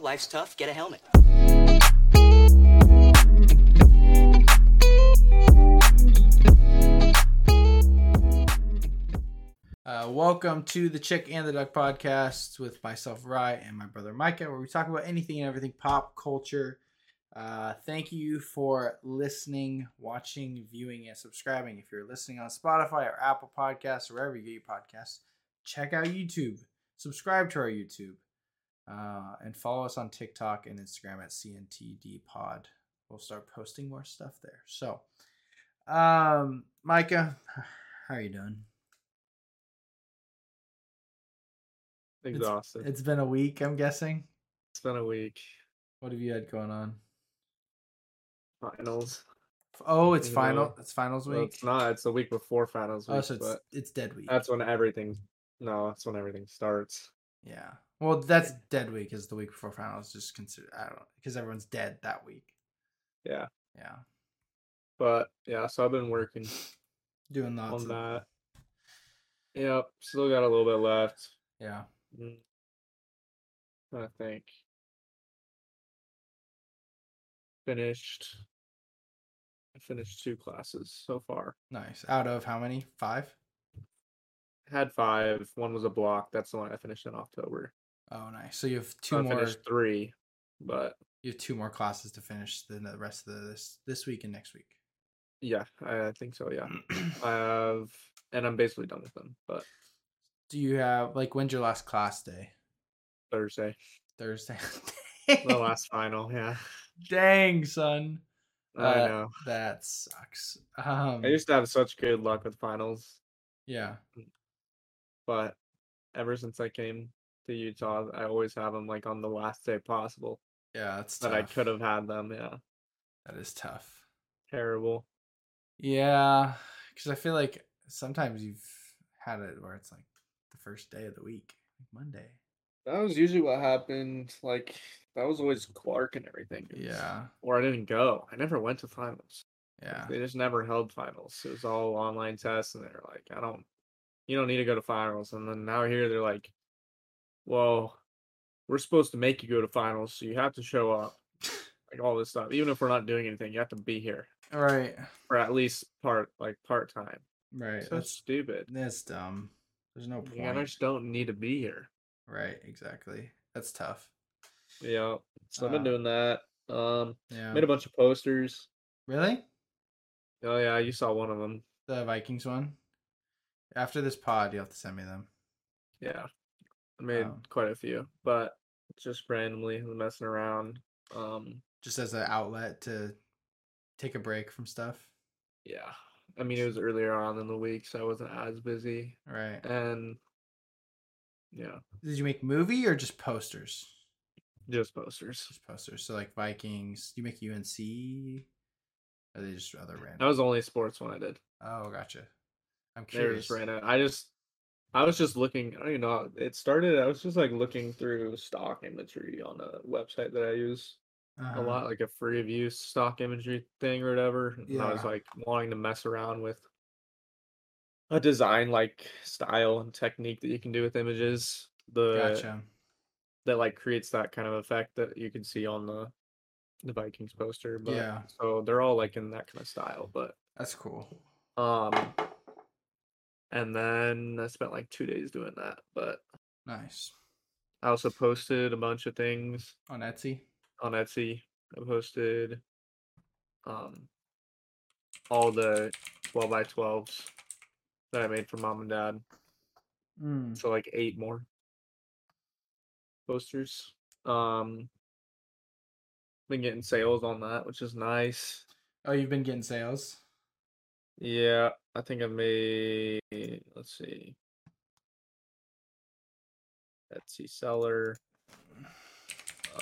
Life's tough. Get a helmet. Uh, welcome to the Chick and the Duck podcast with myself, Rye, and my brother Micah, where we talk about anything and everything pop culture. Uh, thank you for listening, watching, viewing, and subscribing. If you're listening on Spotify or Apple Podcasts or wherever you get your podcasts, check out YouTube, subscribe to our YouTube, uh, and follow us on TikTok and Instagram at CNTD Pod. We'll start posting more stuff there. So, um, Micah, how are you doing? Exhausted. It's been a week, I'm guessing. it's been a week. What have you had going on? Finals. Oh, it's No. final. It's finals Well, week. it's not. It's the week before finals week, oh, so it's but it's dead week. that's when everything. No, that's when everything starts. yeah. Well, that's dead week is the week before finals. Just consider I don't because everyone's dead that week. Yeah, Yeah, but yeah. So I've been working doing lots on of that. Yep. Still got a little bit left. yeah. Mm. I think finished. I finished two classes so far. Nice. Out of how many? Five. Had five. One was a block. That's the one I finished in October. Oh, nice. So you have two So I more. finished three, but You have two more classes to finish than the rest of the, this this week and next week. Yeah, I I think so. Yeah, I have, and I'm basically done with them. But Do you have like when's your last class day? Thursday, Thursday. the last final. Yeah, Dang, son. I Uh, know. That sucks. Um, I used to have such good luck with finals, yeah. but ever since I came to Utah, I always have them like on the last day possible Yeah, that's that tough. I could have had them. Yeah, That is tough. terrible. Yeah, because I feel like sometimes you've had it where it's like the first day of the week, like Monday. That was usually what happened. Like that was always Clark and everything. It was- Yeah, or I didn't go. I never went to finals. yeah, They just never held finals. It was all online tests, and they're like, I don't, you don't need to go to finals. And then now here they're like, well, we're supposed to make you go to finals, so you have to show up. Like all this stuff, even if we're not doing anything, you have to be here right, or at least part like part time. right. so That's stupid. that's dumb. There's no Like, I point. just don't need to be here. Right, exactly. That's tough. Yeah, so I've Uh, been doing that. Um, Yeah. made a bunch of posters. Really? Oh yeah, you saw one of them. The Vikings one. After this pod, you will have to send me them. Yeah, I made Um, quite a few, but just randomly messing around. Um, Just as an outlet to take a break from stuff. yeah, I mean it was earlier on in the week, so I wasn't as busy, Right. and yeah, Did you make movie or just posters? just posters. Just posters. So like Vikings. You make UNC. Or they just other random. That was the only sports one I did. Oh, gotcha. I'm They were curious. just random. I just, I was just looking. I don't even know. how It started. I was just like looking through stock imagery on a website that I use Uh-huh. a lot, like a free of use stock imagery thing or whatever. And I was Yeah. like wanting to mess around with a design like style and technique that you can do with images. The Gotcha. that like creates that kind of effect that you can see on the the Vikings poster. But Yeah. so they're all like in that kind of style. But That's cool. um and then I spent like two days doing that. But Nice. I also posted a bunch of things On Etsy. on Etsy. I posted um all the twelve by twelves that I made for mom and dad. Mm. So like eight more posters. Um been getting sales on that, which is nice. Oh, you've been getting sales. Yeah, I think I made let's see. Etsy seller. Uh,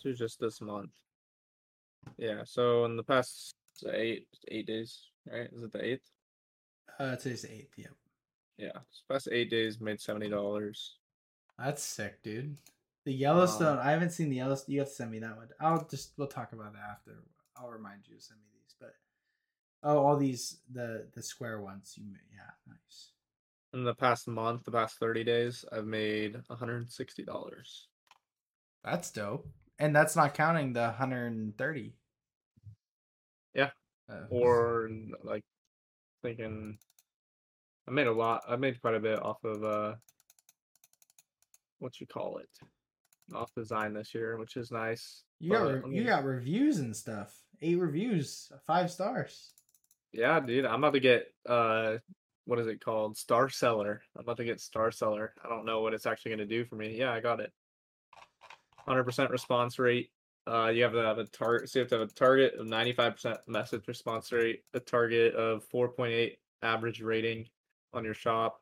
so just this month. Yeah, so in the past say, eight eight days, right? Is it the eighth? Uh, today's the eighth. Yep. Yeah. so past eight days made seventy dollars. That's sick, dude. The Yellowstone. I haven't seen the Yellowstone. You have to send me that one. I'll just we'll talk about it after. I'll remind you to send me these. But oh, all these the the square ones. You ma- yeah, nice. in the past month, the past 30 days, I've made $160. That's dope. And that's not counting the 130. Yeah. Uh, Or like thinking I made a lot. I made quite a bit off of uh what you call it? Off design this year, which is nice. you got but re- let you me- got reviews and stuff. Eight reviews, five stars. Yeah, dude. I'm about to get uh what is it called? Star Seller. I'm about to get Star Seller. I don't know what it's actually gonna do for me. Yeah, I got it. Hundred percent response rate. Uh you have to have a target so you have to have a target of ninety five percent message response rate, a target of four point eight average rating on your shop,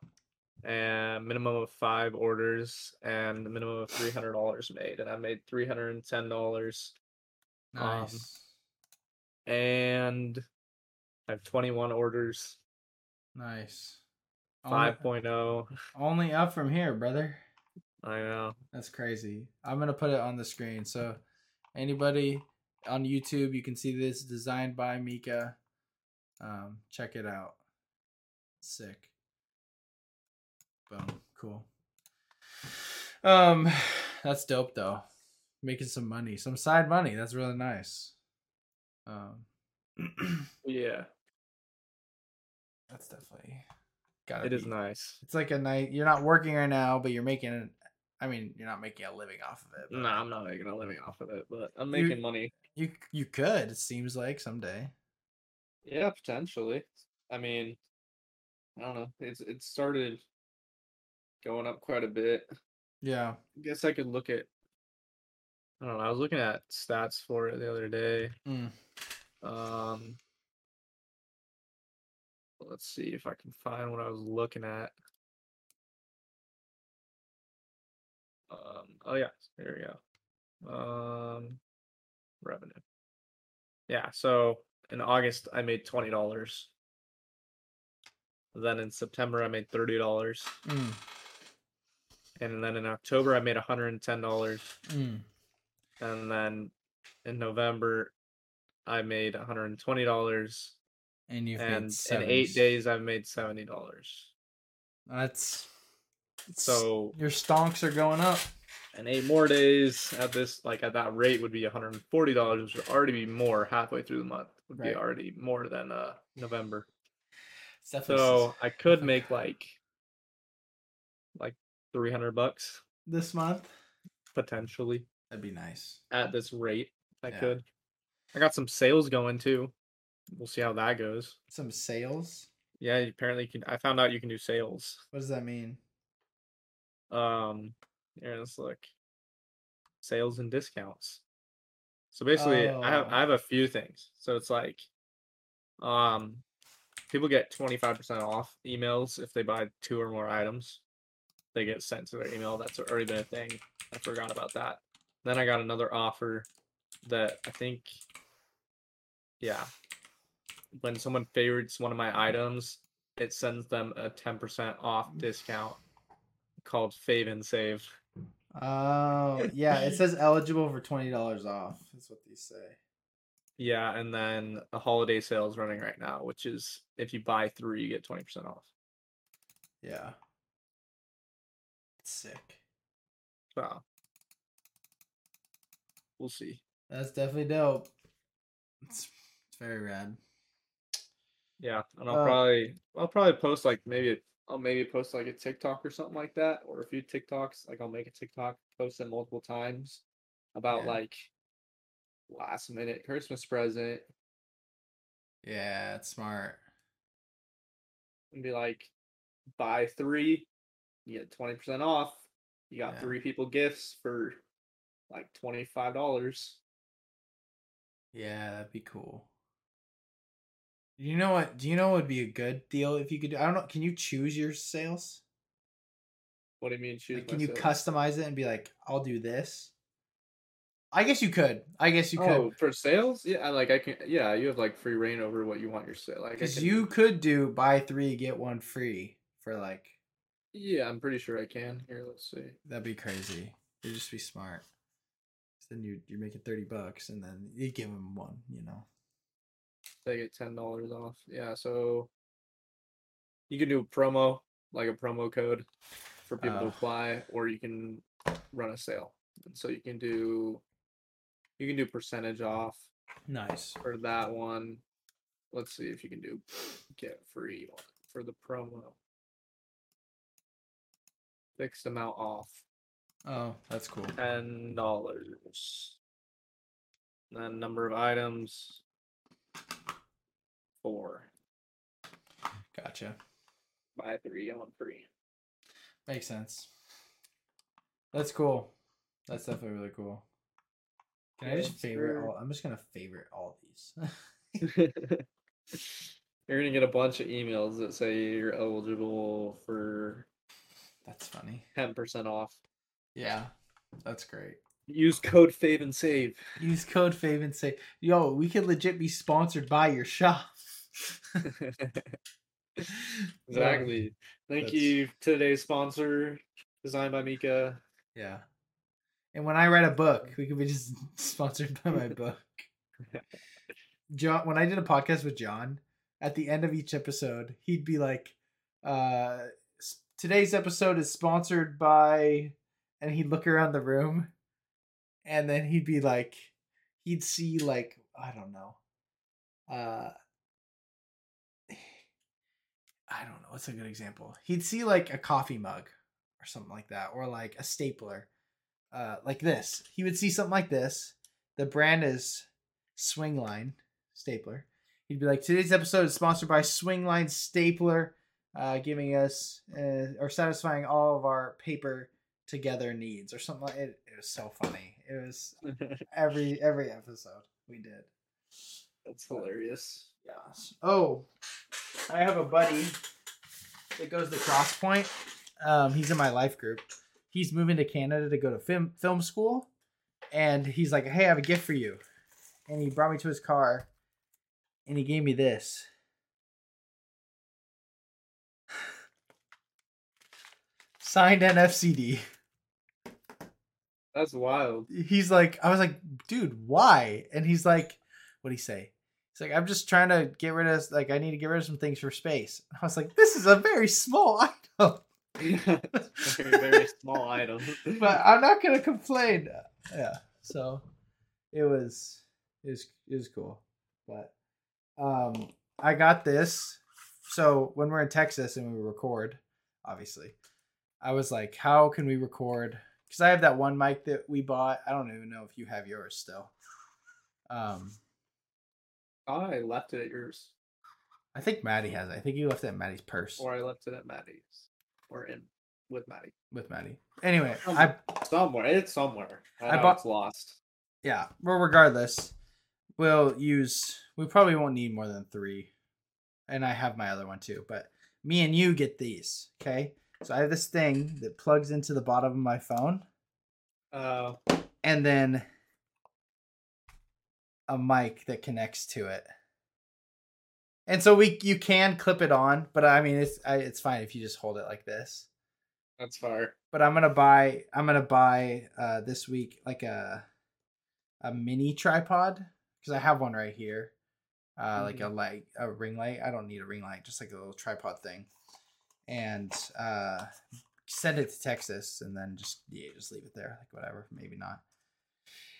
and minimum of five orders and a minimum of three hundred dollars made. And I made three hundred and ten dollars Um, Nice. and I have twenty one orders. nice. Oh, Only, 5.0. only up from here, brother. I know. That's crazy. I'm gonna put it on the screen. So anybody on YouTube, you can see this designed by Mika. Um, check it out. Sick. Boom. Cool. Um, that's dope though. Making some money, some side money. That's really nice. Um, Yeah, that's definitely got it is nice. It's like a night. You're not working right now, but you're making. I mean, you're not making a living off of it. but- No, I'm not making a living off of it, but I'm You- making money. You you could. It seems like someday. Yeah, potentially. I mean, I don't know. It's it started going up quite a bit. Yeah. I guess I could look at. I don't know. I was looking at stats for it the other day. Mm. Um, let's see if I can find what I was looking at. Um, oh yeah, here we go. Um, revenue. Yeah, so in August I made twenty dollars. Then in September I made thirty dollars, Mm. and then in October I made one hundred and ten dollars, Mm. and then in November I made one hundred and twenty dollars, And you've made and in sevens. eight days I've made seventy dollars. That's it's- So your stonks are going up. in eight more days at this like at that rate would be one hundred and forty dollars, which would already be more halfway through the month. Would be Right. already more than uh November. It's definitely So I could Okay. make like like three hundred bucks this month potentially that'd be nice. at this rate. I Yeah. could. I got some sales going too. We'll see how that goes. Some sales. Yeah, apparently you can. I found out you can do sales. What does that mean? Um, here, let's look. Sales and discounts. So basically, I have Oh. I have a few things. So it's like, um, people get twenty five percent off emails if they buy two or more items. They get sent to their email. That's already been a thing. I forgot about that. Then I got another offer that I think, yeah, when someone favorites one of my items, it sends them a ten percent off discount called Fave and Save. Oh yeah, it says eligible for twenty dollars off. That's what these say. Yeah, and then a holiday sale is running right now, which is if you buy three, you get twenty percent off. Yeah. Sick. Wow. We'll see. That's definitely dope. It's, it's very rad. Yeah, and I'll Uh, probably I'll probably post like maybe I'll maybe post like a TikTok or something like that, or a few TikToks. Like I'll make a TikTok, post it multiple times about Yeah. like last minute Christmas present, Yeah, it's smart. and be like, buy three, you get twenty percent off. You got Yeah. three people gifts for like twenty five dollars. Yeah, that'd be cool. You know what? Do you know what would be a good deal if you could? do I don't know. Can you choose your sales? What do you mean choose? Like, can you myself? customize it and be like, "I'll do this"? I guess you could. I guess you could Oh, for sales? Yeah, I- like I can. Yeah, you have like free reign over what you want your sale. Like I because can- you could do buy three get one free for like Yeah, I'm pretty sure I can. Here, let's see. that'd be crazy. You'd just be smart. 'Cause Then you you're making thirty bucks and then you give them one. You know. They get ten dollars off. Yeah, so you can do a promo like a promo code for people to Oh. apply, or you can run a sale. And so you can do you can do percentage off Nice. for that one. Let's see if you can do get free one for the promo. Fixed amount off Oh, that's cool. ten dollars. Then number of items four. Gotcha. Buy three on three. Makes sense. That's cool. That's definitely really cool. Can I Yeah, just favorite sure. all? I'm just gonna favorite all these. You're gonna get a bunch of emails that say you're eligible for that's funny. ten percent off. Yeah, that's great. Use code FAVE and save. Use code Fave and say, "Yo, we could legit be sponsored by your shop." exactly. Thank that's- you to today's sponsor, designed by Mika. Yeah. And when I write a book, we could be just sponsored by my book. John, when I did a podcast with John, at the end of each episode, he'd be like, uh, s- "Today's episode is sponsored by," and he'd look around the room, and then he'd be like, he'd see like I don't know, uh, I don't know. What's a good example? He'd see like a coffee mug or something like that, or like a stapler, uh, like this. He would see something like this. The brand is Swingline Stapler. He'd be like, today's episode is sponsored by Swingline Stapler, uh, giving us uh, or satisfying all of our paper together needs, or something. Like it, it was so funny. It was every every episode we did. That's hilarious. Yes. Oh, I have a buddy that goes to Crosspoint. Um, he's in my life group. He's moving to Canada to go to film film school, and he's like, "Hey, I have a gift for you," and he brought me to his car, and he gave me this. Signed NFCD. That's wild. he's like, I was like, dude, why? And he's like, what would he say? He's like, I'm just trying to get rid of, like, I need to get rid of some things for space. I was like, this is a very small item, very, very small item. but I'm not gonna complain. Yeah. So it was, it was, it was cool. But um, I got this. So when we're in Texas and we record, obviously, I was like, how can we record? Because I have that one mic that we bought. I don't even know if you have yours still. Um, I left it at yours, I think Maddie has it. I think you left it in Maddie's purse or I left it at Maddie's, or in with Maddie. with Maddie. Anyway, Um, I Somewhere. It's somewhere. I, I know bought- it's lost. yeah. Well, regardless, we'll use. We probably won't need more than three, and I have my other one too. But me and you get these, okay? So I have this thing that plugs into the bottom of my phone, Uh, and then a mic that connects to it. And so we you can clip it on, but I mean it's I, it's fine if you just hold it like this. that's fire. but I'm gonna buy I'm gonna buy uh this week like a a mini tripod because I have one right here, uh like a light a ring light. I don't need a ring light, just like a little tripod thing, and uh send it to Texas and then just yeah just leave it there like whatever maybe not.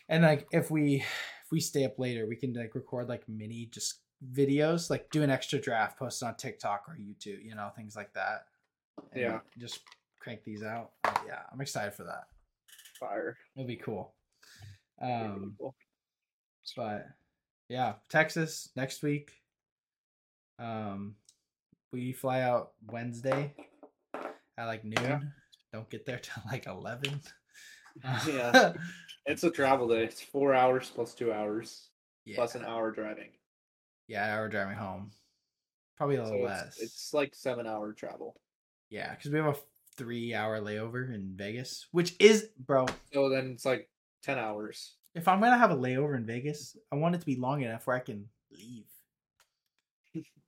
And like if we if we stay up later, we can like record like mini just videos, like do an extra draft, post it on TikTok or YouTube, you know, things like that. And Yeah. Just crank these out. Yeah, I'm excited for that. Fire. It'll be cool. Very Um, cool. but yeah, Texas next week. Um, we fly out Wednesday at like noon. Yeah. Don't get there till like eleven. Yeah. It's a travel day. It's four hours plus two hours yeah. plus an hour driving. yeah, hour driving home. Probably a So little it's- less. It's, like seven hour travel. Yeah, because we have a three hour layover in Vegas, which is, bro, So then it's like ten hours. if I'm going to have a layover in Vegas, I want it to be long enough where I can leave.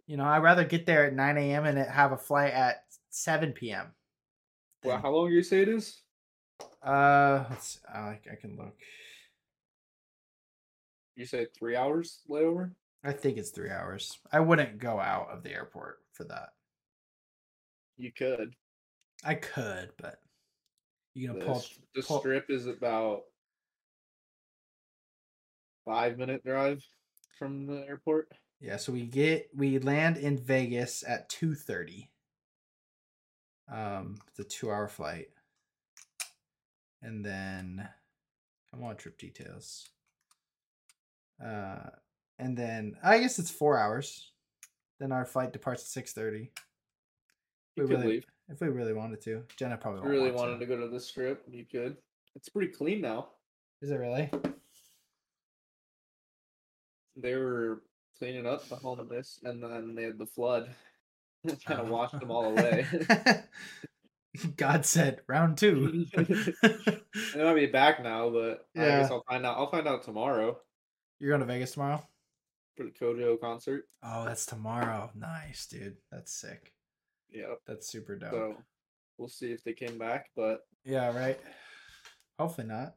you know, I'd rather get there at 9 a.m. and it- have a flight at 7 p.m. Well, than- how long do you say it is? uh, let's, I, I can look. You say three hours layover? I think it's three hours. I wouldn't go out of the airport for that. You could. I could, but you gonna The, pull, s- the pull strip is about five minute drive from the airport. Yeah, so we get we land in Vegas at two thirty. Um, the two hour flight, and then come on, trip details. Uh, and then I guess it's four hours. Then our flight departs at six thirty. You could really, leave. if we really wanted to, Jenna probably If won't you really want wanted to go to the strip, you could. It's pretty clean now. Is it really? They were cleaning up the homeless, and then they had the flood. kind of Oh. washed them all away. God said round two. they might be back now, but I guess Yeah. I'll find out. I'll find out tomorrow You're going to Vegas tomorrow. for the Kojo concert. Oh, that's tomorrow. Nice, dude. That's sick. Yeah, That's super dope. so we'll see if they came back, but Yeah, right. Hopefully not.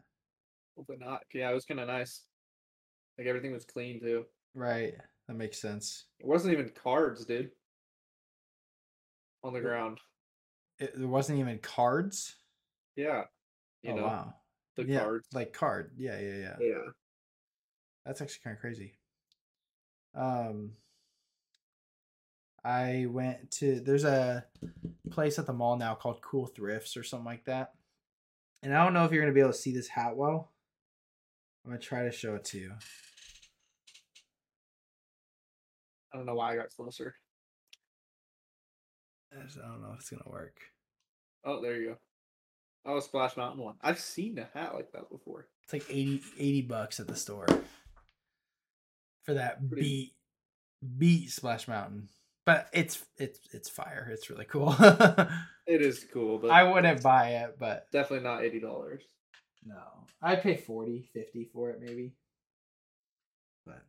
hopefully not. Yeah, it was kind of nice. Like everything was clean too. Right. That makes sense. It wasn't even cards, dude. On the Yeah. ground. It, there wasn't even cards. Yeah. You oh know, wow. the yeah, cards. Like card. Yeah, yeah, yeah. yeah. That's actually kind of crazy. Um I went to there's a place at the mall now called Cool Thrifts or something like that. And I don't know if you're gonna be able to see this hat well. I'm gonna try to show it to you. I don't know why I got closer. I just- I don't know if it's gonna work. Oh, there you go. Oh, Splash Mountain one. I've seen a hat like that before. It's like 80, 80 bucks at the store for that Pretty- beat beat Splash Mountain. But it's it's it's fire. It's really cool. It is cool, but I wouldn't buy it, but definitely not eighty dollars. no. I'd pay 40, 50 for it maybe. But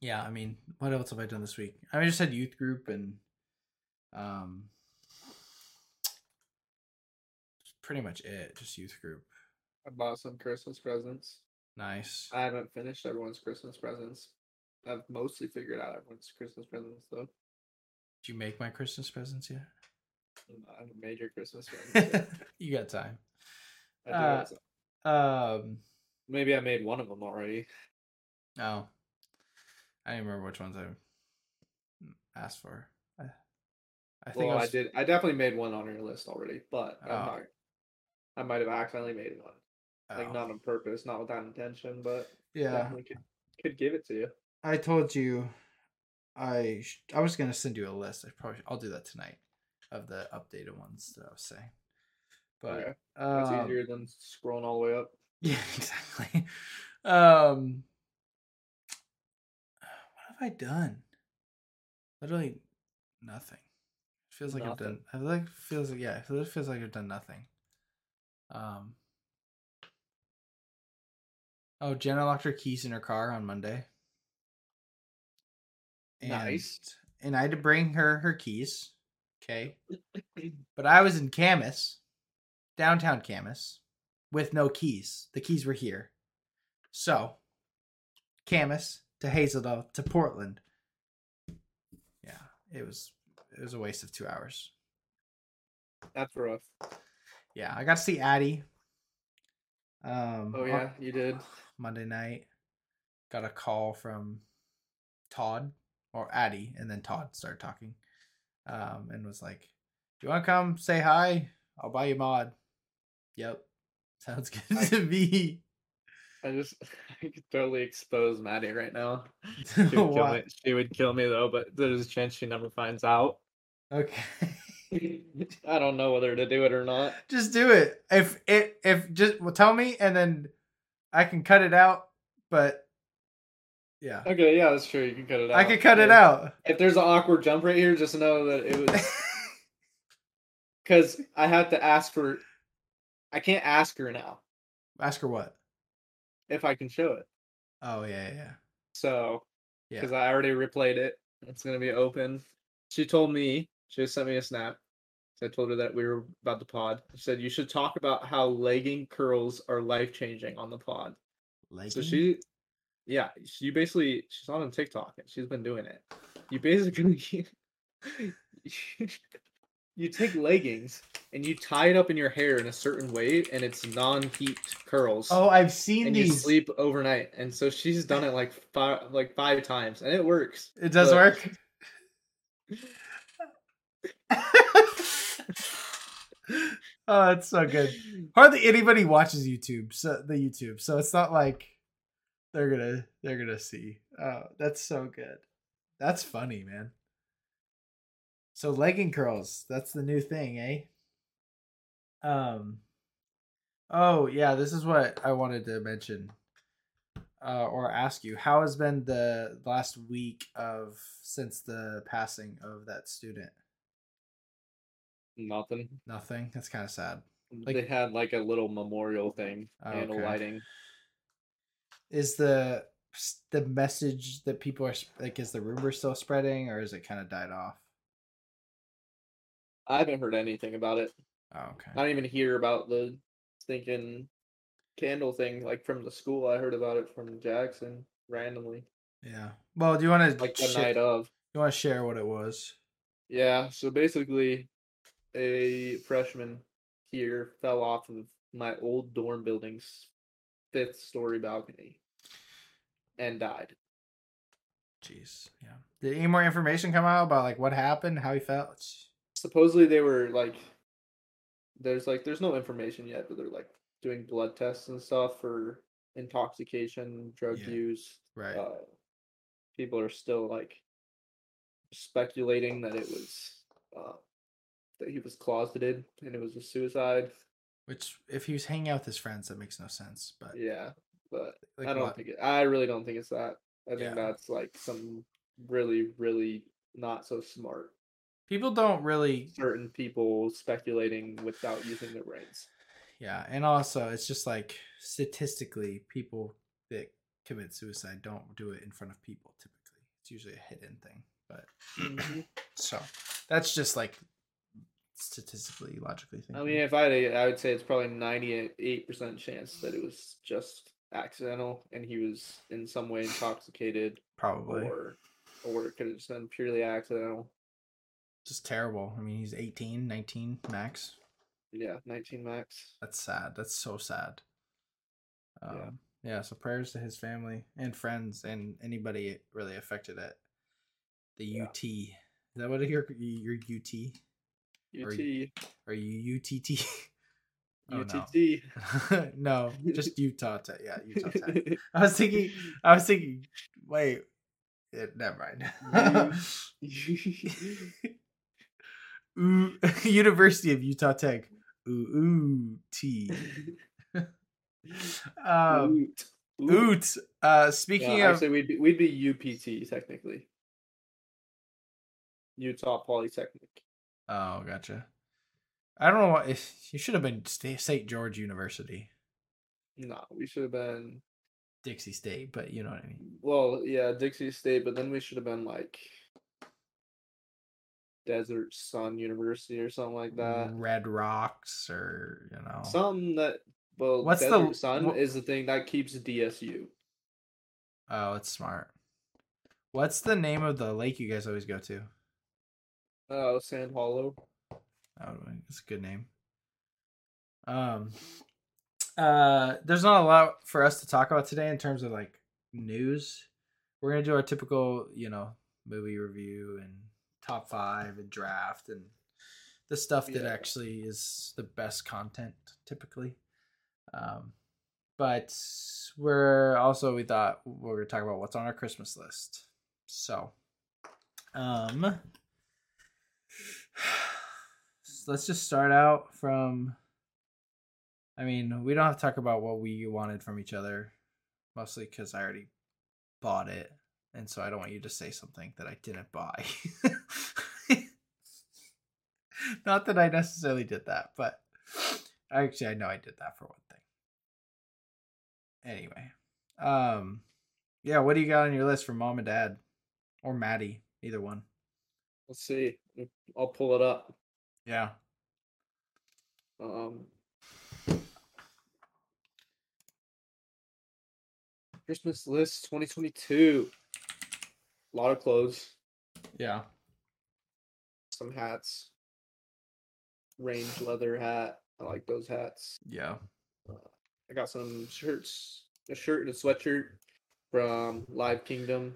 yeah, I mean, what else have I done this week? I just had youth group and um pretty much it, just youth group. I bought some Christmas presents. Nice. I haven't finished everyone's Christmas presents. I've mostly figured out everyone's Christmas presents though. Did you make my Christmas presents yet? I haven't made your Christmas presents. yet. you got time. I do Uh, have some. Um, Maybe I made one of them already. no, I oh, don't even remember which ones I asked for. I, I think well, I, I was, did. I definitely made one on your list already, but I'm Oh. not, I might have accidentally made one. Like oh, not on purpose, not with that intention, but yeah, definitely could, could give it to you. I told you, I sh- I was gonna send you a list. I probably I'll do that tonight of the updated ones that I was saying, but Okay. That's um, easier than scrolling all the way up. Yeah, exactly. Um, what have I done? Literally nothing. Feels like I've done. Nothing. I feel like feels like yeah. It feels like I've done nothing. Um. Oh, Jenna locked her keys in her car on Monday. And, Nice. And I had to bring her her keys. Okay. But I was in Camas, downtown Camas, with no keys. The keys were here. So, Camas to Hazeldale to Portland. Yeah, it was it was a waste of two hours. That's rough. Yeah, I got to see Addie. Um, Oh on yeah, you did. Monday night, got a call from Todd or Addie, and then Todd started talking, um, and was like, "Do you want to come say hi? I'll buy you mod." Yep, sounds good I- to me. I just I could totally expose Maddie right now. She would, kill me. Why? she would kill me though, but there's a chance she never finds out. Okay, I don't know whether to do it or not. just do it. If it if just well, tell me, and then I can cut it out. But yeah, Okay, yeah, that's true. You can cut it out. I can cut it Yeah. out. If there's an awkward jump right here, just know that it was because I have to ask for. I can't ask her now Ask her what? if I can show it. Oh yeah, yeah, yeah. So, Yeah. because I already replayed it, it's gonna be open. She told me she just sent me a snap. I told her that we were about to pod. She said you should talk about how legging curls are life changing on the pod. So Legging? she, yeah, she basically she's on TikTok and she's been doing it. You basically, you take leggings and you tie it up in your hair in a certain way, and it's non-heat curls. Oh, I've seen and you these. sleep overnight. And so she's done it like five, like five times, and it works. It does but- work. oh, it's so good. Hardly anybody watches YouTube, so the YouTube, so it's not like they're gonna they're gonna see. Oh, that's so good. That's funny, man. So legging curls, that's the new thing, eh? Um. Oh yeah, this is what I wanted to mention uh, or ask you how has been the last week of since the passing of that student Nothing. nothing that's kind of sad they Like- had like a little memorial thing, Oh, candle okay. lighting. is the the message that people are sp- like is the rumor still spreading or is it kind of died off I haven't heard anything about it. oh okay I didn't even hear about the stinking candle thing like from the school. I heard about it from Jackson randomly, yeah well do you want to like the night of. you want to share what it was Yeah, so basically, a freshman here fell off of my old dorm building's fifth story balcony and died. jeez yeah did any more information come out about like what happened how he felt supposedly they were like there's like there's no information yet but they're like doing blood tests and stuff for intoxication drug Yeah. use right uh, people are still like speculating that it was uh, that he was closeted and it was a suicide which if he was hanging out with his friends that makes no sense but yeah but like, i don't what- think it, i really don't think it's that i think Yeah. that's like some really really not so smart people don't really certain people speculating without using their brains Yeah, and also it's just like statistically, people that commit suicide don't do it in front of people typically. It's usually a hidden thing, but so that's just like statistically, logically thinking. I mean, if I had to, I would say it's probably ninety-eight percent chance that it was just accidental, and he was in some way intoxicated, probably or or it could have just been purely accidental. just terrible. I mean, he's 18, 19 max. Yeah, nineteen max. That's sad. That's so sad. Um, Yeah. yeah. So prayers to his family and friends and anybody really affected at the Yeah. UT. Is that what your your UT? Or- UT, Are you UTT? Oh, UTT. No. no, just Utah Tech. Yeah, Utah Tech. I was thinking. I was thinking. Wait. Yeah, never mind. Ooh, University of Utah Tech. Ooh, ooh T. Um, Oot. Oot. oot. Uh, speaking Yeah, of actually, we'd be, we'd be UPT technically. Utah Polytechnic. Oh, gotcha. I don't know what if you should have been Sta- St. George University, No, we should have been Dixie State, but you know what I mean. Well, yeah, Dixie State, but then we should have been like Desert Sun University or something like that. Red Rocks or you know. Something that well, What's the- Desert Sun wha- is the thing that keeps DSU. oh, it's smart. What's the name of the lake you guys always go to? Oh, Sand Hollow. Oh, that's a good name. Um, uh, there's not a lot for us to talk about today in terms of like news. We're gonna do our typical, you know, movie review and top five and draft and the stuff that Yeah. actually is the best content typically. Um, but we're also we thought we were gonna talk about what's on our Christmas list. So, um, so let's just start out from. I mean, we don't have to talk about what we wanted from each other, mostly because I already bought it, and so I don't want you to say something that I didn't buy. Not that I necessarily did that, but actually, I know I did that for one thing. Anyway, um, yeah, what do you got on your list for mom and dad, or Maddie, either one? Let's see. I'll pull it up. Yeah, Um Christmas list 2022. A lot of clothes, yeah. some hats, range leather hat. I like those hats. Yeah. I got some shirts, a shirt and a sweatshirt from Live Kingdom.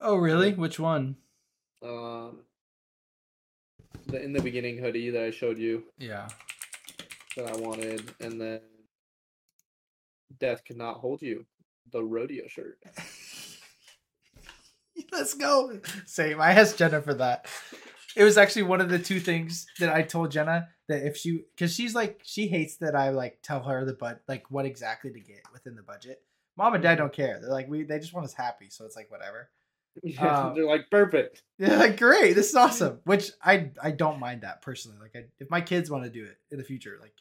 Oh really? Which one? Um, the in the beginning hoodie that I showed you Yeah. that I wanted, and then Death cannot hold you. The rodeo shirt. Let's go. Same. I asked Jenna for that. It was actually one of the two things that I told Jenna that if she, because she's like, she hates that I like tell her the but like what exactly to get within the budget. Mom and dad don't care. They're like, we, they just want us happy. So it's like, whatever. Yeah, Um, they're like perfect. They're like, great. This is awesome. Which I, I don't mind that personally. Like, I, if my kids want to do it in the future, like,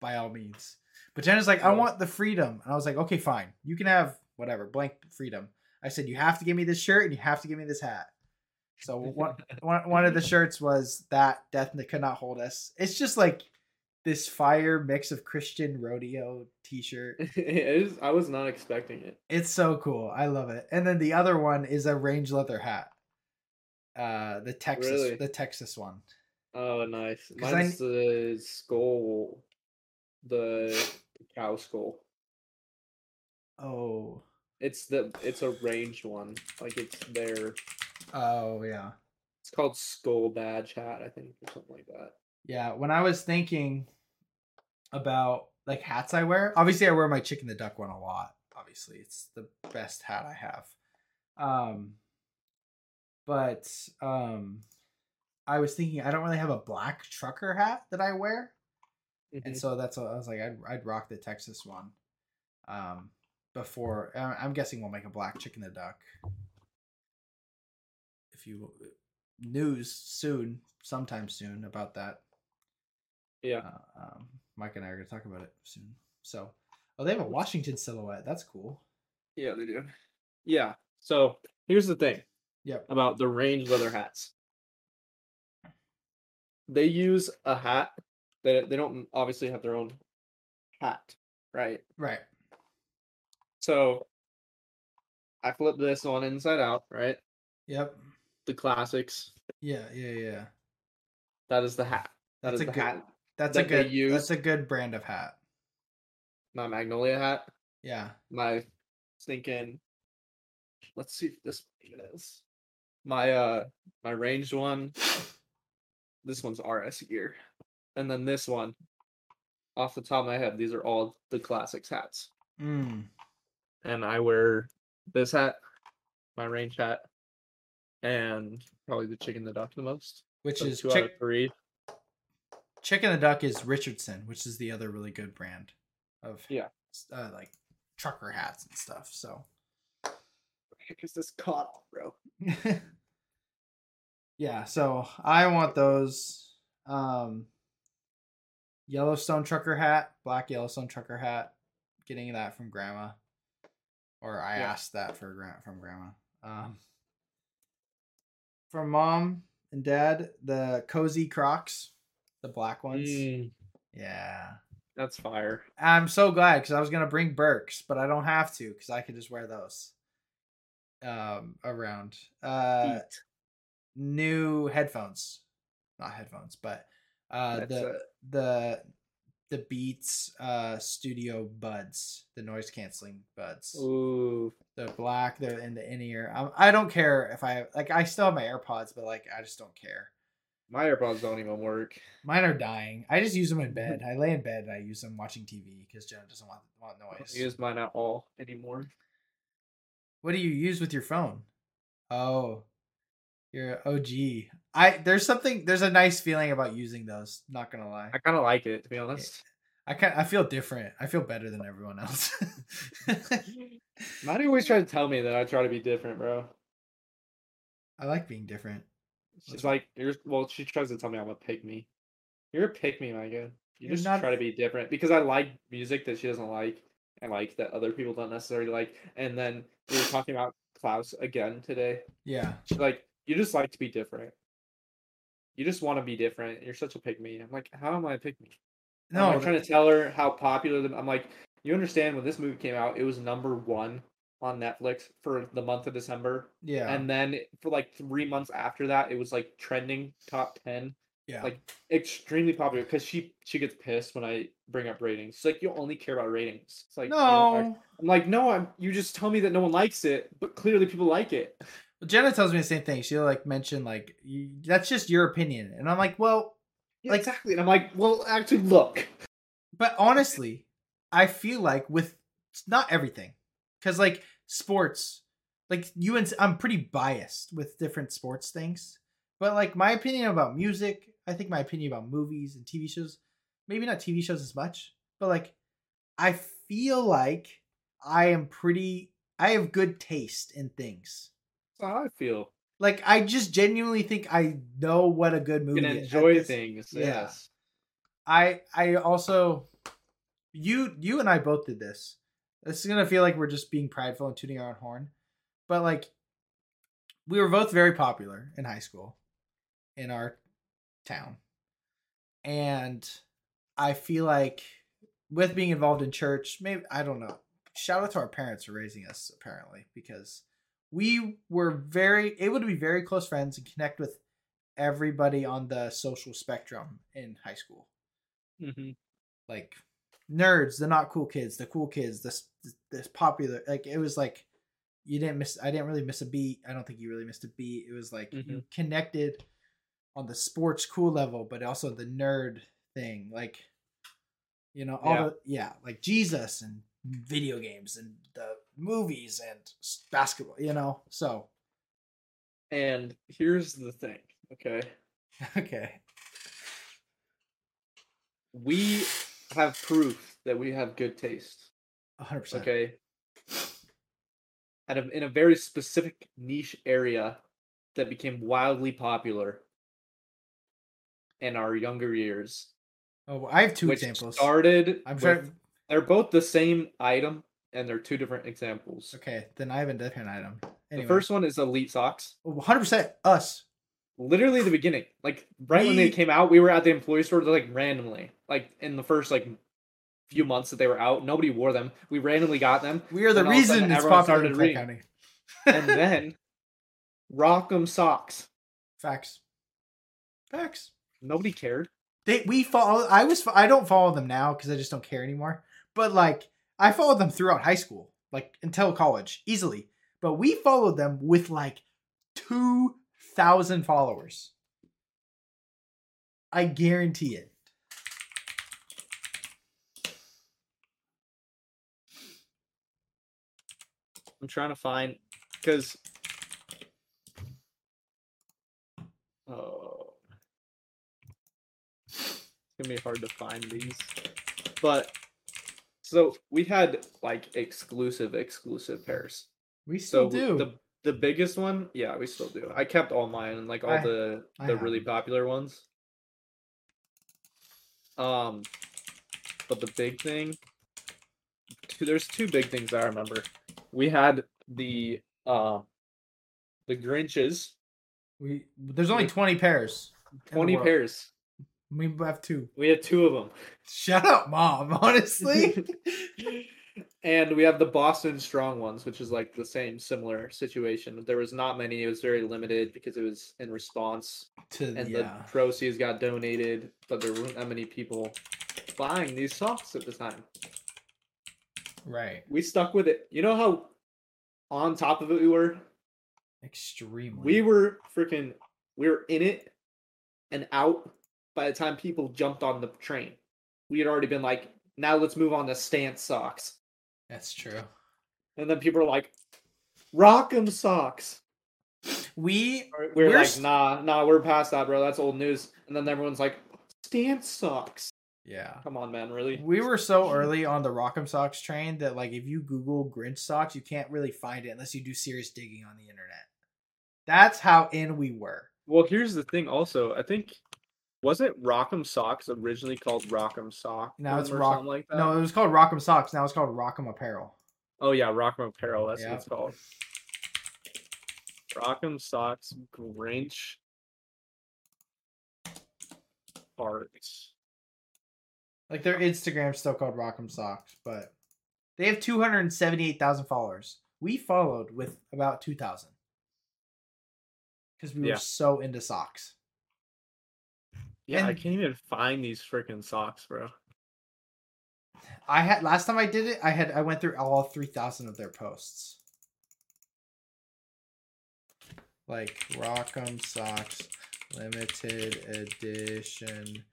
by all means. But Jenna's like, I Yeah. want the freedom. And I was like, okay, fine. You can have whatever, blank freedom. I said, you have to give me this shirt and you have to give me this hat. So one, one, one of the shirts was that Death That Could Not Hold Us. It's just like this fire mix of Christian rodeo t shirt. it is. I was not expecting it. It's so cool. I love it. And then the other one is a range leather hat. Uh, the Texas, Really? the Texas one. Oh, nice. 'Cause I- Mine's the skull, the cow skull. Oh, It's the it's a range one. Like it's their oh yeah. it's called skull badge hat, I think, or something like that. Yeah, when I was thinking about like hats I wear, obviously I wear my chicken the duck one a lot. Obviously, it's the best hat I have. Um but um I was thinking I don't really have a black trucker hat that I wear, and so that's what I was like I'd I'd rock the Texas one. Um before I- I'm guessing we'll make a black chicken the duck. If you uh, news soon, sometime soon about that yeah. uh, um, Mike and I are going to talk about it soon. So, oh, they have a Washington silhouette. That's cool. Yeah, they do. Yeah. So here's the thing Yep. about the range leather hats. They use a hat that they don't obviously have their own hat, right? Right. So I flip this on inside out, right? Yep. The classics. Yeah. Yeah. Yeah. That is the hat. That That's is a the good. hat. That's a that they good. use. That's a good brand of hat. My magnolia hat. Yeah. my thinking let's see if this it is my uh my ranged one this one's rs gear and then this one off the top of my head these are all the classics hats Mm. and i wear this hat my range hat and probably the chicken the duck the most Which so is two out chick- of three chicken the duck is Richardson, which is the other really good brand of Yeah. uh, like trucker hats and stuff. So. because this caught off bro yeah, so I want those um Yellowstone trucker hat, black Yellowstone trucker hat, getting that from grandma. Or I Yeah. asked that for grand from grandma. Um from mom and dad, the cozy Crocs, the black ones. Mm, Yeah. that's fire I'm so glad because I was gonna bring Burks, but I don't have to because I could just wear those um around. Hmm. Uh Heat. new headphones, not headphones, but uh That's the it. the the Beats uh Studio Buds, the noise canceling Buds. Ooh, They're black. They're in the in ear. Um, I don't care if I like. I still have my AirPods, but like I just don't care. my AirPods don't even work. Mine are dying. I just use them Mm-hmm. in bed. I lay in bed and I use them watching TV because Jenna doesn't want want I don't noise. use mine at all anymore. What do you use with your phone? Oh, you're OG. I there's something there's a nice feeling about using those. Not gonna lie, I kind of like it, to be honest. I can I feel different. I feel better than everyone else. Maddie always tried to tell me that I try to be different, bro. I like being different. She's like, "You're well." She tries to tell me I'm a pick me. You're a pick me, Micah. You You're just not- try to be different because I like music that she doesn't like, and like that other people don't necessarily like. And then we were talking about Klaus again today. Yeah, She's like, "You just like to be different. You just want to be different. You're such a pick me." I'm like, "How am I a pick me?" No, no, I'm trying to tell her how popular. The, I'm like, you understand when this movie came out, it was number one on Netflix for the month of December, yeah, and then for like three months after that, it was like trending top ten Yeah. Like, Extremely popular because she she gets pissed when I bring up ratings. She's like, you only care about ratings. It's like you don't act- no. I'm like, no, I'm. You just tell me that no one likes it, but clearly people like it. Well, Jenna tells me the same thing. She like mentioned like you, that's just your opinion, and I'm like, well, Yeah, Like- exactly. And I'm like, well, actually, look. but honestly, I feel like with not everything, because like sports, like you and I'm pretty biased with different sports things, but like my opinion about music, I think my opinion about movies and TV shows, maybe not TV shows as much, but like I feel like I am pretty, I have good taste in things. That's how I feel. Like I just genuinely think I know what a good You movie can is. enjoy This- things. yeah. Yes. I I also you you and I both did this. This is gonna feel like we're just being prideful and tooting our own horn. But like we were both very popular in high school in our town. And I feel like with being involved in church, maybe I don't know. Shout out to our parents for raising us apparently because we were very able to be very close friends and connect with everybody on the social spectrum in high school Mhm. like nerds, the not cool kids, the cool kids, this this popular. Like it was like you didn't miss. I didn't really miss a beat. I don't think you really missed a beat. It was like Mm-hmm. you connected on the sports cool level, but also the nerd thing. Like you know, all Yeah. the yeah, like Jesus and video games and the movies and s- basketball. You know, so And here's the thing. Okay. okay, We have proof that we have good taste. hundred percent. Okay. At a, in a very specific niche area that became wildly popular in our younger years. Oh, well, I have two which examples. started. I'm with- sure. they're both the same item, and they're two different examples. Okay, then I have a different item. Anyway. Oh, The first one is elite socks. hundred percent us. Literally the beginning, like right when they We- came out, we were at the employee store. Like randomly, like in the first like few months that they were out, nobody wore them. We randomly got them, We are the Then all of a sudden reason it's everyone popular in started Clay reading. County. and then Rock'em socks. Facts. Facts. Nobody cared. They we follow. I was. I don't follow them now because I just don't care anymore. But like I followed them throughout high school, like until college, easily. But we followed them with like two thousand followers. I guarantee it. I'm trying to find because oh, it's gonna be hard to find these. But so we had like exclusive, exclusive pairs. We still So do. the the biggest one, yeah, we still do. I kept all mine and like all I- the I the have really them. popular ones. Um, but the big thing, two- there's two big things I remember. We had the um, the Grinches, we there's only twenty pairs. twenty world. pairs. We have two. We had two of them, Shut up, mom. Honestly, and we have the Boston Strong ones, which is like the same similar situation. There was not many; it was very limited because it was in response to and yeah. the proceeds got donated, but there weren't that many people buying these socks at the time. right. We stuck with it. You know how on top of it we were? Extremely. We were freaking we were in it and out by the time people jumped on the train. We had already been like, now let's move on to stance socks. That's true. And then people were like, Rock'em socks. We Or We were We're like, s- nah, nah, we're past that, bro. That's old news. And then everyone's like, stance socks. yeah. Come on, man, really? We were so early on the Rock'em Socks train that like if you Google Grinch socks, you can't really find it unless you do serious digging on the internet. That's how in we were. Well, here's the thing. Also, I think wasn't Rock'em Socks originally called Rock'em Sock? Now it's or Rock- something like that. No, it was called Rock'em Socks. Now it's called Rock'em Apparel. Oh yeah, Rock'em Apparel. That's Yeah. what it's called. Rock'em Socks Grinch Arts. Like their Instagram's still called Rock'em Socks, but they have two hundred and seventy-eight thousand followers. We followed with about two thousand because we Yeah. were so into socks. Yeah, I And- can't even find these freaking socks, bro. I had last time I did it, I had I went through all three thousand of their posts. Like Rock'em socks, limited edition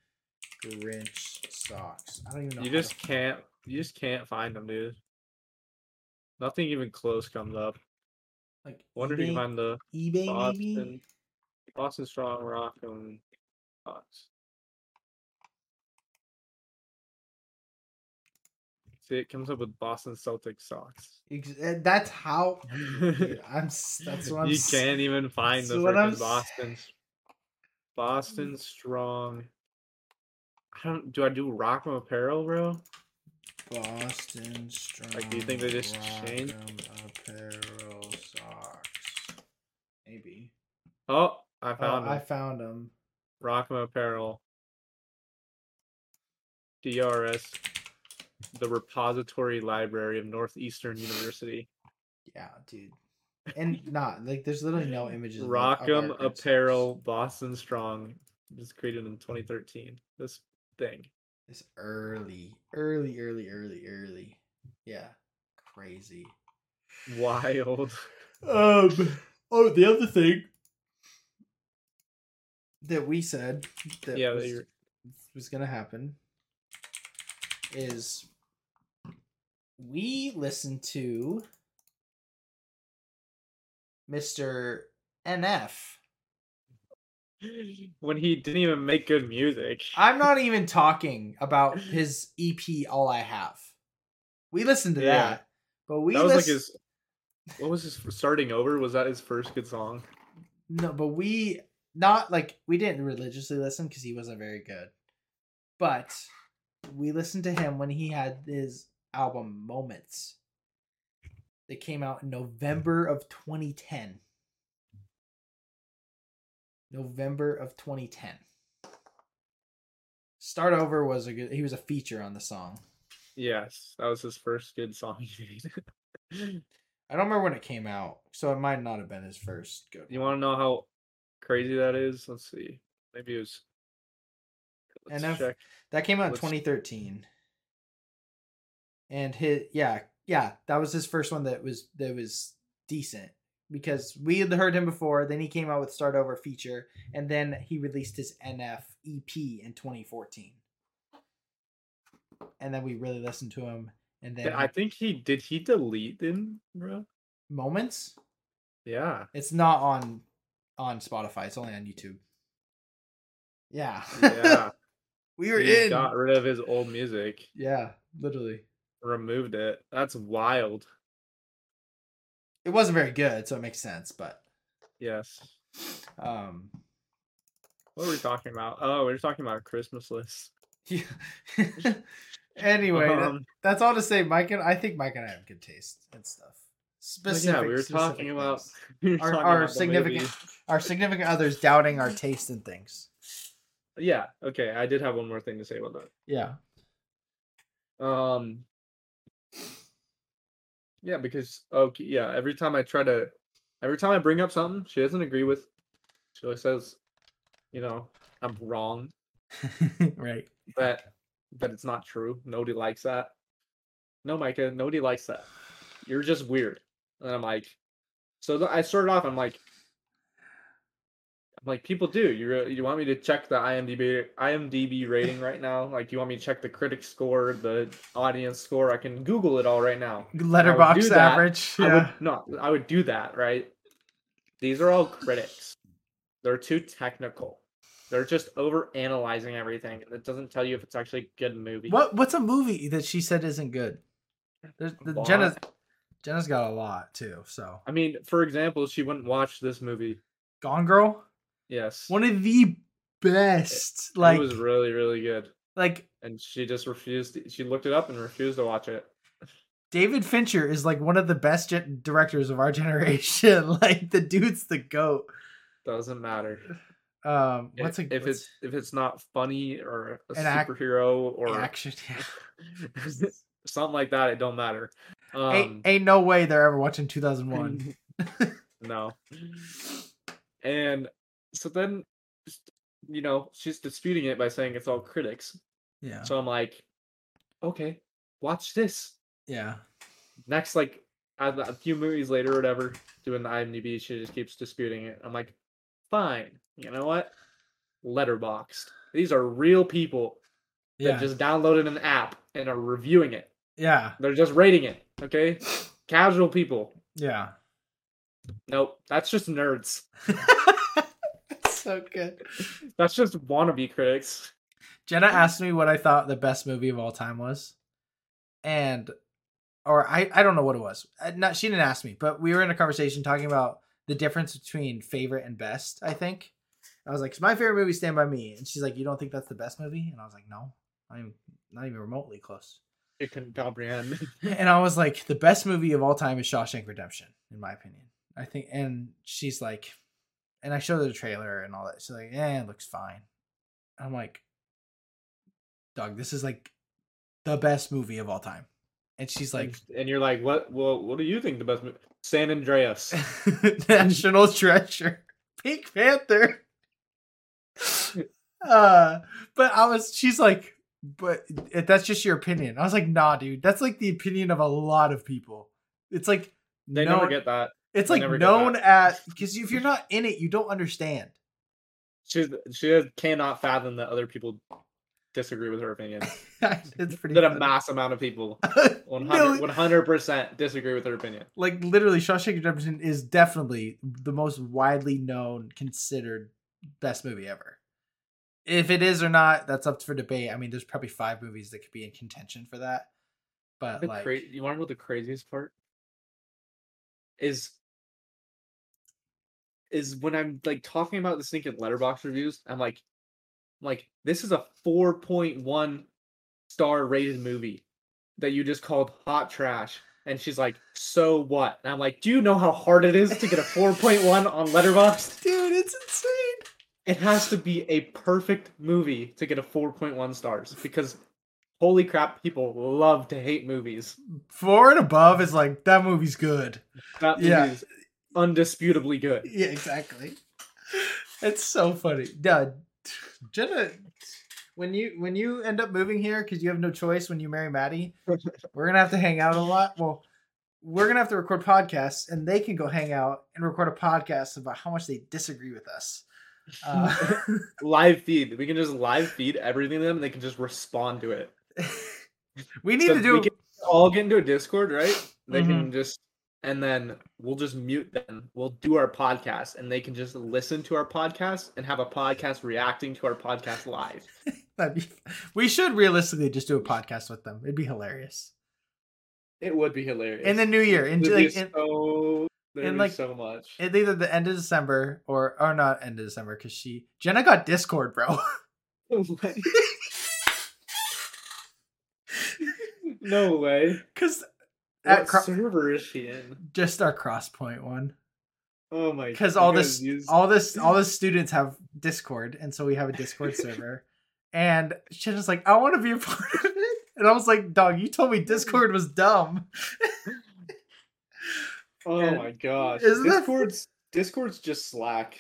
Grinch socks. I don't even know. You how to just can't. You just can't find them, dude. Nothing even close comes up. like Wonder if you can find the eBay Boston, maybe. Boston Strong Rock and Fox. See, it comes up with Boston Celtics socks. Ex- eh, That's how. Dude, you I'm. s- That's what I'm. s- can't e-, even find the that's what I'm Mm. freaking Boston. Boston Strong. I don't. Do I do Rock'em Apparel, bro? Boston strong. Like, do you think they just changed? Rock'em Apparel socks. Maybe. Oh, I Oh, found 'em. I found them. Rock'em Apparel, DRS, the Repository Library of Northeastern University, Yeah, dude. And not like there's literally no images. of our- of Rock'em our Grinch Apparel, Boston Strong, It was created in 2013. This thing, socks. It's early, early, early, early, early. Yeah, crazy. wild. Um. Oh, the other thing that we said that yeah, was, they were- was gonna happen is we listened to Mr. NF. when he didn't even make good music. I'm not even talking about his EP All I Have. We listened to Yeah. that. But we that was like lis- his. What was his starting over? Was that his first good song? no, but we not like we didn't religiously listen because he wasn't very good. But we listened to him when he had his album Moments that came out in November of 2010. November of 2010. Start Over was a good he was a feature on the song. Yes, that was his first good song. he made. I don't remember when it came out, so it might not have been his first good. You want to know how crazy that is? Let's see. Maybe it was. Let's NF check. That came out in Let's- 2013. And his yeah, yeah, that was his first one that was that was decent because we had heard him before, then he came out with Start Over feature and then he released his NF EP in 2014. And then we really listened to him and then Th- I think he did. He delete them, bro. Moments Yeah. It's not on on Spotify. It's only on YouTube. Yeah. Yeah. we were he in. got rid of his old music, Yeah, literally. removed it. That's wild. It wasn't very good, so it makes sense, but Yes. um What were we talking about? Oh, we were talking about Christmas list. yeah. anyway, that- Um, that's all to say Mike and I think Mike and I have good taste and stuff. but Specific, yeah, we were specific talking about things. we were our, talking our about the significant movie. our significant others doubting our taste in things. Yeah. Okay. I did have one more thing to say about that. Yeah. Um. Yeah, because okay, yeah. Every time I try to, every time I bring up something she doesn't agree with, she always says, "You know, I'm wrong. right. That that it's not true. Nobody likes that. No, Micah, nobody likes that. You're just weird." And I'm like, so th- I started off. I'm like, I'm like, people do. You re- you want me to check the IMDb IMDb rating right now? Like, you want me to check the critic score, the audience score? I can Google it all right now. Letterbox that, average. I Yeah. would no, I would do that, right? These are all critics. They're too technical. They're just over analyzing everything, and it doesn't tell you if it's actually a good movie. What what's a movie that she said isn't good? There's, the Lot. Jenna's Jenna's got a lot too. So I mean, for example, she wouldn't watch this movie. Gone Girl, Yes, one of the best. it Like was really, really good, like and she just refused. to- she looked it up and refused to watch it. David Fincher is like one of the best gen- directors of our generation. like the dude's the goat. Doesn't matter. Um, I- what's a if it's if it's not funny or a An ac- superhero what's or action? something like that, it don't matter. Um, ain't, ain't no way they're ever watching 2001. no. And so then you know, she's disputing it by saying it's all critics. Yeah. So I'm like, okay, watch this. Yeah. Next, like a a few movies later, or whatever, doing the IMDb, she just keeps disputing it. I'm like, fine. You know what? Letterboxed. These are real people that Yeah. just downloaded an app and are reviewing it. yeah. They're just rating it. Okay, casual people. Yeah. Nope, that's just nerds. so good. That's just wannabe critics. Jenna asked me what I thought the best movie of all time was, and or I I don't know what it was. Uh, Not she didn't ask me, but we were in a conversation talking about the difference between favorite and best. I think I was like, 'Cause my favorite movie is Stand by Me, and she's like, you don't think that's the best movie? And I was like, no, I'm not even remotely close. It couldn't comprehend. And I was like, the best movie of all time is Shawshank Redemption, in my opinion. I think, and she's like, and I showed her the trailer and all that. She's like, eh, it looks fine. I'm like, Doug, this is like the best movie of all time. And she's like, and, and you're like, what? Well, what do you think the best? Movie? San Andreas. National Treasure, Pink Panther. Uh, but I was, she's like, but it- that's just your opinion. I was like, nah, dude, that's like the opinion of a lot of people. It's like, They no, never get that. it's I like never get known that. at because if you're not in it, you don't understand. She she has- cannot fathom that other people disagree with her opinion. it's pretty. that a funny. mass amount of people, Really? 100 percent disagree with her opinion. like literally, Shawshank Redemption is definitely the most widely known, considered best movie ever. If it is or not, that's up for debate. I mean, there's probably five movies that could be in contention for that. But The like, cra- you want to know what the craziest part is? Is when I'm like talking about this thinking letterbox reviews, I'm like, I'm like this is a 4.1 star rated movie that you just called hot trash. And she's like, so what? And I'm like, do you know how hard it is to get a 4.1 on Letterboxd? dude, it's insane. It has to be a perfect movie to get a 4.1 stars because holy crap, people love to hate movies. Four and above is like that movie's good. That Yeah. movie is undisputably good. Yeah, exactly. It's so funny. Yeah, Jenna, when you when you end up moving here because you have no choice when you marry Maddie, we're gonna have to hang out a lot. Well, we're gonna have to record podcasts, and they can go hang out and record a podcast about how much they disagree with us. Uh, Live feed. We can just live feed everything to them and they can just respond to it. we need So to do. Mm-hmm. we can all get into a Discord, right? They can just and then we'll just mute them. We'll do our podcast and they can just listen to our podcast and have a podcast reacting to our podcast live. that'd be, we should realistically just do a podcast with them. It'd be hilarious It would be hilarious. in the new year. In, There'd be like, in, so, there'd and be like- so much. at either the end of December or or not end of December because she Jenna got Discord, bro. no way. Because What At cro- server is she in? just our crosspoint one. Oh my! Because you all guys this, use- all this, all the students have Discord, and so we have a Discord server. And Jenna's like, I want to be a part of it, and I was like, Dog, you told me Discord was dumb. oh and- my gosh! isn't that- Discord's Discord's just Slack.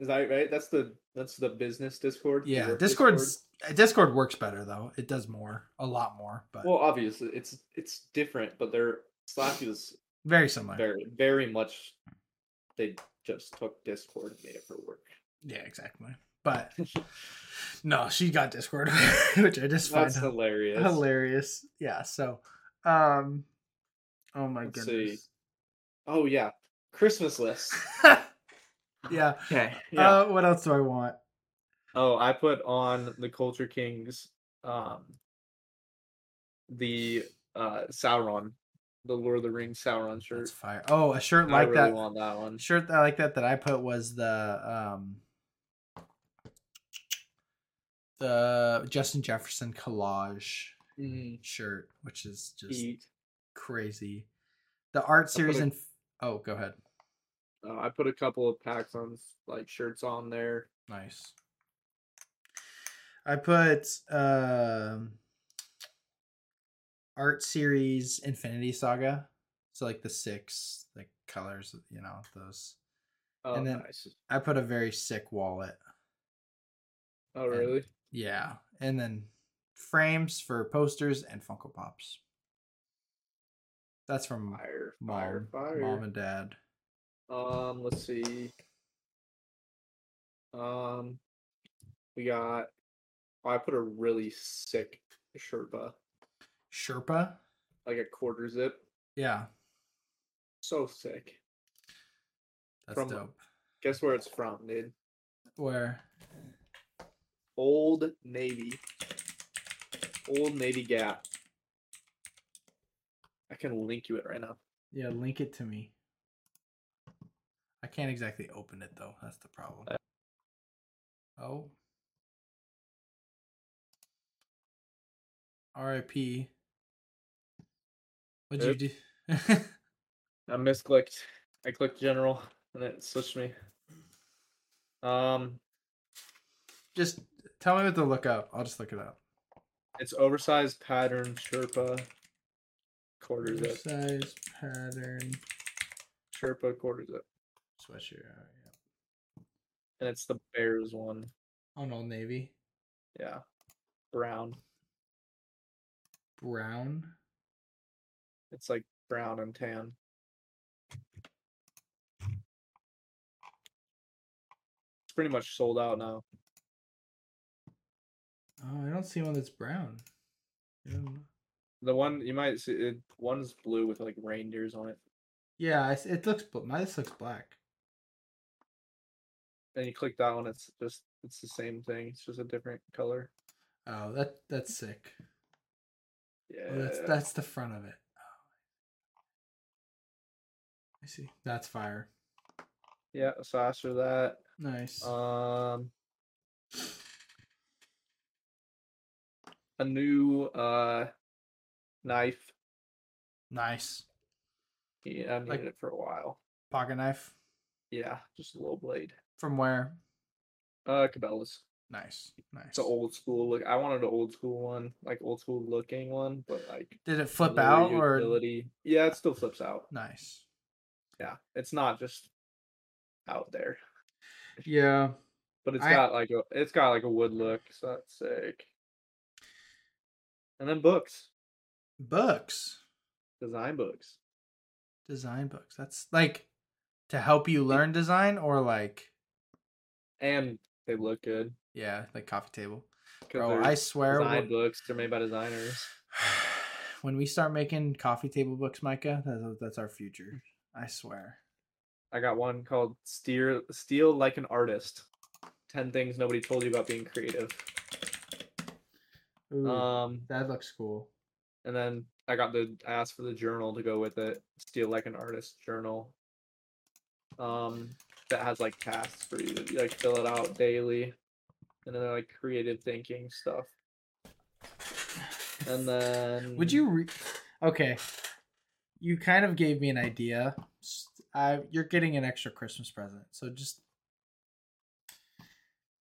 Is that right? That's the that's the business Discord. the Yeah, work Discord's Uh, Discord works better though. It does more, a lot more, but Discord. Well, obviously it's it's different, but their Slack is very similar. very very much. They just took Discord and made it for work. Yeah, exactly. But no, she got Discord, which I just find That's hilarious. hilarious. Yeah. So, um, oh my Let's goodness. Oh yeah, Christmas list. yeah. Okay. Uh, what else do I want? Oh, I put on the Culture Kings, um, the uh Sauron, the Lord of the Rings Sauron shirt. That's fire. Oh, a shirt I like really that. want that one. Shirt that like that that I put was the um the Justin Jefferson collage Mm, shirt, which is just eat. crazy. The art series a- and oh, go ahead. Uh, I put a couple of packs on like shirts on there. Nice. I put um art series Infinity Saga. So like the six like colors, you know, those. Oh, And then- nice. I put a very sick wallet. Oh, really? Yeah, and then frames for posters and Funko Pops. That's from my Fire, mom, fire, fire. mom and dad. Um, let's see. Um, we got. I put a really sick Sherpa, Sherpa. like a quarter zip. Yeah, So sick. that's From- dope. Guess where it's from, dude? Where? Old Navy. Old Navy Gap. I can link you it right now. Yeah, link it to me. I can't exactly open it though. That's the problem. Uh, Oh. R.I.P. What'd you do? I misclicked. I clicked general and it switched me. Um, just tell me what to look up. I'll just look it up. it's oversized pattern Sherpa quarter zip. Size pattern Sherpa quarter zip. sweatshirt. All right, yeah. And it's the Bears one. On Old Oh, Navy. Yeah. Brown. Brown. It's like brown and tan. It's pretty much sold out now. Oh, I don't see one that's brown. I don't- The one you might see, it, one's blue with like reindeers on it. Yeah, I s- it looks. bl- My this looks black. And you click that one, it's just it's the same thing. It's just a different color. Oh, that that's sick. Yeah. Oh, that's that's the front of it. Oh. I see. That's fire. Yeah. So after that, Nice. um, a new uh knife. nice. Yeah, I needed Like- it for a while. Pocket knife Yeah, just a little blade. from where? Uh, Cabela's. Nice. Nice. It's an old school look. I wanted an old school one, like old school looking one, but like Did it flip lower out or? utility. Yeah, it still flips out. Nice. Yeah, it's not just out there, Yeah. but it's I- got like a it's got like a wood look, so that's sick. And then books, Books. design books. design books that's like to help you learn design or like and they look good. yeah like coffee table 'cause bro they're i swear design when, books they're made by designers. when we start making coffee table books micah that's, that's our future i swear I got one called "Steer Steal Like an Artist: Ten Things Nobody Told You About Being Creative." Ooh, Um, that looks cool and then I got the I asked for the journal to go with it, "Steal Like an Artist" journal. Um, that has like tasks for you to like fill it out daily, and then like creative thinking stuff. And then would you re- okay you kind of gave me an idea S- I, you're getting an extra christmas present so just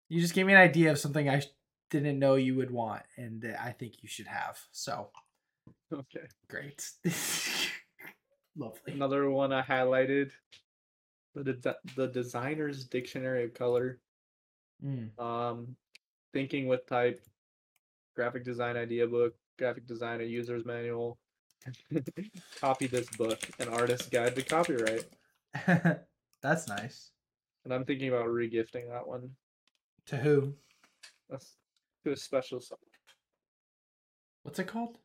you just gave me an idea of something i sh- didn't know you would want and that i think you should have so okay? Great. Lovely. Another one I highlighted the de- the designer's dictionary of color, Mm, um, thinking with type, graphic design idea book, graphic designer user's manual. Copy this book, an artist's guide to copyright. That's nice. And I'm thinking about regifting that one To who? That's to a special someone. What's it called?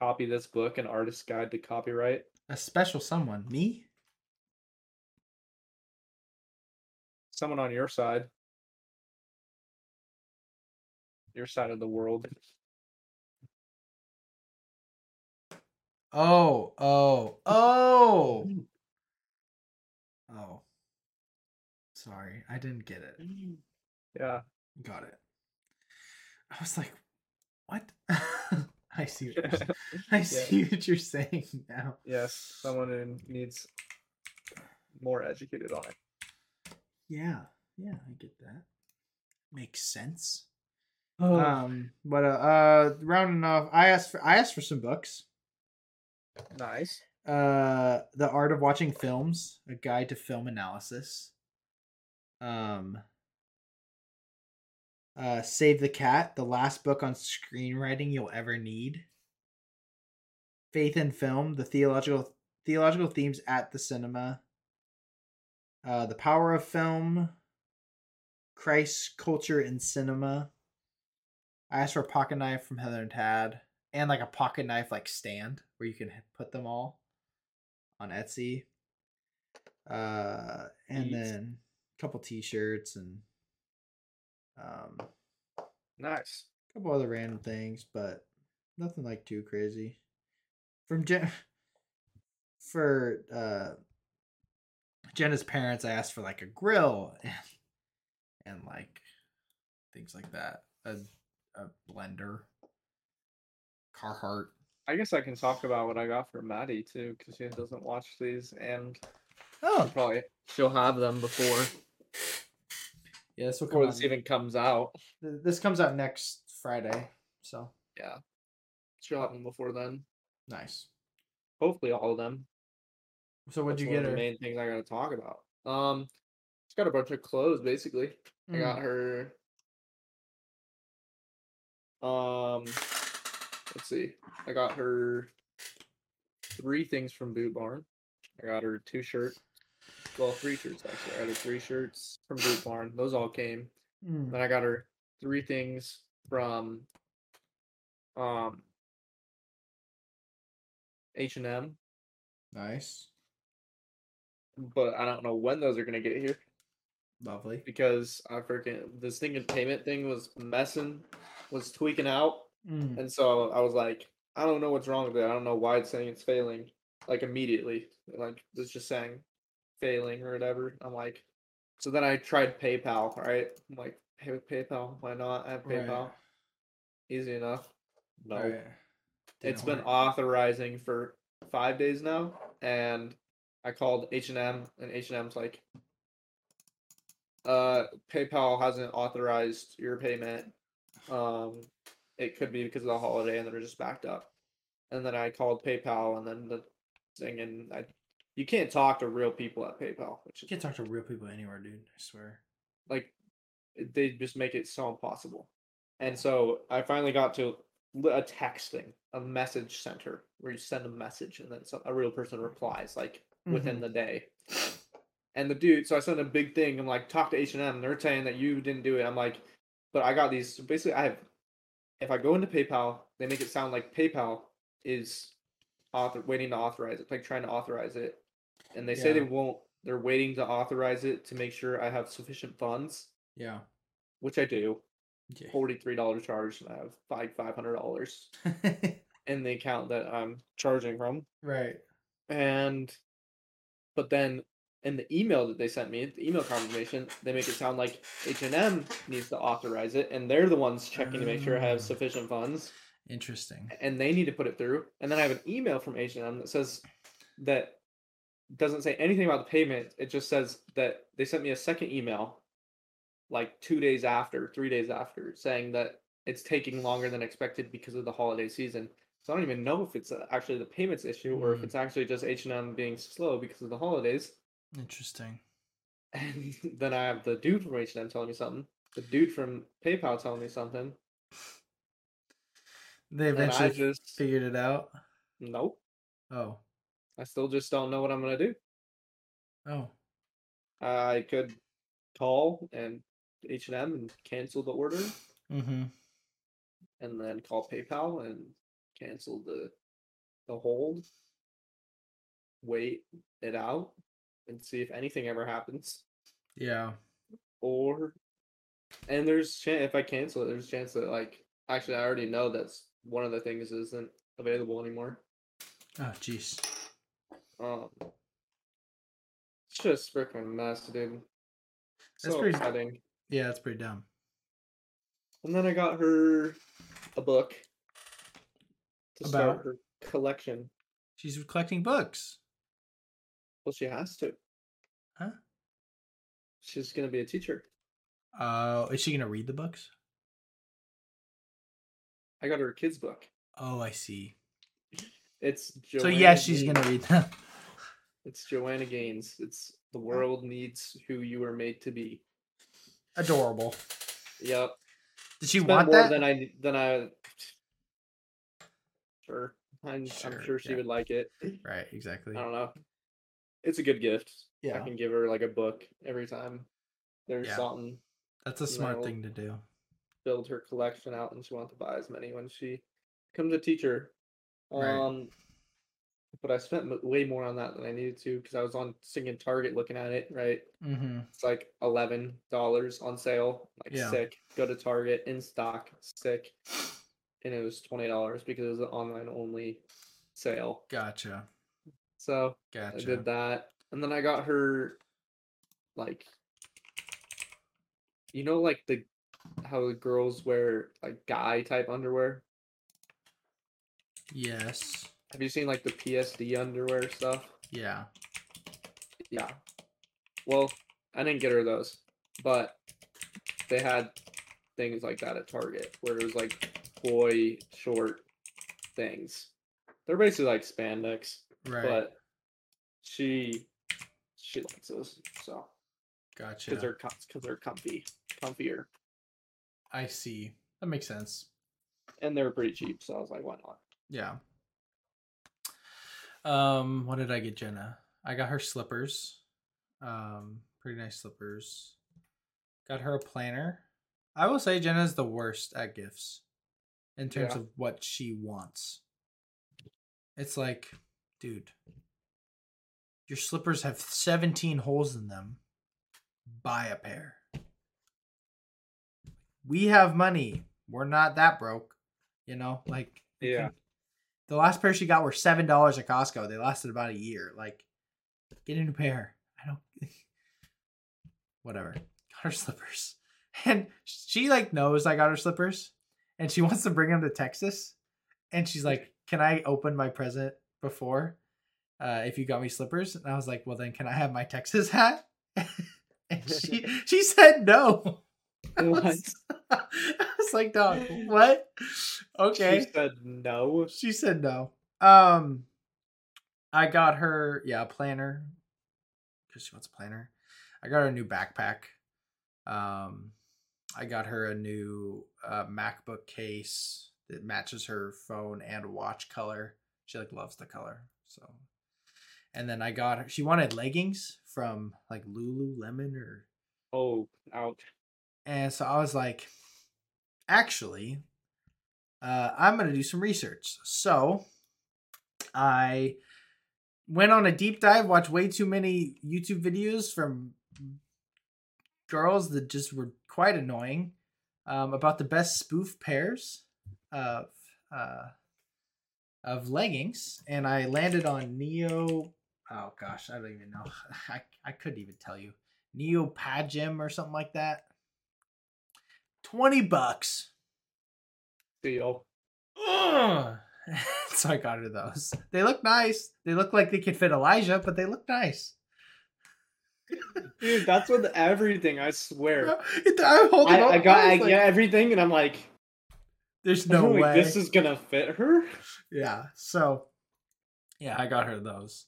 Copy this book, an artist's guide to copyright. A special someone. Me? Someone on your side, your side of the world. Oh, oh, oh. Oh. Sorry, I didn't get it. Yeah. Got it. I was like, what? I see what you're, I see what you're saying now. Yes, someone who needs more educated on it. Yeah. Yeah, I get that. Makes sense. Um, but uh, uh rounding off, I asked for I asked for some books. nice. Uh, the art of watching films, a guide to film analysis. Um, uh, Save the Cat, the last book on screenwriting you'll ever need. Faith in Film, the theological theological themes at the cinema. Uh, the Power of Film, Christ, Culture, and Cinema. I asked for a pocket knife from Heather and Tad, and like a pocket knife like stand where you can put them all on Etsy. Uh, and Yeet. then a couple T-shirts and um, Nice. couple other random things, but nothing like too crazy. From Jen, for uh, Jenna's parents, I asked for like a grill and, and like things like that, a a blender, Carhartt. I guess I can talk about what I got for Maddie too, because she doesn't watch these, and Oh, probably she'll have them before yeah, this will come before out. this even comes out. th- This comes out next Friday, so Yeah, she'll have them before then. nice. Hopefully, all of them. So what'd That's you one get of her? the main things I gotta talk about. Um, it's got a bunch of clothes basically. I Mm, got her. Um, let's see. I got her three things from Boot Barn. I got her two shirts. Well, three shirts actually. I got her three shirts from Boot Barn. Those all came. mm. Then I got her three things from um H and M, Nice, but I don't know when those are gonna get here. lovely. because I freaking this thing in payment thing was messing, was tweaking out, Mm. and so I was like, I don't know what's wrong with it. I don't know why it's saying it's failing, like immediately, like it's just saying failing or whatever. I'm like, so then I tried PayPal, right? I'm like, hey, with PayPal, why not? I have Right. PayPal, easy enough. No, All right. it's Didn't been work. authorizing for five days now, and I called H and M, and H and M's like, uh, PayPal hasn't authorized your payment. Um, it could be because of the holiday, and they're just backed up. And then I called PayPal, and then the thing, and I, you can't talk to real people at PayPal, which You is can't talk to real people anywhere, dude. I swear. like they just make it so impossible. And so I finally got to li- a texting, a message center where you send a message and then some, a real person replies like Mm-hmm. within the day. And the dude, so I sent a big thing. I'm like, talk to H and M. and They're saying that you didn't do it. I'm like, but I got these. So basically, I have. If I go into PayPal, they make it sound like PayPal is author waiting to authorize it, like trying to authorize it, and they say Yeah. they won't. They're waiting to authorize it to make sure I have sufficient funds Yeah. which I do, Yeah. forty-three dollar charge, and I have like five hundred dollars in the account that I'm charging from. right. And, but then in the email that they sent me, the email confirmation, they make it sound like H and M needs to authorize it, and they're the ones checking to make sure I Ah. have sufficient funds, Interesting. and they need to put it through. And then I have an email from H and M that says that doesn't say anything about the payment. It just says that they sent me a second email like two days after, three days after, saying that it's taking longer than expected because of the holiday season. So I don't even know if it's uh, actually the payments issue or if Mm. it's actually just H and M being slow because of the holidays. Interesting. And then I have the dude from H and M telling me something, the dude from PayPal telling me something, They and eventually I just figured it out. nope. Oh. I still just don't know what I'm gonna do. Oh. I could call and H and M and cancel the order, Mm-hmm. and then call PayPal and cancel the the hold. Wait it out and see if anything ever happens. Yeah. Or and there's chance if I cancel it, there's a chance that like actually I already know that's one of the things isn't available anymore. Oh, jeez. Um, it's just freaking mess, dude. That's so pretty- upsetting. Yeah, that's pretty dumb. And then I got her a book to About? start her collection. She's collecting books. Well, she has to. Huh? She's gonna be a teacher. Uh, is she gonna read the books? I got her a kids book. Oh, I see. It's so Joanna yeah, she's Gaines- gonna read them. It's Joanna Gaines. It's the world needs who you are made to be. Adorable. Yep. Did she Spent want more that? than I than I. Sure, I'm sure, Sure, I'm sure she yeah. would like it. right, exactly. I don't know. It's a good gift. I Yeah, can give her like a book every time there's Yeah. something. that's a you smart know, thing to do. Build her collection out, and she wants to buy as many when she becomes a teacher. Um, Right. but I spent mo- way more on that than I needed to because I was on singing Target looking at it. Right, Mm-hmm. it's like eleven dollars on sale. Like Yeah. sick. Go to Target in stock. Sick. And it was twenty dollars because it was an online only sale. Gotcha. So Gotcha. I did that, and then I got her, like, you know, like the how the girls wear like guy type underwear. Yes. Have you seen like the PSD underwear stuff? Yeah. Yeah. Well, I didn't get her those, but they had things like that at Target where it was like boy short things. They're basically like spandex, Right. but she she likes those so. gotcha. because they're because they're comfy, comfier, I see. That makes sense. and they're pretty cheap. So I was like, why not? Yeah. Um, what did I get Jenna? I got her slippers. Um, pretty nice slippers. Got her a planner. I will say Jenna's the worst at gifts in terms Yeah. of what she wants. It's like, dude, your slippers have 17 holes in them. Buy a pair. We have money. We're not that broke, you know? Like you Yeah. can- The last pair she got were seven dollars at Costco. They lasted about a year. Like, get a new pair. I don't. Whatever. Got her slippers, and she like knows I got her slippers, and she wants to bring them to Texas, and she's like, "Can I open my present before, uh, if you got me slippers?" And I was like, "Well, then, can I have my Texas hat?" and she she said no. I was, I was like, "Dog, what?" Okay She said no. she said no. Um, I got her yeah a planner because she wants a planner. I got her a new backpack. Um, I got her a new uh, MacBook case that matches her phone and watch color. She like loves the color so. And then I got her. She wanted leggings from like Lululemon or Oh, out. and so I was like, actually, uh, I'm going to do some research. So I went on a deep dive, watched way too many YouTube videos from girls that just were quite annoying um, about the best spoof pairs of. Uh, of leggings, and I landed on Neo. Oh gosh, I don't even know. I, I couldn't even tell you. Neo Pagem or something like that. 20 bucks. Deal. Ugh. so I got her those. They look nice. They look like they could fit Elijah, but they look nice. Dude, that's with everything. I swear. It- I'm holding I, on- I got was I like, get everything, and I'm like, There's no "Holy, way. this is gonna fit her. yeah. So, yeah, I got her those,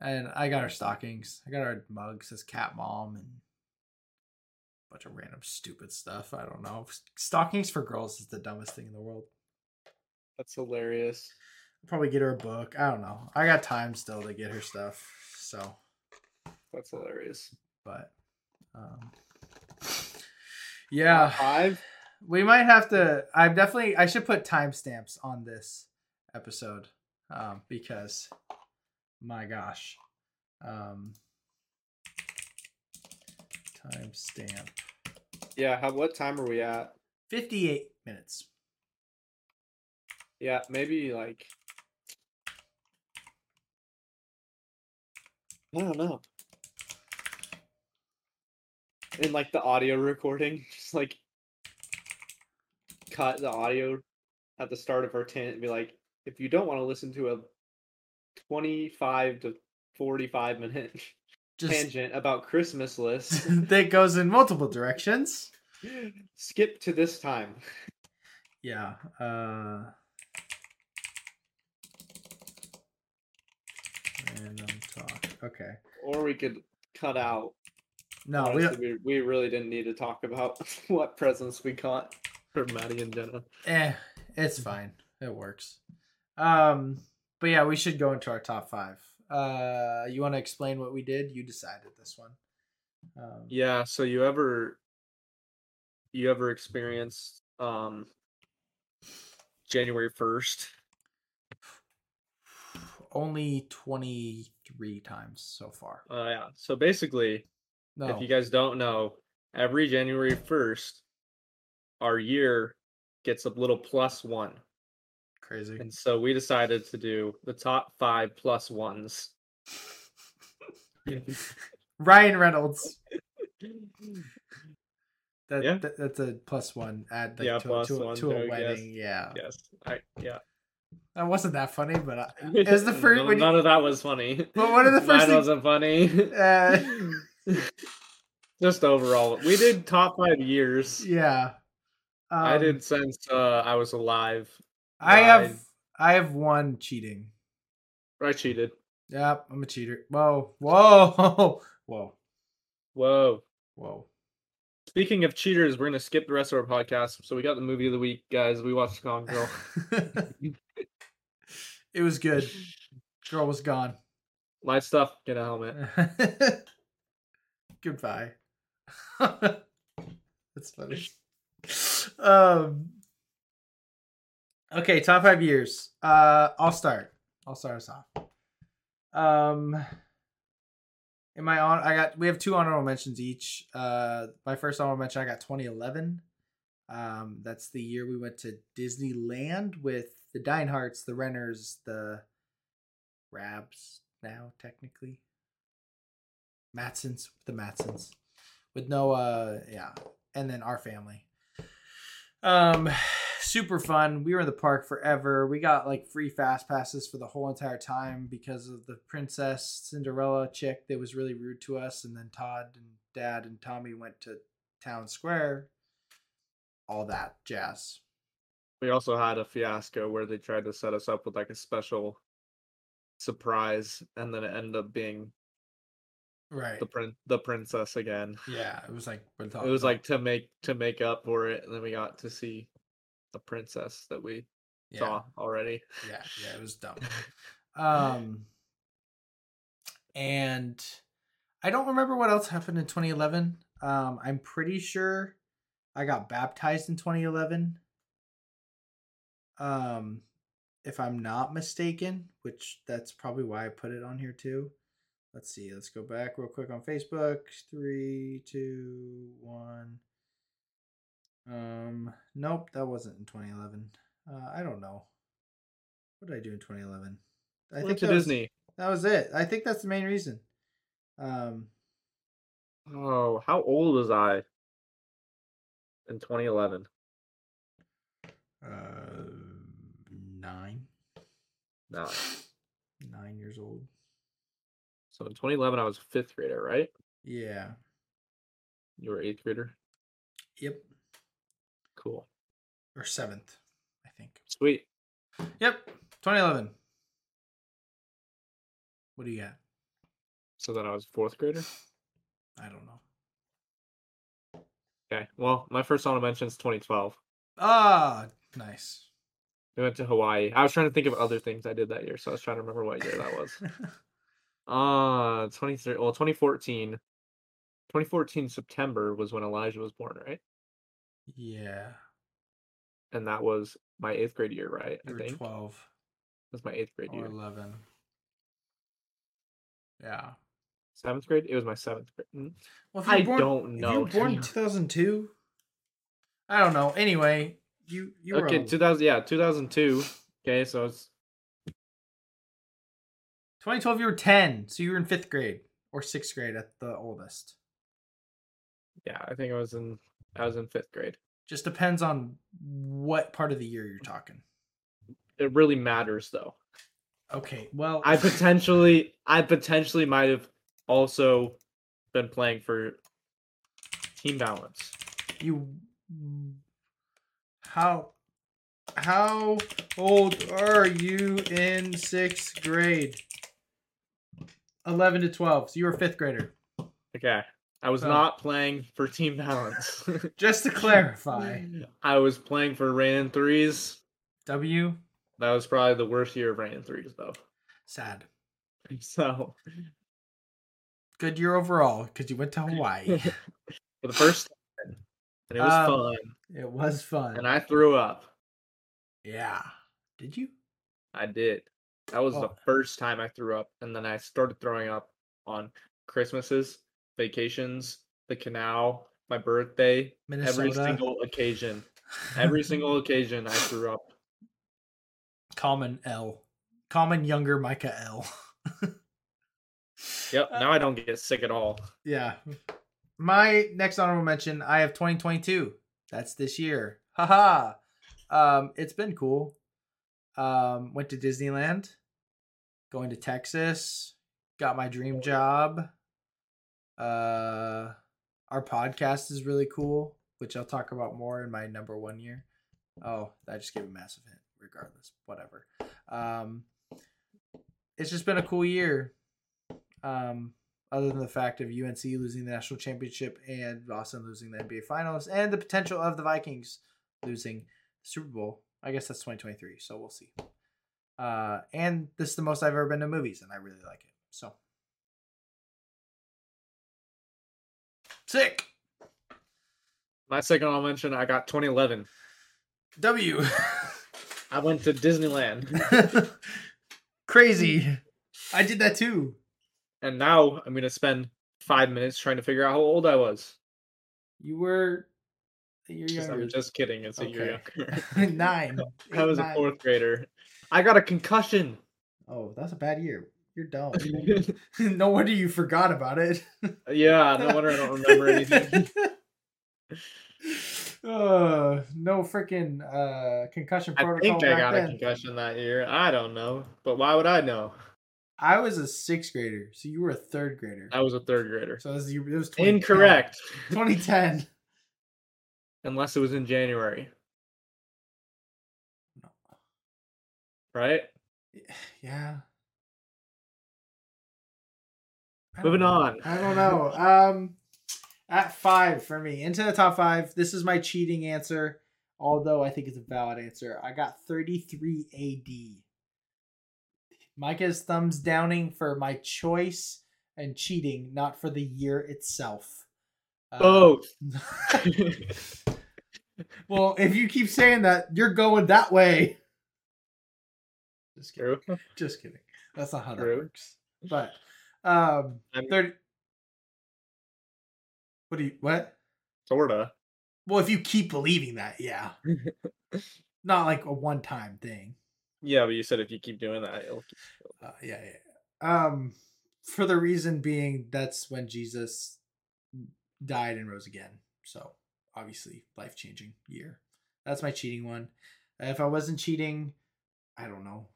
and I got her stockings. I got her mugs, says cat mom, and a bunch of random stupid stuff. I don't know. Stockings for girls is the dumbest thing in the world. That's hilarious. Probably get her a book. I don't know. I got time still to get her stuff. So, That's hilarious. but, um, yeah. Five. We might have to. I'm definitely. I should put timestamps on this episode um, because, my gosh, um, timestamp Yeah. How? What time are we at? 58 minutes. Yeah. Maybe like. I don't know. And like the audio recording, just like cut the audio at the start of our tent and be like, if you don't want to listen to a 25 to 45 minute Just tangent about Christmas lists, that goes in multiple directions. skip to this time. Yeah. Uh, random talk. Okay. Or we could cut out. No, Oh, we don't. honestly, we, we really didn't need to talk about what presents we got. for Maddie and Jenna. Eh, it's Mm-hmm. fine. It works. Um, but yeah, we should go into our top five. Uh, you want to explain what we did? You decided this one. Um, Yeah, so you ever you ever experienced um January 1st? Only twenty three times so far. Uh yeah. So basically, No. if you guys don't know, every January 1st our year gets a little plus 1. Crazy. And so we decided to do the top 5 plus ones. Ryan Reynolds. That, Yeah. that- that's a plus one add like, Yeah, to, plus to, a- one to a joke, yes. wedding. Yeah. yes. I yeah. That wasn't that funny, but I, it was the first. none, when you, none of that was funny. but one of the first Mine things. wasn't funny. Uh, Just overall, we did top five years. yeah. Um, I did since uh, I was alive. I have. Ryan. I have one cheating. I cheated. Yep, I'm a cheater. Whoa, whoa, whoa, Whoa. whoa. Speaking of cheaters, we're gonna skip the rest of our podcast. So we got the movie of the week, guys. We watched Gone Girl. it was good. Girl was gone. Live stuff. Get a helmet. Goodbye. That's funny. Um. Okay, top five years. Uh, I'll start. I'll start us off. Um. In my on, I got we have two honorable mentions each. Uh, my first honorable mention I got 2011. Um, that's the year we went to Disneyland with the Dineharts, the Renners, the Rabs. Now technically, Matsons, the Matsons, with no, uh, yeah, and then our family. Um, super fun. We were in the park forever. We got like free fast passes for the whole entire time because of the princess Cinderella chick that was really rude to us, and then Todd and Dad and Tommy went to Town Square. All that jazz. We also had a fiasco where they tried to set us up with like a special surprise, and then it ended up being Right. the prin- the princess again. Yeah, it was like we're it was like to make to make up for it, and then we got to see the princess that we yeah. saw already. yeah, yeah, it was dumb. Um, and I don't remember what else happened in 2011. Um, I'm pretty sure I got baptized in 2011. Um, if I'm not mistaken, which that's probably why I put it on here too. Let's see. Let's go back real quick on Facebook. Three, two, one. Um, nope, that wasn't in 2011. Uh, I don't know. What did I do in 2011? I Went to that was- Disney. that was it. I think that's the main reason. Um, Oh, how old was I in 2011? uh, nine, No. nine years old. So in 2011, I was a fifth grader, right? Yeah. You were eighth grader. Yep. Cool. Or seventh, I think. Sweet. Yep. 2011. What do you got? So then I was a fourth grader. I don't know. Okay. Well, my first honorable mention is 2012. Ah, nice. We went to Hawaii. I was trying to think of other things I did that year, so I was trying to remember what year that was. Uh, 23. Well, 2014. 2014 September was when Elijah was born, right? yeah. And that was my eighth grade year, right? You I were Oh, think 12 that's my eighth grade or year. 11. Yeah. Seventh grade. It was my seventh grade. Mm, Well, if you I were born- don't know. You were born in 2002? I don't know. Anyway, you you were okay, old. 2000, yeah, 2002. Okay, so it's 2012 you were 10, so you were in 5th grade or 6th grade at the oldest. yeah, I think I was in I was in 5th grade. Just depends on what part of the year you're talking. It really matters though. Okay. Well, I potentially I potentially might have also been playing for team balance. you How how old are you in 6th grade? 11 to 12. So you were a 5th grader. Okay. I was Oh. not playing for team balance. Just to clarify, I was playing for Ran threes. W That was probably the worst year of Ran threes though. sad. So Good year overall because you went to Hawaii. for the first time, and it was Um, fun. it was fun. And I threw up. yeah. Did you? I did. That was the Oh. first time I threw up, and then I started throwing up on Christmases, vacations, the canal, my birthday, every Minnesota. single occasion. Every single occasion I threw up. common L, common younger Micah L. Yep. Uh. Now I don't get sick at all. Yeah. My next honorable mention, I have 2022. That's this year. Haha. Um, it's been cool. Um, went to Disneyland, going to Texas, got my dream job. Uh, our podcast is really cool, which I'll talk about more in my number one year. Oh, I just gave a massive hint, regardless. Whatever. Um, it's just been a cool year. Um, other than the fact of UNC losing the national championship and Boston losing the NBA Finals and the potential of the Vikings losing the Super Bowl. I guess that's 2023, so we'll see. Uh, and this is the most I've ever been to movies, and I really like it. So sick My second I'll mention, I got 2011. W I went to Disneyland, crazy. I did that too. and now I'm gonna spend five minutes trying to figure out how old I was. You were you're Just- younger. I'm just kidding. It's a year younger. nine. I was a Nine. fourth grader. I got a concussion. Oh, that's a bad year. You're dumb. no wonder you forgot about it. yeah, no wonder I don't remember anything. uh, no freaking uh, concussion I protocol. think I back got a then. concussion that year. I don't know, but why would I know? I was a sixth grader, so you were a third grader. I was a third grader. So this is, it was 2010. Incorrect, 2010. unless it was in January. No. Right. Yeah. I don't Moving know. on. I don't know. Um, at five for me, into the top five. This is my cheating answer, although I think it's a valid answer. I got 33 AD. Micah's thumbs downing for my choice and cheating, not for the year itself. Uh, Both. well, if you keep saying that, you're going that way. Just kidding. True. Just kidding. That's not how that True. works. But um, I'm- thirty. What do you what? Sorta. Well, if you keep believing that, yeah. Not like a one-time thing. Yeah, but you said if you keep doing that, it'll keep... Uh, yeah, yeah. Um, for the reason being that's when Jesus died and rose again. So obviously, life-changing year. That's my cheating one. If I wasn't cheating, I don't know.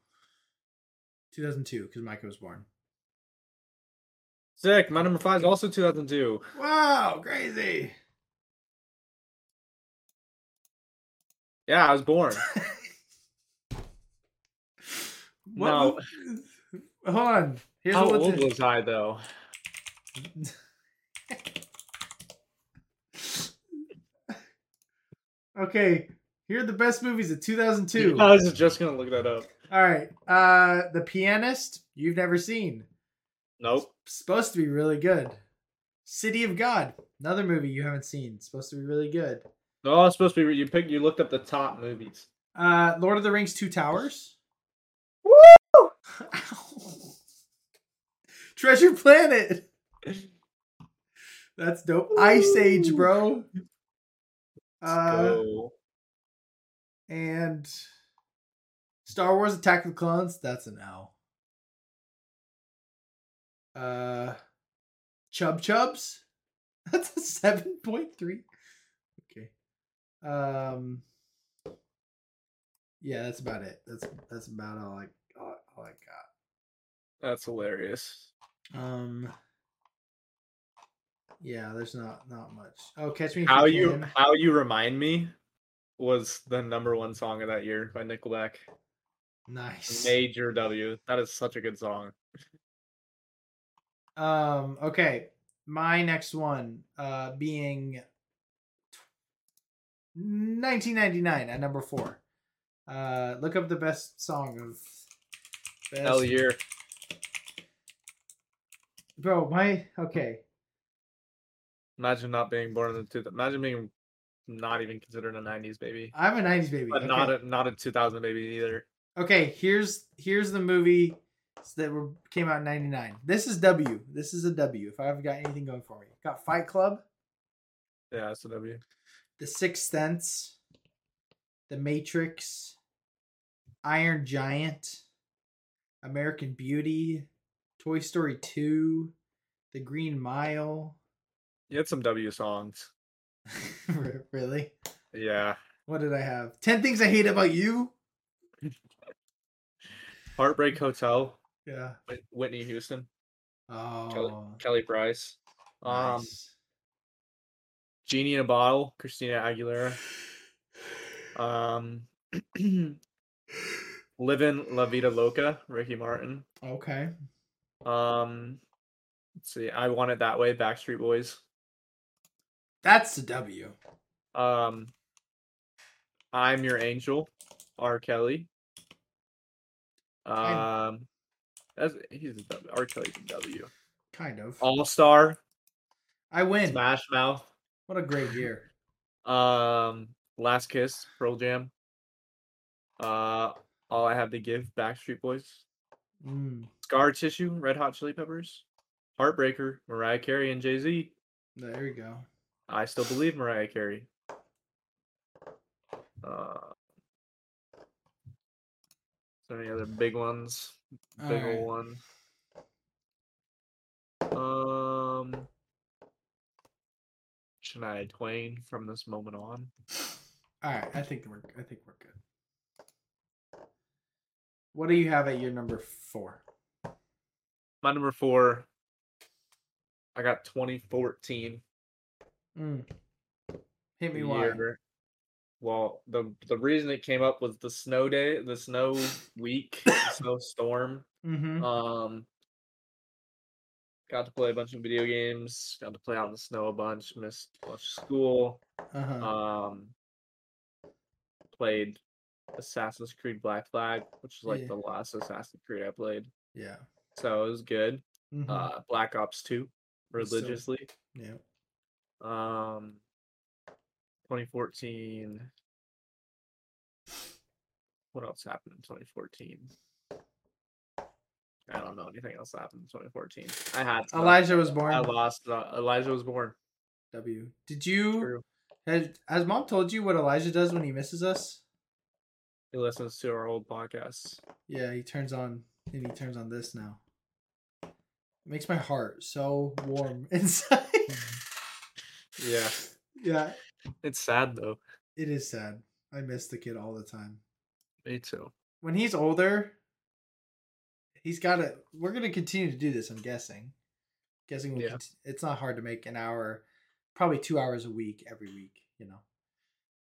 2002, because Micah was born. sick. My number five is also 2002. Wow, crazy. Yeah, I was born. No. mov- Hold on. Here's How what old it- was I though? Okay. Here are the best movies of 2002. I was just gonna look that up. All right. Uh The Pianist, you've never seen. Nope. Supposed to be really good. City of God, another movie you haven't seen. Supposed to be really good. No, it's supposed to be you picked. You looked up the top movies. Uh Lord of the Rings Two Towers. Woo! Ow. Treasure Planet. That's dope. Ice Age, bro. Uh, Go. and Star Wars Attack of the Clones, that's an L. Uh Chub Chubs? That's a 7.3. Okay. Um Yeah, that's about it. That's that's about all I all, all I got. That's hilarious. Um. Yeah, there's not not much. Oh, catch me. If How you, you Can. how you remind me was the number one song of that year by Nickelback. Nice. Major W. That is such a good song. Um. Okay. my next one uh, being 1999 at number four. Uh, look up the best song of. Best, Hell year. Bro, my. Okay. Imagine not being born in the two. Imagine being not even considered a '90s baby, I'm a 90s baby. but okay. not a not a 2000 baby either. okay, here's here's the movie that were, came out in 99. This is W. This is a W if I've got anything going for me. Got Fight Club, Yeah, it's a W. The Sixth Sense, The Matrix, Iron Giant, American Beauty, Toy Story 2, The Green Mile. You had some W songs. Re- really? Yeah, What did I have? 10 Things I Hate About You? Heartbreak Hotel, Yeah. Whit- Whitney Houston, Oh. Kelly Price, um, nice. Genie in a Bottle, Christina Aguilera, um, Livin' La Vida Loca, Ricky Martin. Okay. Um, let's see, I Want It That Way, Backstreet Boys. That's a W. Um, I'm Your Angel, R. Kelly. Um, that's he's a W. R. Kelly's a W. Kind of. All Star, I win. Smash Mouth, What a great year. um, Last Kiss, Pearl Jam. Uh, All I Have to Give, Backstreet Boys. Mm, Scar Tissue, Red Hot Chili Peppers. Heartbreaker, Mariah Carey and Jay Z. there you go. I still believe Mariah Carey. Uh, so any other big ones? All Big right. ol' one. Um, Shania Twain from this moment on. All right. I think we're I think we're good. What do you have at your number four? My number four. I got 2014 Mm. Hit me the why. year. Well, the the reason it came up was the snow day, the snow week, the snowstorm. Mm-hmm. Um, got to play a bunch of video games. Got to play out in the snow a bunch. Missed a bunch of school. Uh-huh. Um, played Assassin's Creed Black Flag, which is like Yeah. the last Assassin's Creed I played. Yeah. So it was good. mhm, Uh, Black Ops Two, It's so- religiously. yeah. Um, 2014. What else happened in 2014? I don't know anything else that happened in 2014. I had to know. Elijah was born. uh, I lost. Uh, Elijah was born. W. Did you True. has, has mom told you what Elijah does when he misses us? He listens to our old podcasts. Yeah, he turns on and he turns on this now. It makes my heart so warm inside. Yeah, yeah. it's sad though. It is sad. I miss the kid all the time. Me too. When he's older, he's got to. We're going to continue to do this. I'm guessing. Guessing we'll Yeah. cont- it's not hard to make an hour, probably two hours a week every week. You know.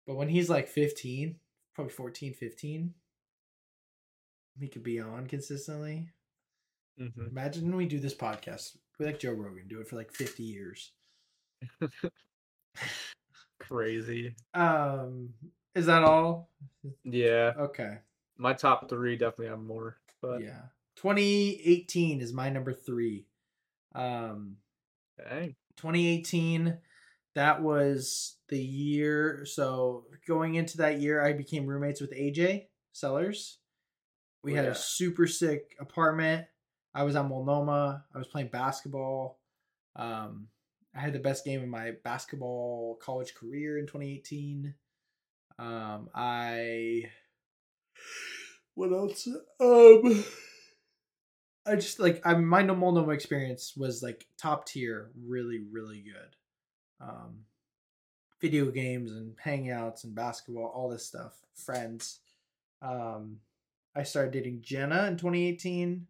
But when he's like 15, probably 14, 15, he could be on consistently. hmm Imagine we do this podcast. We like Joe Rogan, do it for like 50 years. Crazy. Um, is that all? Yeah, Okay. my top three definitely have more, but yeah 2018 is my number three um dang. 2018 that was the year so going into that year i became roommates with aj sellers we Oh, had yeah. a super sick apartment i was on multnomah i was playing basketball um i had the best game of my basketball college career in 2018 um i what else um I just like I my no Multnomah experience was like top tier, really really good. Um, video games and hangouts and basketball, all this stuff, friends. Um, I started dating Jenna in 2018.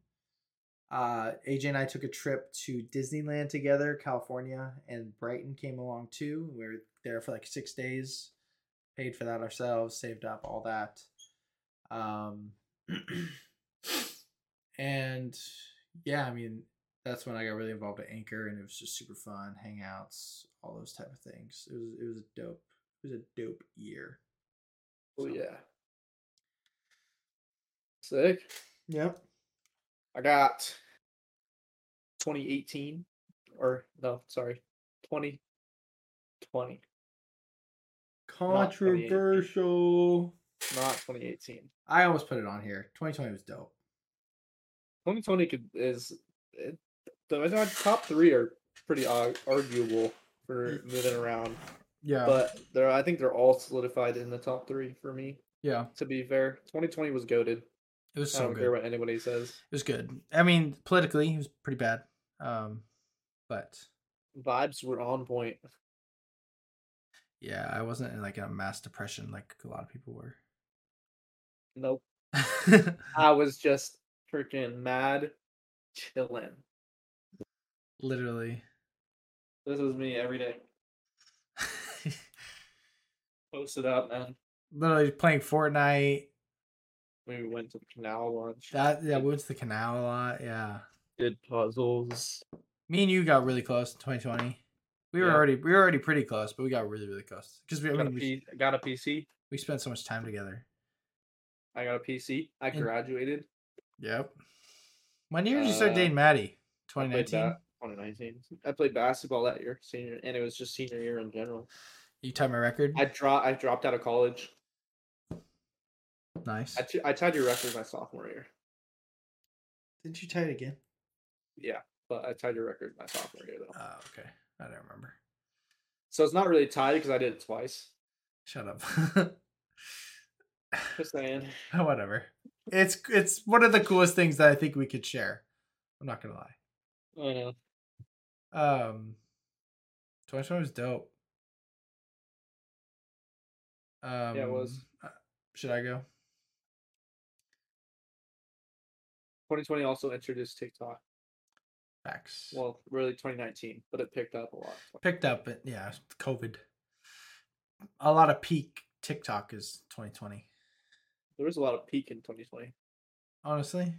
Uh, AJ and I took a trip to Disneyland together, California, and Brighton came along too. We were there for like six days, paid for that ourselves, saved up all that. Um, and yeah, I mean, that's when I got really involved at Anchor, and it was just super fun, hangouts, all those type of things. It was it was dope. It was a dope year. Oh yeah. Sick. Yep. I got 2018 or no, sorry, 2020. Controversial. Not 2018. I almost put it on here. 2020 was dope. 2020 could is it, the the top three are pretty ar- arguable for Mm. moving around, Yeah. but they're I think they're all solidified in the top three for me. yeah. To be fair, 2020 was goaded. It was I so don't Oh, good. care what anybody says. It was good. I mean, politically, it was pretty bad. Um, but Vibes were on point. yeah, I wasn't in like in a mass depression like a lot of people were. Nope, Mm-hmm. I was just freaking mad, chilling. Literally. This was me every day. Posted up, man. Literally playing Fortnite. We went to the canal lunch. That yeah, we went to the canal a lot. Yeah. did puzzles. Me and you got really close in 2020. We were Yeah. already we were already pretty close, but we got really really close because we I Got a, mean, we, P- got a PC. we spent so much time together. I got a PC. I And- graduated. Yep. When did you start Uh, dating Maddie? I played 2019. ba- 2019. I played basketball that year, senior, and it was just senior year in general. You tied my record. I draw. I dropped out of college. nice. I, t- I tied your record my sophomore year. Didn't you tie it again? Yeah, but I tied your record my sophomore year though. Oh, okay. I don't remember. So it's not really tied because I did it twice. Shut up. Oh, Just saying. Whatever. It's it's one of the coolest things that I think we could share. I'm not gonna lie. I know. Um, 2020 was dope. Um, it was. uh, Should I go? 2020 also introduced TikTok. Facts. Well, really 2019, but it picked up a lot. Picked up, but yeah, COVID. A lot of peak TikTok is 2020. There was a lot of peak in 2020. Honestly.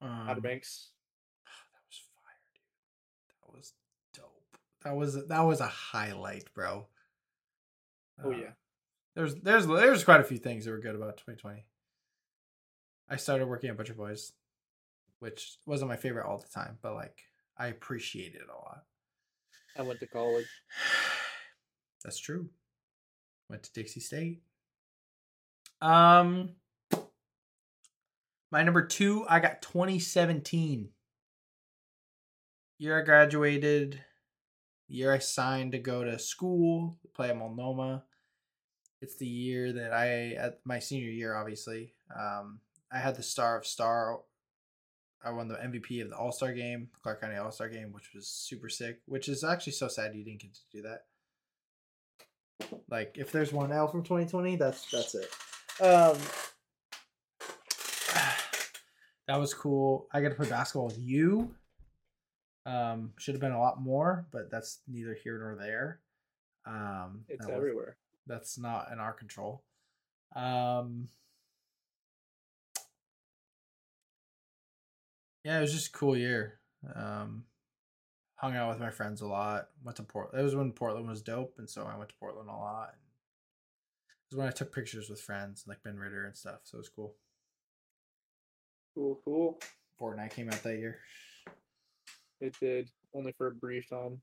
Um, Outer Banks. That was fire, dude. That was dope. That was that was a highlight, bro. Uh, Oh, yeah. There's there's there's quite a few things that were good about 2020. I started working at Butcher Boys, which wasn't my favorite all the time, but like I appreciate it a lot. I went to college. That's true. Went to Dixie State. Um my number 2, I got 2017. Year I graduated, year I signed to go to school, play at Multnomah. It's the year that I at my senior year obviously. Um I had the star of star I won the MVP of the All Star game, Clark County All Star game, which was super sick. Which is actually so sad you didn't get to do that. Like, if there's one L from 2020, that's that's it. Um, that was cool. I got to play basketball with you. Um, should have been a lot more, but that's neither here nor there. Um, It's that was- everywhere. that's not in our control. Um, yeah, it was just a cool year. Um, hung out with my friends a lot. Went to Portland. It was when Portland was dope, and so I went to Portland a lot. It was when I took pictures with friends, like Ben Ritter and stuff. So it was cool. Cool, cool. Fortnite came out that year. It did only for a brief time.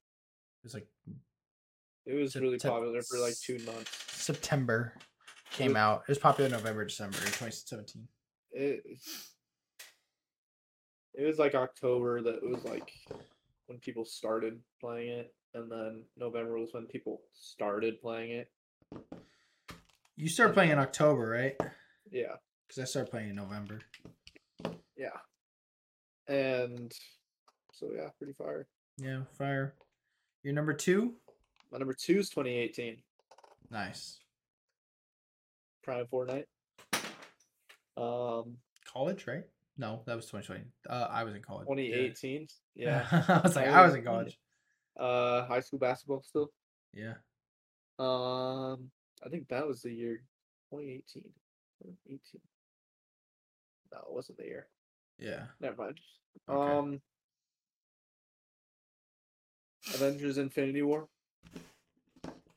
It was like It was Sep- really sep- popular for like two months. September came out. It was popular November, December in 2017. It it was like October that it was like when people started playing it, and then November was when people started playing it. You started playing in October, right? Yeah, Because I started playing in November. yeah. And so yeah, pretty fire. Yeah, fire. Your number two? My number two is 2018 Nice. Prime Fortnite. Um, College, right? No, that was 2020. Uh, I was in college. 2018. Yeah. Yeah. I was like, I I was was in in college. Uh, high school basketball still. Yeah. Um, I think that was the year 2018. 2018. No, it wasn't the year. Yeah. Never mind. Okay. Um, Avengers: Infinity War.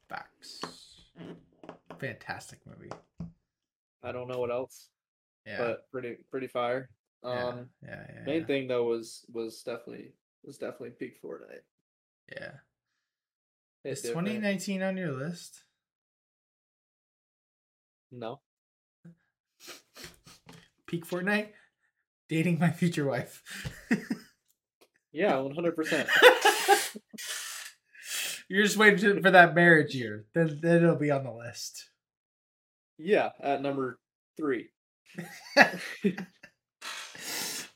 Facts. Fantastic movie. I don't know what else, Yeah. but pretty pretty fire. Um, yeah, yeah, yeah, main yeah. thing though was was definitely was definitely peak Fortnite. Yeah. Hit Is different. 2019 on your list? No, Peak Fortnite? Dating my future wife. yeah, one hundred percent. You're just waiting to- for that marriage year. Then, then it'll be on the list. Yeah, at number three.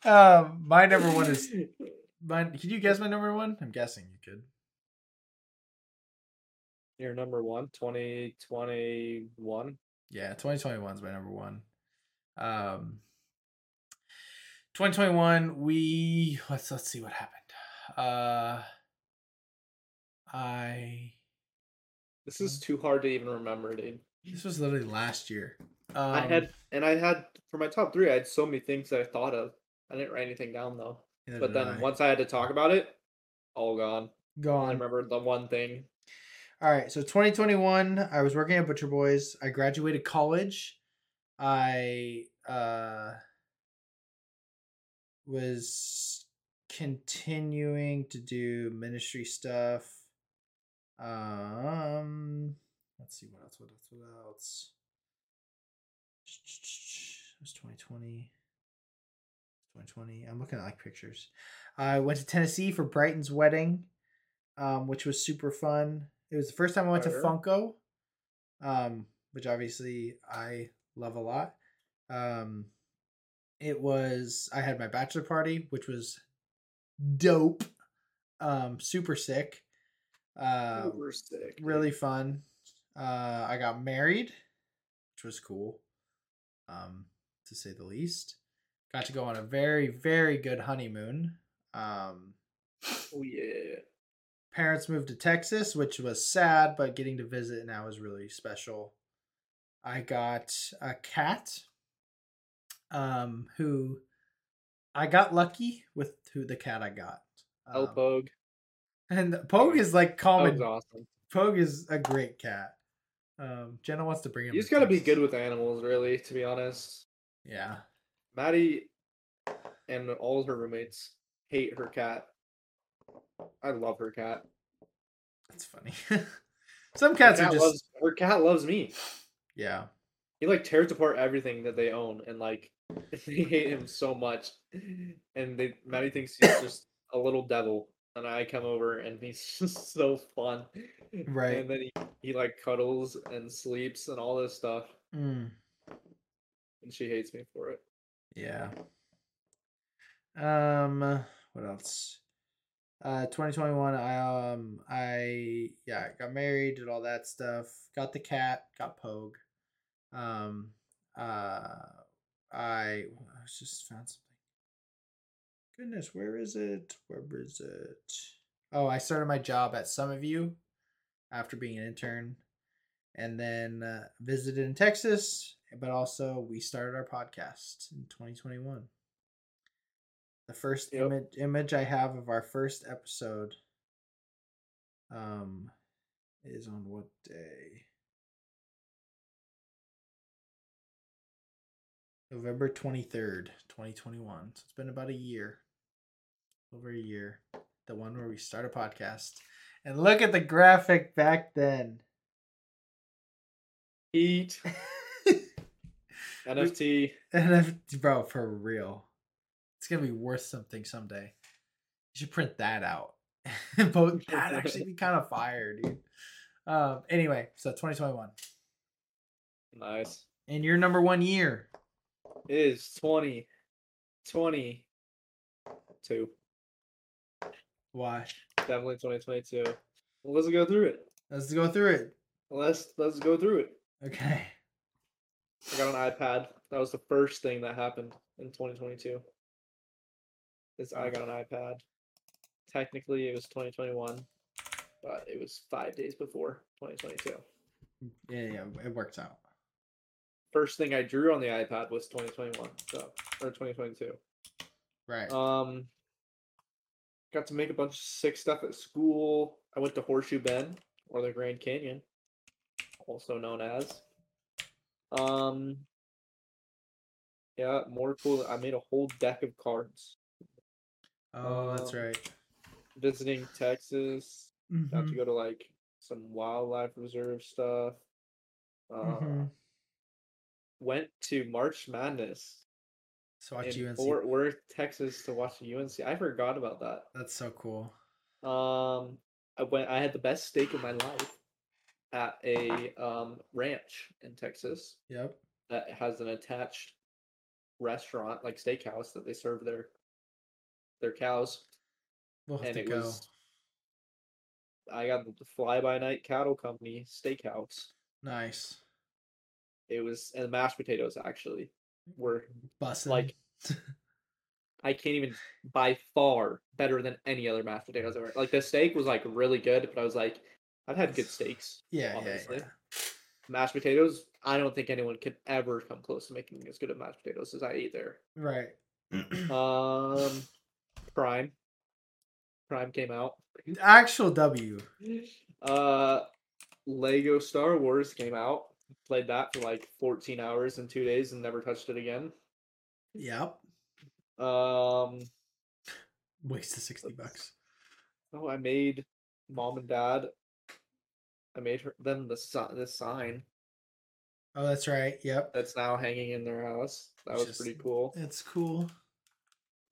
um, my number one is mine. Can you guess my number one? I'm guessing you could. Your number one, 2021. Yeah, 2021 is my number one. Um, 2021, we let's let's see what happened. Uh, I This Mm-hmm. is too hard to even remember, dude. this was literally last year. Um, I had and I had for my top three, I had so many things that I thought of. I didn't write anything down though. neither But did then I. Um, once I had to talk about it, all gone. I gone. remembered the one thing. All right, so 2021, I was working at Butcher Boys. I graduated college. I uh, was continuing to do ministry stuff. Um, let's see what else. What else? What else? It was 2020. 2020. I'm looking at like pictures. I went to Tennessee for Brighton's wedding, um, which was super fun. It was the first time I went to Fire. Funko, um, which obviously I love a lot. Um, it was I had my bachelor party, which was dope, um, super sick. Uh, Super sick. dude. really fun. Uh, I got married, which was cool, um, to say the least. Got to go on a very, very good honeymoon. Um, Oh yeah. parents moved to Texas, which was sad, but getting to visit now is really special. I got a cat, um, who I got lucky with who the cat I got. El Um, Oh, Pogue. and Pogue is like That common was awesome. Pogue is a great cat. Um, Jenna wants to bring him. You just to gotta be Texas. good with animals, really, to be honest. Yeah, Maddie and all her roommates hate her cat. I love her cat. that's funny. Some cats her, are cat just loves, her cat loves me. yeah. He like tears apart everything that they own and like they hate him so much. And they Maddie thinks he's just a little devil. And I come over and he's just so fun. Right. And then he, he like cuddles and sleeps and all this stuff. Mm, And she hates me for it. yeah. Um, what else? Uh, 2021. I um, I yeah, I got married, did all that stuff. Got the cat. Got Pogue. Um, uh, I, I just found something. Goodness, where is it? Where is it? Oh, I started my job at Some of You after being an intern, and then uh, visited in Texas. But also, we started our podcast in 2021. The first Yep. image image I have of our first episode um is on what day? November 23rd, 2021. So it's been about a year. Over a year. The one where we start a podcast. And look at the graphic back then. Eat NFT. and if, bro, for real. It's going to be worth something someday. You should print that out. Both that actually be kind of fire, dude. Um, anyway, so 2021. Nice. And your number one year. Is 20. 22. Why? Definitely 2022. Well, let's go through it. Let's go through it. Let's let's go through it. Okay. I got an iPad. That was the first thing that happened in 2022. Is I got an iPad. Technically, it was 2021, but it was five days before 2022. Yeah, yeah, it works out. First thing I drew on the iPad was 2021, so or 2022. Right. Um, got to make a bunch of sick stuff at school. I went to Horseshoe Bend or the Grand Canyon, also known as. Um, yeah, more cool. I made a whole deck of cards. oh, that's um, right. Visiting Texas, got to Mhm. go to like some wildlife reserve stuff. Uh, Mhm. Went to March Madness So watch in UNC. Fort Worth, Texas, to watch the UNC. I forgot about that. That's so cool. Um, I went. I had the best steak of my life at a um, ranch in Texas Yep. that has an attached restaurant, like steakhouse, that they serve their their cows. We'll have and to it go. was. I got the fly by night cattle company steakhouse. Nice. It was and the mashed potatoes actually were Bussin. like I can't even by far better than any other mashed potatoes ever. Like the steak was like really good, but I was like, I've had good steaks. yeah, yeah, obviously. yeah. Mashed potatoes, I don't think anyone could ever come close to making as good of mashed potatoes as I eat there. Right. Um Prime. Prime came out. Actual W. Uh Lego Star Wars came out. Played that for like 14 hours in two days and never touched it again. Yep. Um Waste of sixty bucks. Oh, I made mom and dad. I made her them the si- the sign Oh, that's right. Yep. that's now hanging in their house. That Which was pretty is- cool. It's cool.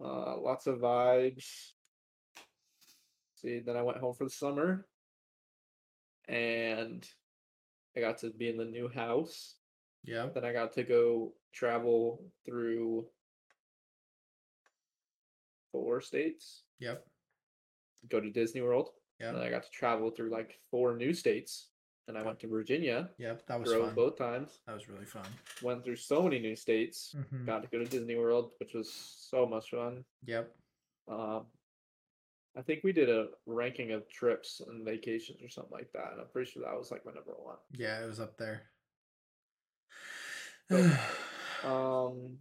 Uh, lots of vibes. See, then I went home for the summer, and I got to be in the new house. Yep. Then I got to go travel through four states. Yep. Go to Disney World. Yep. And I got to travel through like four new states. And I went to Virginia. Yep. That was drove fun. both times. That was really fun. Went through so many new states. Mhm. Got to go to Disney World, which was so much fun. Yep. Um, I think we did a ranking of trips and vacations or something like that, and I'm pretty sure that was like my number one. Yeah, it was up there. So, Um,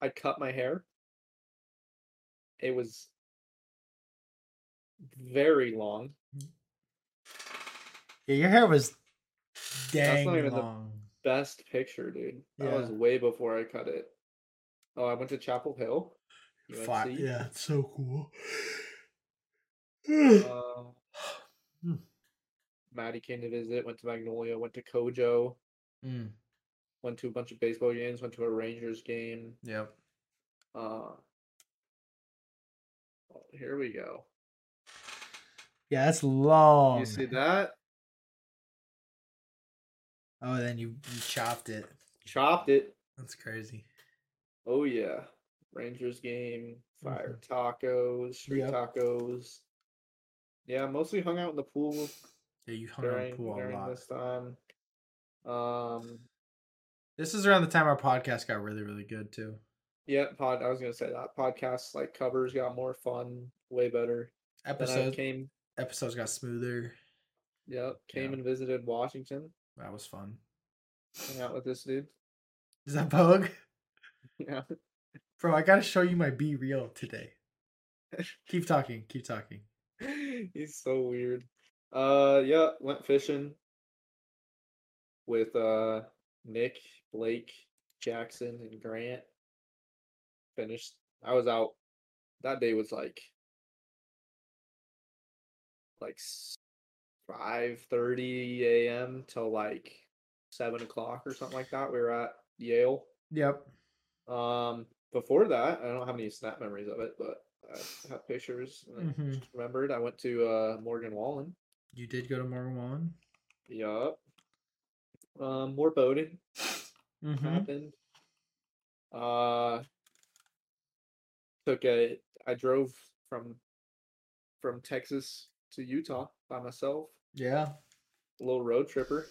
I cut my hair. It was very long. yeah, your hair was That's dang not even the- long. Best picture, dude. That was Yeah. way before I cut it. Oh, I went to Chapel Hill. Fi- UNC. yeah, it's so cool. Um, Hmm. Maddie came to visit, went to Magnolia, went to Kojo, Mm, went to a bunch of baseball games, went to a Rangers game. yep. Uh, oh, here we go. Yeah, that's long. You see that? Oh, then you, you chopped it. Chopped it. That's crazy. Oh, yeah. Rangers game, fire tacos, street Mm-hmm. Yep. tacos. Yeah, mostly hung out in the pool Yeah, you hung around the during, pool a during lot. this time. Um, This is around the time our podcast got really, really good too. yeah, pod. I was gonna say that podcasts like covers got more fun, way better. Then I Episodes came episodes got smoother. Yep, came Yeah. and visited Washington. That was fun. Hung out with this dude. Is that Pogue? Yeah. Bro, I gotta show you my B reel today. keep talking, keep talking. He's so weird. Uh, yeah, went fishing with uh Nick, Blake, Jackson, and Grant. Finished. I was out. That day was like like five thirty a.m. till like seven o'clock or something like that. We were at Yale. Yep. Um, before that, I don't have any snap memories of it, but I have pictures. And I Mhm. just remembered I went to uh, Morgan Wallen. You did go to Morgan Wallen. Yup. Um, more boating Mm-hmm. happened. Uh, took a. I drove from from Texas to Utah by myself. Yeah, A little road tripper.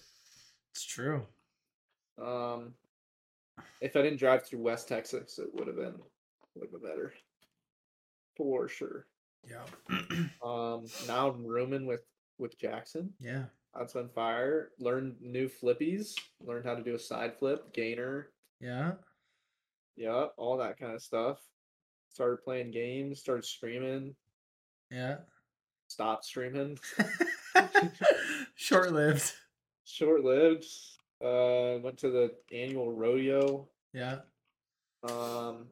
it's true. Um, if I didn't drive through West Texas, it would have been would have been better, for sure. Yeah. Um, now I'm rooming with with Jackson. yeah. That's been fire. Learned new flippies. Learned how to do a side flip, gainer. Yeah. Yep, all that kind of stuff. Started playing games, started streaming, Yeah. stopped streaming. Short lived. Short lived. Uh, went to the annual rodeo. Yeah. Um,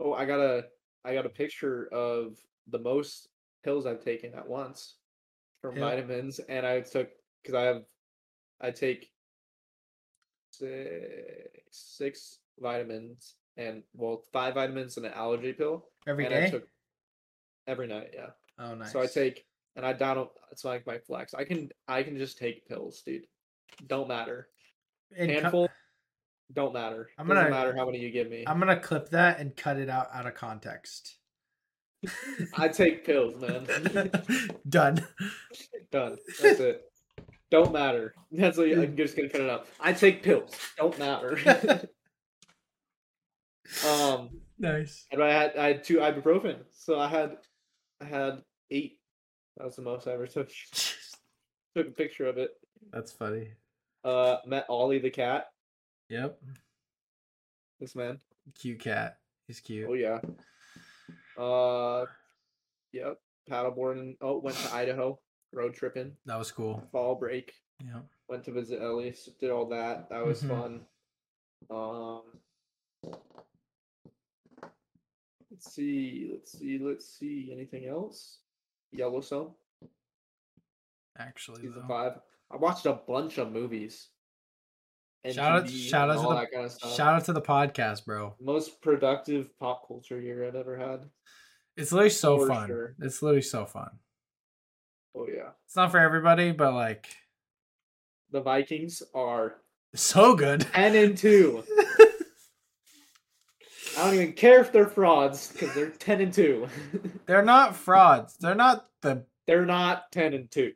oh, I got a I got a picture of the most pills I've taken at once from Yeah. vitamins, and I took because I have I take six, six vitamins and well five vitamins and an allergy pill Every and day. I took every night. Yeah, oh, nice. so I take and I down. It's like my flex. I can I can just take pills, dude. Don't matter. And co- Handful. Don't matter. I'm Doesn't gonna- matter how many you give me. I'm gonna clip that and cut it out out of context. I take pills, man. Done. Done. That's it. Don't matter. That's what I'm just gonna cut it out. I take pills. Don't matter. um, Nice. and I had I had two ibuprofen, so I had I had eight. That was the most I ever took. Took a picture of it. That's funny. Uh, met Ollie the cat. Yep. This man. Cute cat. He's cute. Oh yeah. Uh, yep. Paddleboarding. Oh, went to Idaho. Road tripping. That was cool. Fall break. Yep. Went to visit Ellis. Did all that. That was Mhm. fun. Um. Let's see. Let's see. Let's see. Anything else? Yellowstone Actually, season though. five. I watched a bunch of movies. Shout out- NTV, shout out to all the- that kind of stuff. Shout out to the podcast, bro. Most productive pop culture year I've ever had. It's literally so For fun. sure. It's literally so fun. Oh yeah. It's not for everybody, but like the Vikings are so good. 10 and 2. I don't even care if they're frauds because they're 10 and 2. They're not frauds. They're not the they're not 10 and 2.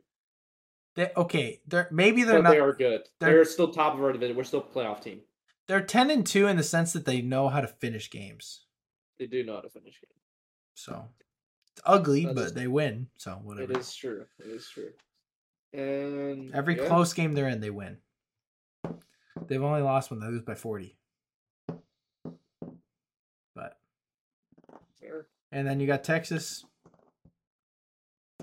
they, okay. They're maybe They're they're but not. they are good. they're- They're, still top of our division. We're still a playoff team. They're ten and two in the sense that they know how to finish games. They do know how to finish game. So it's ugly, That but is- they win. So whatever. It is true. It is true. And Every yeah, close game they're in, they win. They've only lost when they lose by forty. But fair. and then you got Texas,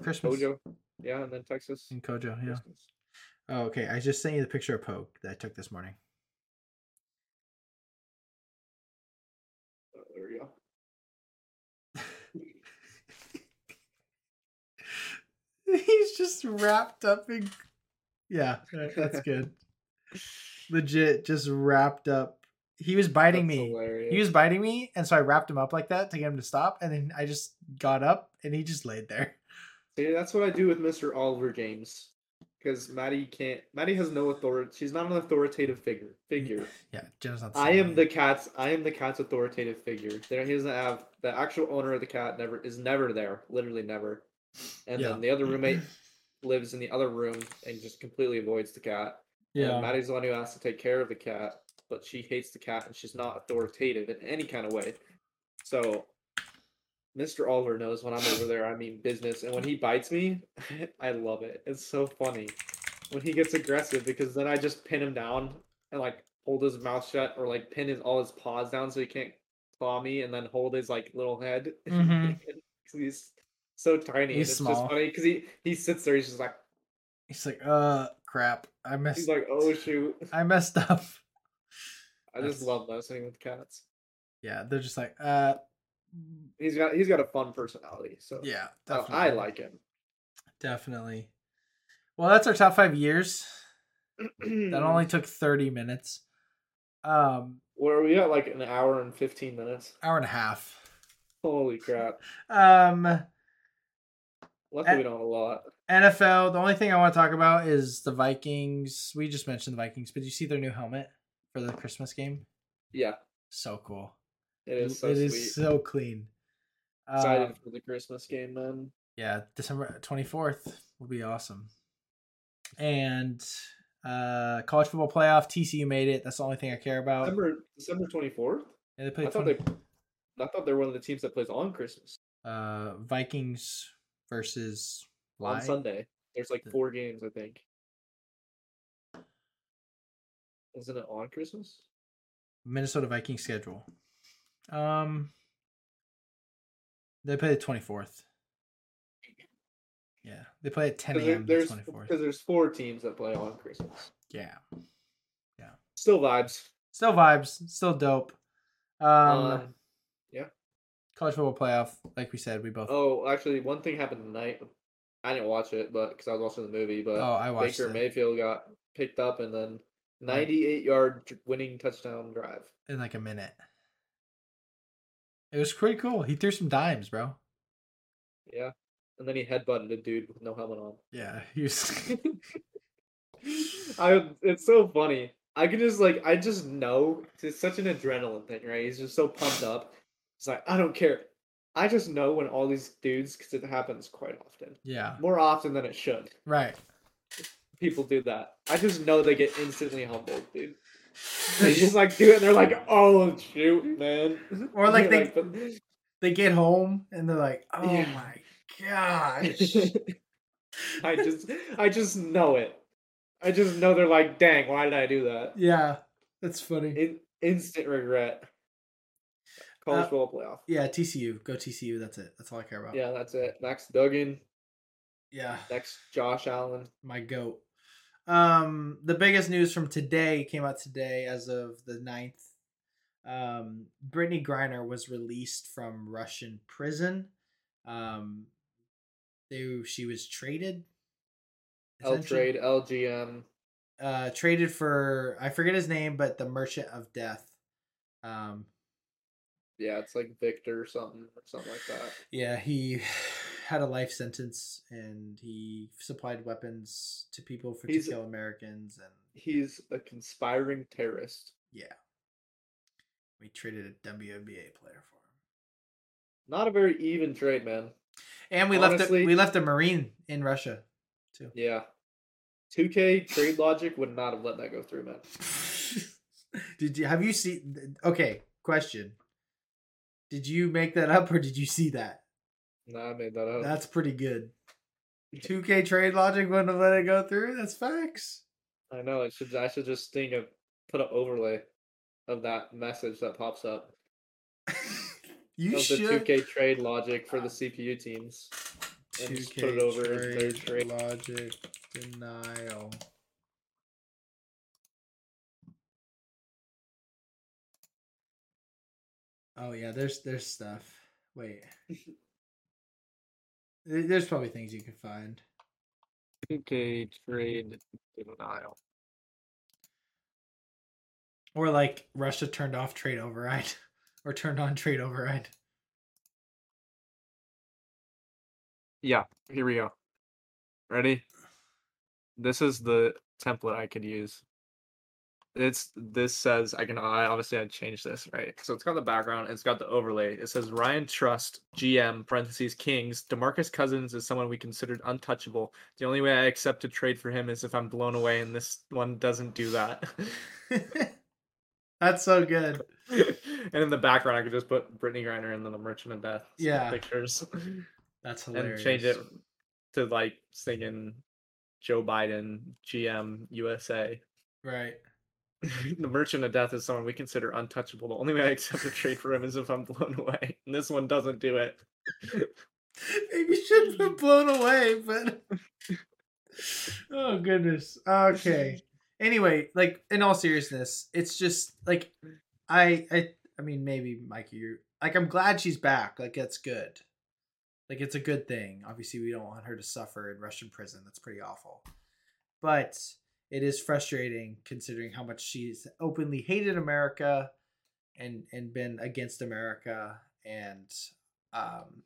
Christmas, Kojo. Yeah, and then Texas. and Kojo. Mm, Yeah. Christmas. Oh, okay. I just sent you the picture of Poke that I took this morning. Oh, there we go. He's just wrapped up in. Yeah, that- that's good. Legit, just wrapped up. He was biting That's me. hilarious. He was biting me, and so I wrapped him up like that to get him to stop. And then I just got up, and he just laid there. See, that's what I do with Mr. Oliver James. Because Maddie can't. Maddie has no authority. She's not an authoritative figure. Figure. Yeah, Jenna's not. I seeing am it. the cat's. I am the cat's authoritative figure. There, he doesn't have the actual owner of the cat. Never is never there. Literally never. And Yeah. then the other roommate lives in the other room and just completely avoids the cat. And Yeah, Maddie's the one who has to take care of the cat, but she hates the cat and she's not authoritative in any kind of way. So, Mr. Oliver knows when I'm over there, I mean business. And when he bites me, I love it. It's so funny when he gets aggressive because then I just pin him down and like hold his mouth shut or like pin his all his paws down so he can't claw me and then hold his like little head. Mhm. 'Cause he's so tiny. and He's it's small. just funny because he, he sits there, he's just like, he's like, uh, crap. I he's messed. like, oh shoot. I messed up. I just That's- love messing with cats. Yeah, they're just like, uh, He's got he's got a fun personality, so yeah. Oh, I- I like him. definitely. Well, that's our top five years. That Hmm. only took thirty minutes. Um, where are we at? Like an hour and fifteen minutes. hour and a half. Holy crap! Um, Luckily, Eh. we don't have a lot. NFL. The only thing I want to talk about is the Vikings. We just mentioned the Vikings, but you see their new helmet for the Christmas game. Yeah, So cool. it is so It sweet. is so clean. Excited Um, for the Christmas game, man. yeah, December twenty fourth will be awesome. And uh college football playoff, TCU made it. That's the only thing I care about. December December twenty fourth. and they I played thought 20 they, I thought they're one of the teams that plays on Christmas uh Vikings versus on Lions. Sunday. There's like The- four games, I think. Isn't it on Christmas? Minnesota Vikings schedule. Um, they play the twenty fourth. Yeah, they play at ten 'Cause there- a.m. the there's twenty fourth. because there's four teams that play on Christmas. Yeah, Still vibes. still vibes, still dope. Um, Um, college football playoff, like we said, we both. Oh, oh, actually, one thing happened tonight. I didn't watch it, but because I was watching the movie, but Oh, I watched Baker it, Mayfield got picked up and then 98 yard dr- winning touchdown drive. in like a minute. It was pretty cool. He threw some dimes, bro. Yeah. And then he headbutted a dude with no helmet on. Yeah, he was. I it's so funny. I can just like I just know it's such an adrenaline thing, right? He's just so pumped up. It's like I don't care. I just know when all these dudes because it happens quite often, yeah, more often than it should. right. People do that. I just know they get instantly humbled, dude. They just like do it. and They're like, oh shoot, man. Or, like, they- but- They get home and they're like, "Oh Yeah. my gosh!" I just I just know it. I just know they're like, dang, why did I do that? yeah, that's funny. In, instant regret. College Uh, football playoff. Yeah, TCU. Go TCU. That's it. That's all I care about. Yeah, that's it. Max Duggan, Yeah. next Josh Allen. My goat. Um, the biggest news from today came out today as of the 9th. Um, Brittany Griner was released from Russian prison. Um, they, she was traded. L essentially. Oh, trade, LGM. Uh, traded for, I forget his name, but the Merchant of Death. Um, Yeah, it's like Victor or something or something like that. Yeah, he had a life sentence and he supplied weapons to people for He's- to kill Americans and He's a conspiring terrorist. we traded a WNBA player for him. Not a very even trade, man. And we left a, Honestly- we left a Marine in Russia too. Yeah. 2K trade logic would not have let that go through, man. did you have you seen okay, question. Did you make that up or did you see that? Nah, I made that up. That's pretty good. 2K trade logic wouldn't have let it go through. That's facts. I know. It should. I should just think of put an overlay of that message that pops up you of the two should K trade logic for the CPU teams. and just put it over as their 2K trade. Logic denial. Oh yeah, there's there's stuff. Wait. There- There's probably things you can find. Two K trade denial. Or like Russia turned off trade override or turned on trade override. Yeah, here we go. Ready? This is the template I could use. It's this says I can I obviously I changed this, right? So it's got the background, it's got the overlay. It says Ryan Trust, GM, parentheses Kings, DeMarcus Cousins is someone we considered untouchable. The only way I accept to trade for him is if I'm blown away and this one doesn't do that. That's so good. and in the background I could just put Brittany Griner and then the Merchant of Death Yeah. pictures. That's and hilarious. change it to like singing Joe Biden, GM, USA. Right. the merchant of death is someone we consider untouchable. The only way I accept a trade for him is if I'm blown away. And this one doesn't do it. Maybe you shouldn't have blown away, but oh goodness. Okay. Anyway, like in all seriousness, it's just like I I I mean maybe Mikey, you're like I'm glad she's back. Like that's good. Like it's a good thing. Obviously, we don't want her to suffer in Russian prison. That's pretty awful. But it is frustrating considering how much she's openly hated America and and been against America and um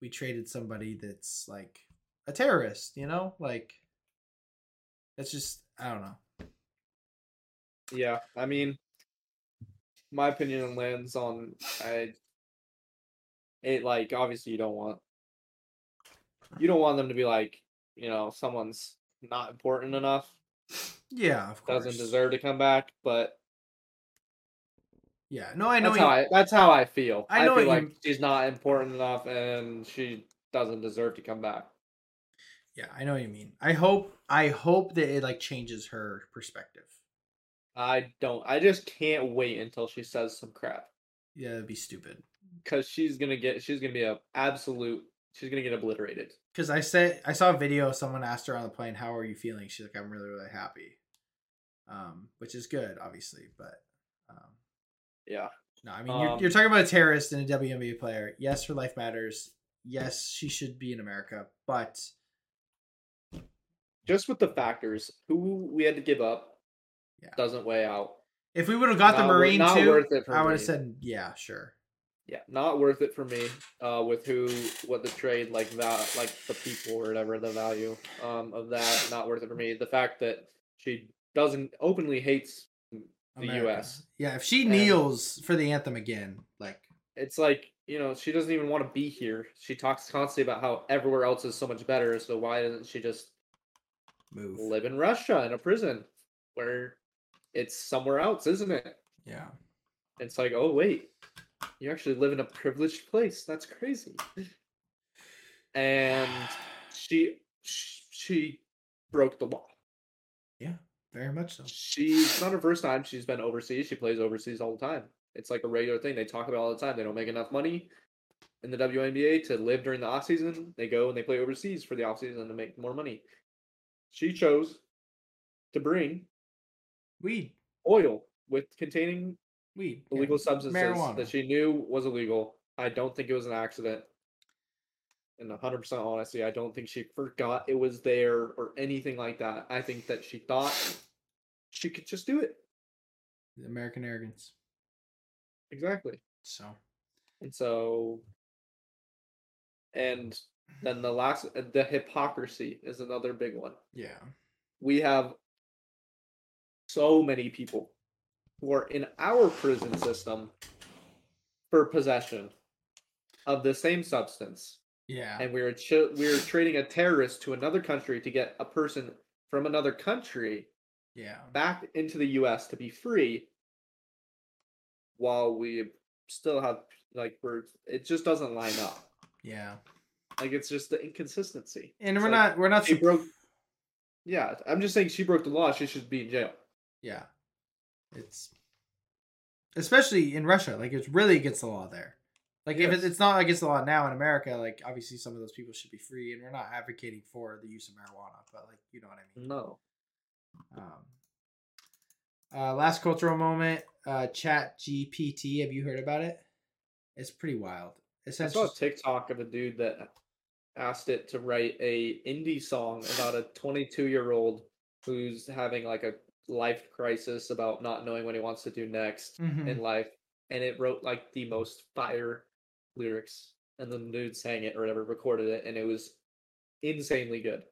we traded somebody that's like a terrorist, you know? Like that's just I don't know. Yeah, I mean, my opinion lands on I. It like obviously you don't want. You don't want them to be like you know someone's not important enough Yeah, of course. doesn't deserve to come back, but Yeah, no, I know. That's You, how I. That's how I feel. I I, know feel what like you- she's not important enough, and she doesn't deserve to come back. yeah, I know what you mean. I hope. I hope that it like changes her perspective. I don't. I just can't wait until she says some crap. Yeah, that'd be stupid. because she's gonna get she's gonna be a absolute she's gonna get obliterated. Because I said I saw a video. Someone asked her on the plane, "How are you feeling?" She's like, "I'm really, really happy," um, which is good, obviously. But um, Yeah, no, I mean, you're, Um, you're talking about a terrorist and a WNBA player. Yes, her life matters. Yes, she should be in America, but just with the factors who we had to give up Yeah. doesn't weigh out. if we would have got the Not wor- Marine not too, worth it for I would have me. said, "Yeah, sure." Yeah, not worth it for me. Uh, with who, what the trade like that, like the people or whatever the value um of that, not worth it for me. The fact that she doesn't openly hates The US. Yeah, if she And- kneels for the anthem again, like it's like you know she doesn't even want to be here. She talks constantly about how everywhere else is so much better. So why doesn't she just move. live in Russia in a prison where it's somewhere else, isn't it? Yeah. It's like, oh wait, you actually live in a privileged place. That's crazy. And she sh- she broke the law. Very much so. She's it's not her first time. She's been overseas. She plays overseas all the time. It's like a regular thing. They talk about it all the time. They don't make enough money in the WNBA to live during the off season. They go and they play overseas for the off season to make more money. She chose to bring Weed, oil with containing weed, yeah. illegal substances marijuana. that she knew was illegal. I don't think it was an accident. And 100% honesty, I don't think she forgot it was there or anything like that. I think that she thought she could just do it. American arrogance. Exactly. So And so, and then the last, uh, the hypocrisy is another big one. yeah, we have so many people who are in our prison system for possession of the same substance yeah, and we're ch- we're trading a terrorist to another country to get a person from another country yeah. back into the US to be free while we still have like we're it just doesn't line up Yeah, like it's just the inconsistency and It's we're like, not we're not she sup- broke yeah i'm just saying she broke the law she should be in jail yeah. It's especially in Russia, like it's really against the law there. Like if it's, Yes. it's not against the law now in America, like obviously some of those people should be free, and we're not advocating for the use of marijuana, but like you know what I mean. no Um, uh, last cultural moment, uh, Chat GPT. Have you heard about it? It's pretty wild. I saw Essentially, a TikTok of a dude that asked it to write a indie song about a 22 year old who's having like a life crisis about not knowing what he wants to do next Mhm. in life, and it wrote like the most fire lyrics, and then the dude sang it or whatever, recorded it, and it was insanely good.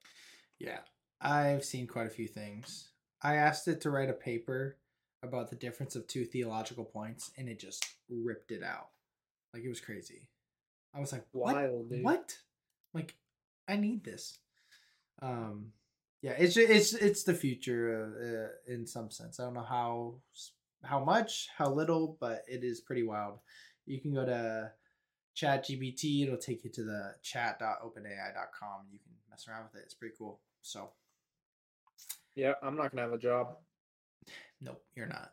Yeah. I've seen quite a few things. I asked it to write a paper about the difference of two theological points and it just ripped it out. Like it was crazy. I was like, "What? Wild, dude. What? Like I need this." Um yeah, it's ju- it's it's the future uh, uh, in some sense. I don't know how s- how much, how little, but it is pretty wild. You can go to ChatGPT, it'll take you to the chat.openai.com. You can mess around with it. It's pretty cool. So, Yeah, I'm not gonna have a job. nope, you're not.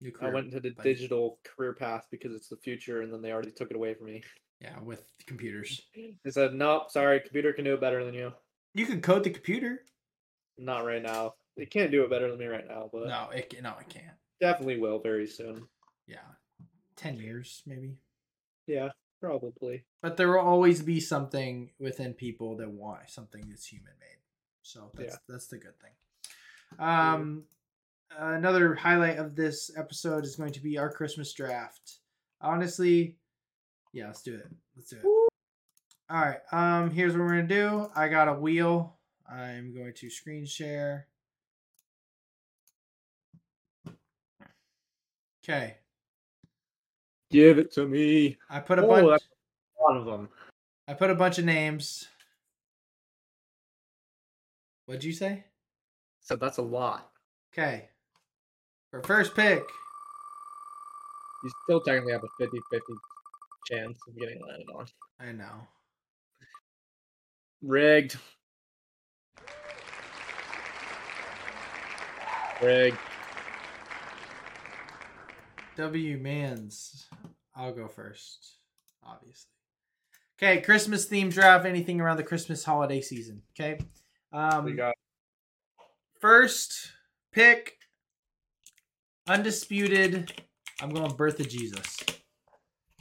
New I went into the buddy. digital career path because it's the future, and then they already took it away from me. Yeah, with computers. They said, "Nope, sorry, computer can do it better than you." You can code the computer. Not right now. It can't do it better than me right now, but No, it can, no, it can't. definitely will very soon. Yeah, ten years maybe. Yeah, probably. But there will always be something within people that want something that's human made. So that's that's the good thing. Um, another highlight of this episode is going to be our Christmas draft. Honestly, yeah, let's do it. Let's do it. All right. Um, here's what we're gonna do. I got a wheel. I'm going to screen share. Okay. Give it to me. I put a Oh, bunch. that's- One of them. I put a bunch of names. What'd you say? So that's a lot. Okay. For first pick, You still technically have a 50 50 chance of getting landed on. I know. Rigged. Rigged. W Mans. I'll go first, obviously. Okay, Christmas theme draft. Anything around the Christmas holiday season? Okay. we Um, got first pick, undisputed. I'm going Birth of Jesus.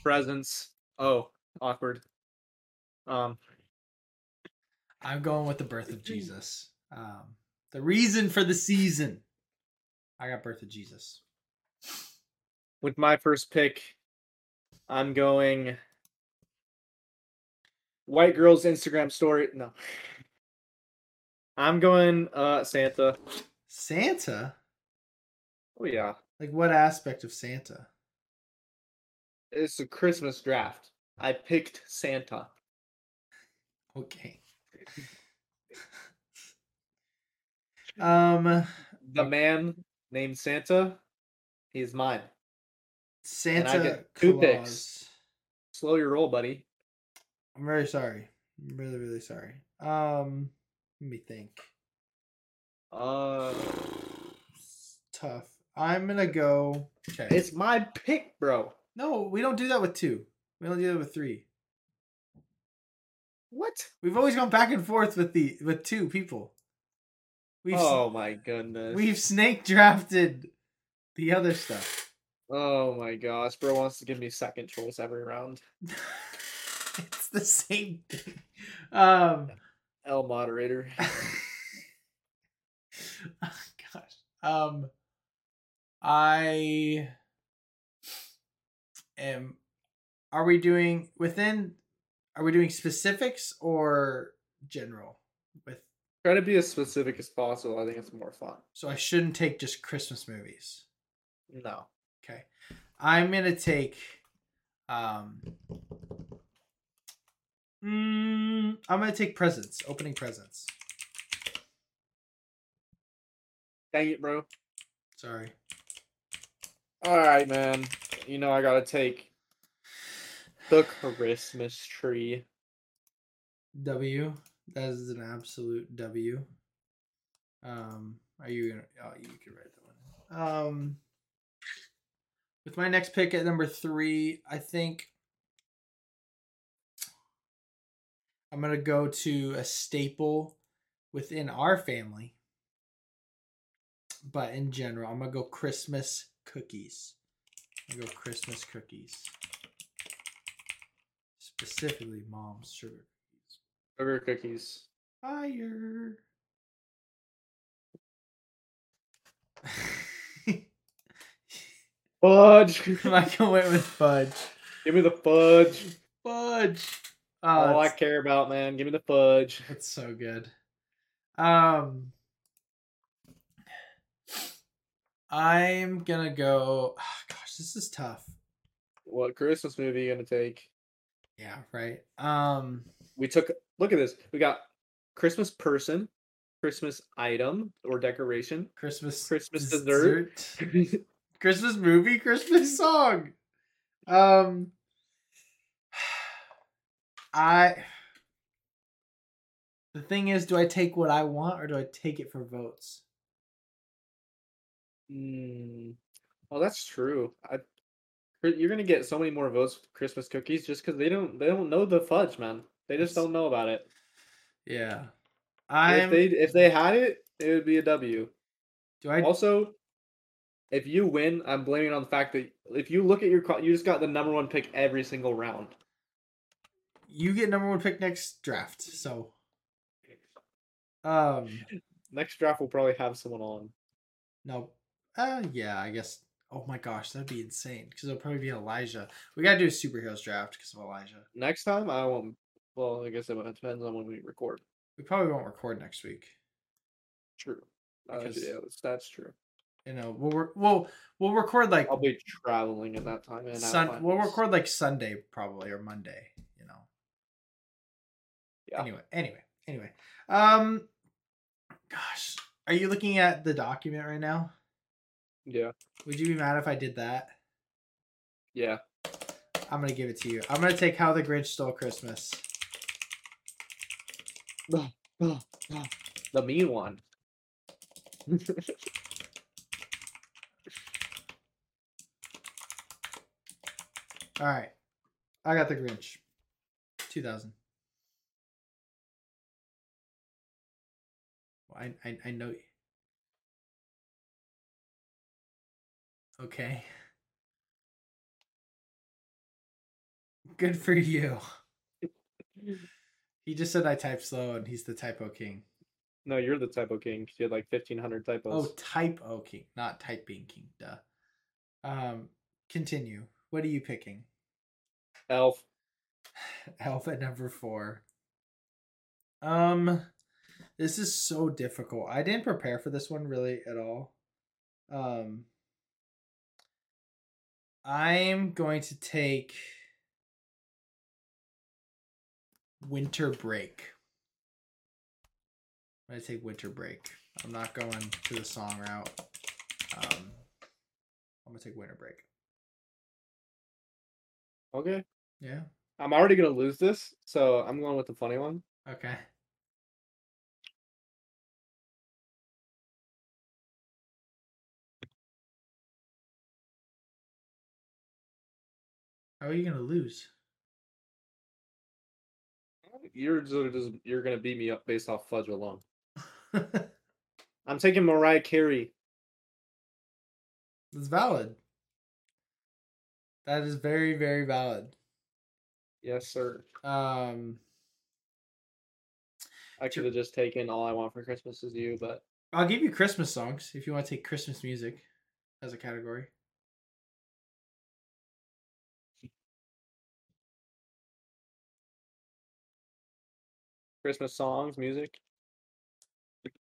presents. Oh, awkward. Um, I'm going with the Birth of Jesus. Um, the reason for the season. I got Birth of Jesus. with my first pick, I'm going white girls Instagram story. No, I'm going uh Santa. Santa. Oh yeah, Like what aspect of Santa? it's a Christmas draft. I picked Santa. Okay. um, The man named Santa. He's mine. Santa get two Claus. picks. Slow your roll, buddy. I'm very sorry. I'm really, really sorry. Um, let me think. Uh, It's tough. I'm gonna go. Okay. it's my pick, bro. no, we don't do that with two. We don't do that with three. What? We've always gone back and forth with the with two people. We've s- oh my goodness. we've snake drafted the other stuff. Oh my gosh, bro wants to give me second choice every round. it's the same thing. Um. L moderator. oh gosh. Um I am are we doing within are we doing specifics or general with Try to be as specific as possible. I think it's more fun. so I shouldn't take just Christmas movies. No. Okay. I'm gonna take um mm, I'm gonna take presents, opening presents. Dang it, bro. Sorry. All right, man. You know I gotta take the Christmas tree. W. That is an absolute W. Um, are you gonna? Oh, you can write that one. Um, with my next pick at number three, I think I'm gonna go to a staple within our family, but in general, I'm gonna go Christmas cookies. I go Christmas cookies, specifically mom's sugar Sugar cookies. Fire. Fudge. Michael went with fudge. give me the fudge. Fudge. All Oh, I it's, care about, man. Give me the fudge. it's so good. Um, I'm gonna go. ah, gosh, this is tough. What Christmas movie you gonna take? Yeah, right. Um, we took look at this we got christmas person christmas item or decoration Hmm. Christmas. Christmas dessert. dessert. Christmas movie, Christmas song. Um, I. The thing is, do I take what I want or do I take it for votes? mm, well that's true I, you're gonna get so many more votes for christmas cookies just because they don't they don't know the fudge man they just That's- don't know about it Yeah, if I'm. they if they had it it would be a w do I? also if you win i'm blaming it on the fact that if you look at your co- you just got the number one pick every single round You get number one pick next draft, so um, next draft we'll probably have someone on no, uh, yeah, I guess. Oh my gosh, that'd be insane because it'll probably be Elijah. We gotta do a superheroes draft because of Elijah. next time i won't well i guess it depends on when we record We probably won't record next week. True. Uh, Because- yeah, that's, that's true. You know, we'll re- we'll we'll record like I'll be traveling at that time. And I Sun. find We'll this- record like Sunday probably or Monday. You know. Yeah. Anyway, anyway, anyway. Um, gosh, are you looking at the document right now? Yeah, Would you be mad if I did that? yeah. I'm gonna give it to you. I'm gonna take How the Grinch Stole Christmas. The mean one. All right. I got the Grinch. 2000. Well, I, I, I know. Okay. Good for you. He just said I type slow and he's the typo king. No, you're the typo king 'cause you had like 1,500 typos. Oh, typo king, not typing king. Duh. Um, continue. What are you picking? Elf. Elf at number four. Um, this is so difficult. I didn't prepare for this one really at all. Um, I'm going to take winter break. I'm gonna take winter break. I'm not going to the song route. Um, I'm gonna take winter break. Okay. Yeah. I'm already going to lose this, so I'm going with the funny one. Okay. How are you gonna lose? You're just, just- you're going to beat me up based off Fudge alone. I'm taking Mariah Carey. That's valid. That is very, very valid. Yes, sir. Um, I could have just taken All I Want for Christmas Is You, but I'll give you Christmas songs if you want to take Christmas music as a category. Christmas songs, music.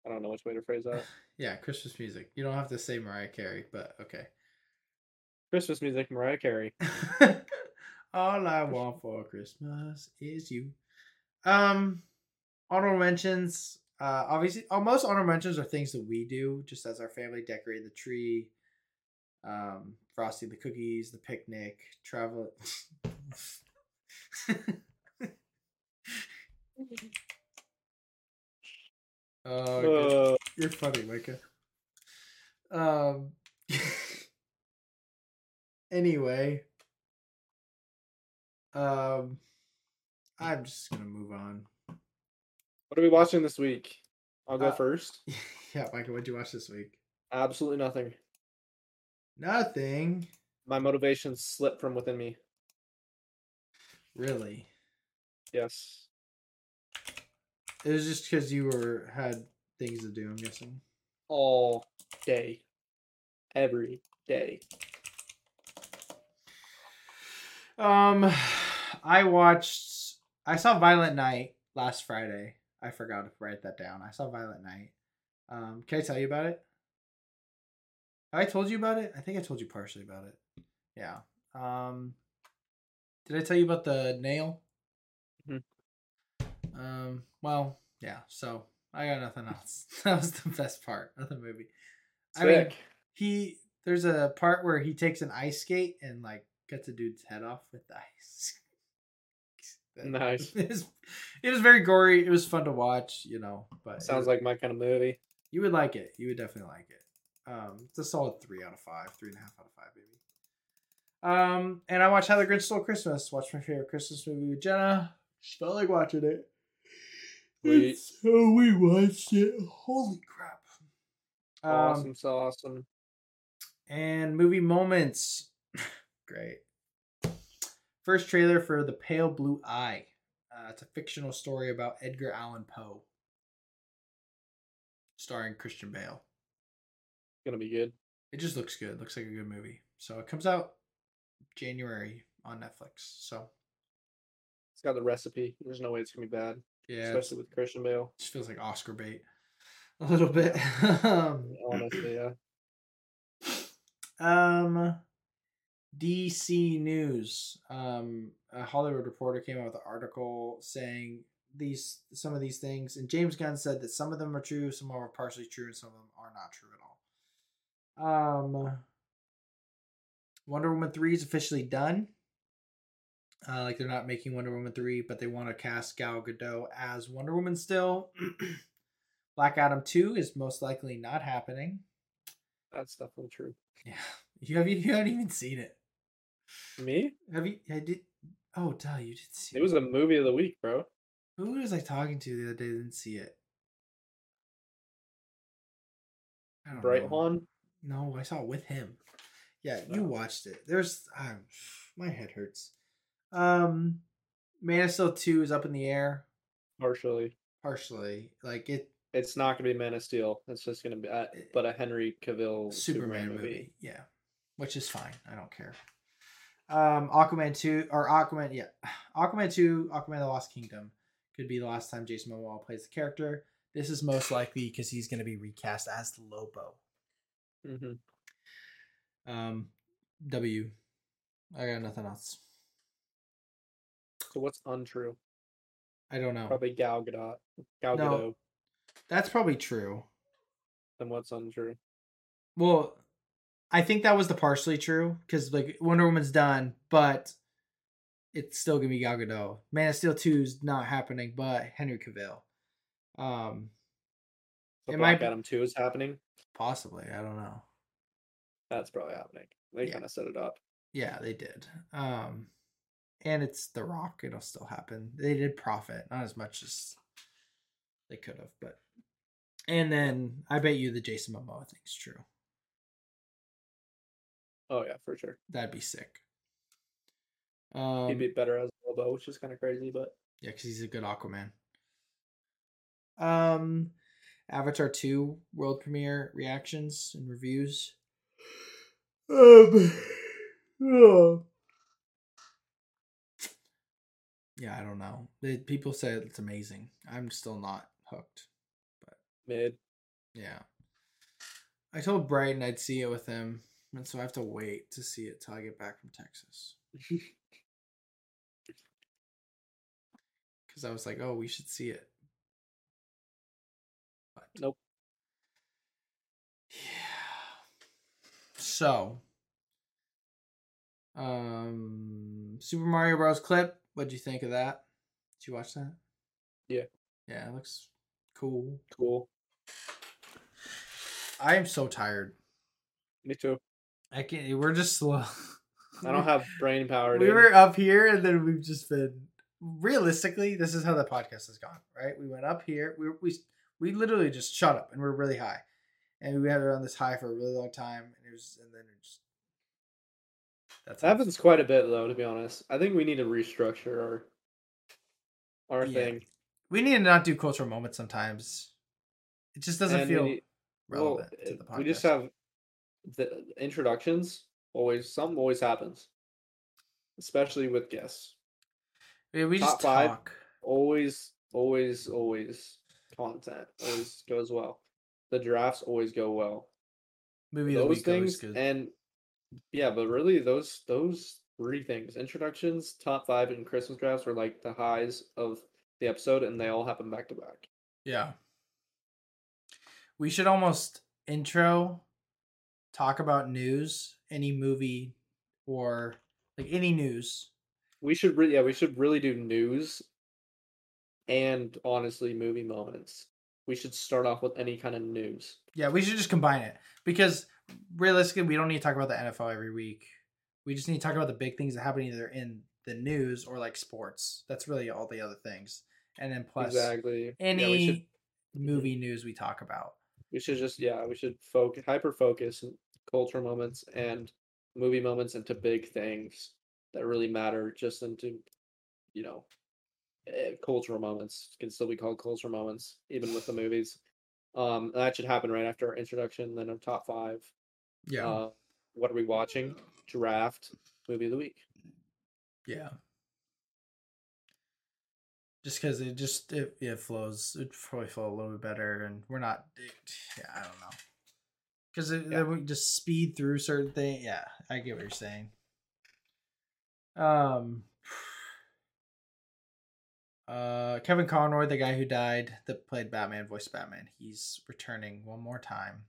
I don't know which way to phrase that. Yeah, Christmas music. You don't have to say Mariah Carey, but okay. Christmas music, Mariah Carey. All I want for Christmas is you. Um, honorable mentions. Uh, obviously, oh, most honorable mentions are things that we do, just as our family decorating the tree, um, frosting the cookies, the picnic, travel. oh, good. Uh, You're funny, Micah. Um. anyway. Um. I'm just gonna move on. what are we watching this week? I'll go Uh, first. yeah, Micah, what'd you watch this week? Absolutely nothing. Nothing My motivation slipped from within me. really. Yes. It was just because you were had things to do. I'm guessing. All day. Every day. Um, I watched. I saw Violent Night last Friday. I forgot to write that down. I saw Violent Night. Um, can I tell you about it? Have I told you about it? I think I told you partially about it. Yeah. Um, did I tell you about the nail? Mhm. Um. Well, yeah. So I got nothing else. that was the best part of the movie. I mean, Sick. he there's a part where he takes an ice skate and like cuts a dude's head off with the ice. uh, That- Nice. It was, it was very gory. It was fun to watch, you know. But Sounds it- like my kind of movie. you would like it. You would definitely like it. Um, it's a solid three out of five, three and a half out of five, maybe. Um, and I watched How the Grinch Stole Christmas. Watched my favorite Christmas movie with Jenna. She felt like watching it. We- And so we watched it. Holy crap! Um, awesome sauce. awesome. and movie moments. Great. First trailer for The Pale Blue Eye. Uh, it's a fictional story about Edgar Allan Poe, starring Christian Bale. Gonna be good. It just looks good. Looks like a good movie. So it comes out January on Netflix. So It's got the recipe. There's no way it's gonna be bad. yeah, it Especially with Christian Bale. just feels like Oscar bait a little bit. um, Honestly, yeah. Um, DC News. Um, a Hollywood reporter came out with an article saying these some of these things, and James Gunn said that some of them are true, some are partially true, and some of them are not true at all. Um, Wonder Woman three is officially done. Uh, like they're not making Wonder Woman three, but they want to cast Gal Gadot as Wonder Woman still. Black Adam two is most likely not happening. That's definitely true. Yeah, you have you haven't even seen it. Me? Have you? I did. Oh, duh, you did see It was a movie of the week, bro. Who was I talking to the other day? that Didn't see it. I don't Bright know. Hon. No, I saw it with him. Yeah, you Oh. watched it. There's um, my head hurts. Um, Man of Steel two is up in the air Partially, partially. Like it, it's not gonna be Man of Steel. It's just gonna be, uh, but a Henry Cavill Eh, Superman, movie. Yeah, which is fine. I don't care. Um, Aquaman two or Aquaman, yeah, Aquaman two, Aquaman the Lost Kingdom could be the last time Jason Momoa plays the character. This is most likely because he's going to be recast as Lobo. hmm Um, W. I got nothing else. So what's untrue? I don't know. Probably Gal Gadot. Gal Oh. No. Gadot. That's probably true. Then what's untrue? Well, I think that was the partially true because like Wonder Woman's done, but it's still gonna be Gal Gadot. Man of Steel two is not happening, but Henry Cavill. Um, So It might Black be- Adam Two is happening. possibly. I don't know. That's probably happening. They Yeah. kind of set it up. Yeah, they did. Um, and it's The Rock. It'll still happen. They did profit, not as much as they could have, but. And then I bet you the Jason Momoa thing's true. Oh yeah, for sure. That'd be sick. Um, He'd be better as Lobo, which is kind of crazy, but Yeah, because he's a good Aquaman. Um, Avatar two world premiere reactions and reviews. Um, oh. yeah, I don't know. They, people say it's amazing. I'm still not hooked. mid. Yeah, I told Brighton I'd see it with him, and so I have to wait to see it till I get back from Texas. because I was like, oh, we should see it. But Nope. Yeah. So, um, Super Mario Bros. clip. What'd you think of that? Did you watch that? Yeah. Yeah, it looks cool. Cool. I am so tired. Me too. I can't. We're just slow. I don't have brain power. we dude. were up here and then we've just been realistically this is how the podcast has gone right we went up here we we, we literally just shot up and we're really high and we had it on this high for a really long time and it was and then it just that's That happens quite a bit though, to be honest. I think we need to restructure our our Yeah. thing. we need to not do cultural moments sometimes it just doesn't And we feel need- well, relevant to the uh, podcast we just have the introductions always something always happens. Especially with guests. Yeah, we top just five. talk Always, always, always content. Always goes well. The drafts always go well. movie of the those week always things goes- and yeah, but really those those three things introductions, top five, and Christmas drafts were like the highs of the episode, and they all happen back to back. yeah we should almost intro talk about news any movie or like any news We should really yeah we should really do news and honestly movie moments. We should start off with any kind of news. Yeah, we should just combine it because realistically, we don't need to talk about the NFL every week. We just need to talk about the big things that happen either in the news or like sports. That's really all the other things. And then plus exactly. any yeah, we should movie news we talk about. we should just yeah we should focus hyper focus and culture moments and movie moments into big things that really matter just into you know eh, cultural moments can still be called cultural moments even with the movies um and that should happen right after our introduction then our top five uh, what are we watching draft movie of the week yeah. Just because it just it, it flows, it probably flow a little bit better, and we're not. It, yeah, I don't know. Because Yeah. then we just speed through certain things. Yeah, I get what you're saying. Um, uh, Kevin Conroy, the guy who died that played Batman, voiced Batman. He's returning one more time,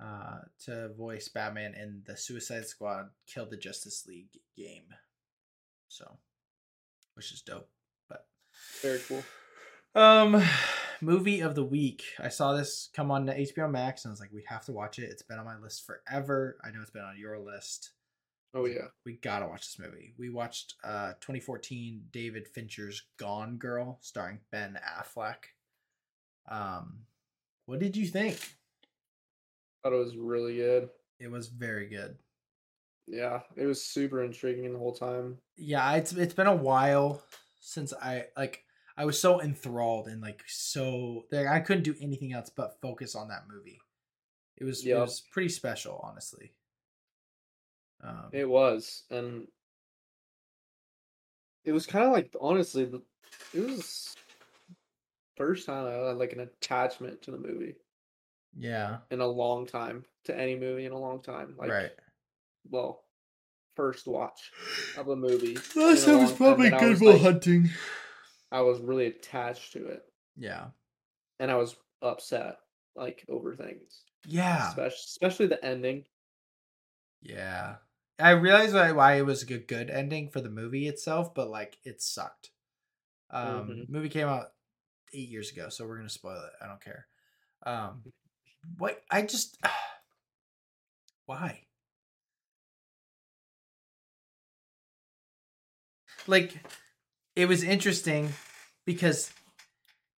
uh, to voice Batman in the Suicide Squad Kill the Justice League game. So, which is dope. But very cool um, movie of the week. I saw this come on to HBO Max, and I was like, we have to watch it. It's been on my list forever. I know it's been on your list. Oh yeah. We gotta watch this movie. We watched uh 2014 David Fincher's Gone Girl, starring Ben Affleck. Um, what did you think? Thought it was really good. It was very good. Yeah, it was super intriguing the whole time. Yeah, it's it's been a while since I like I was so enthralled and like so like I couldn't do anything else but focus on that movie. It was it Yep. was pretty special, honestly. Um, It was, and it was kind of like honestly, the- it was first time I had like an attachment to the movie yeah, in a long time to any movie in a long time. Like, right. well, first watch of a movie. Last in a time was long probably that I Good was, Will like- Hunting. I was really attached to it, Yeah, and I was upset like over things, yeah. especially especially the ending. Yeah. I realized why, why it was a good, good ending for the movie itself, but like it sucked. Um Mhm. movie came out 8 years ago, so we're going to spoil it. I don't care. Um what I just why? Like it was interesting because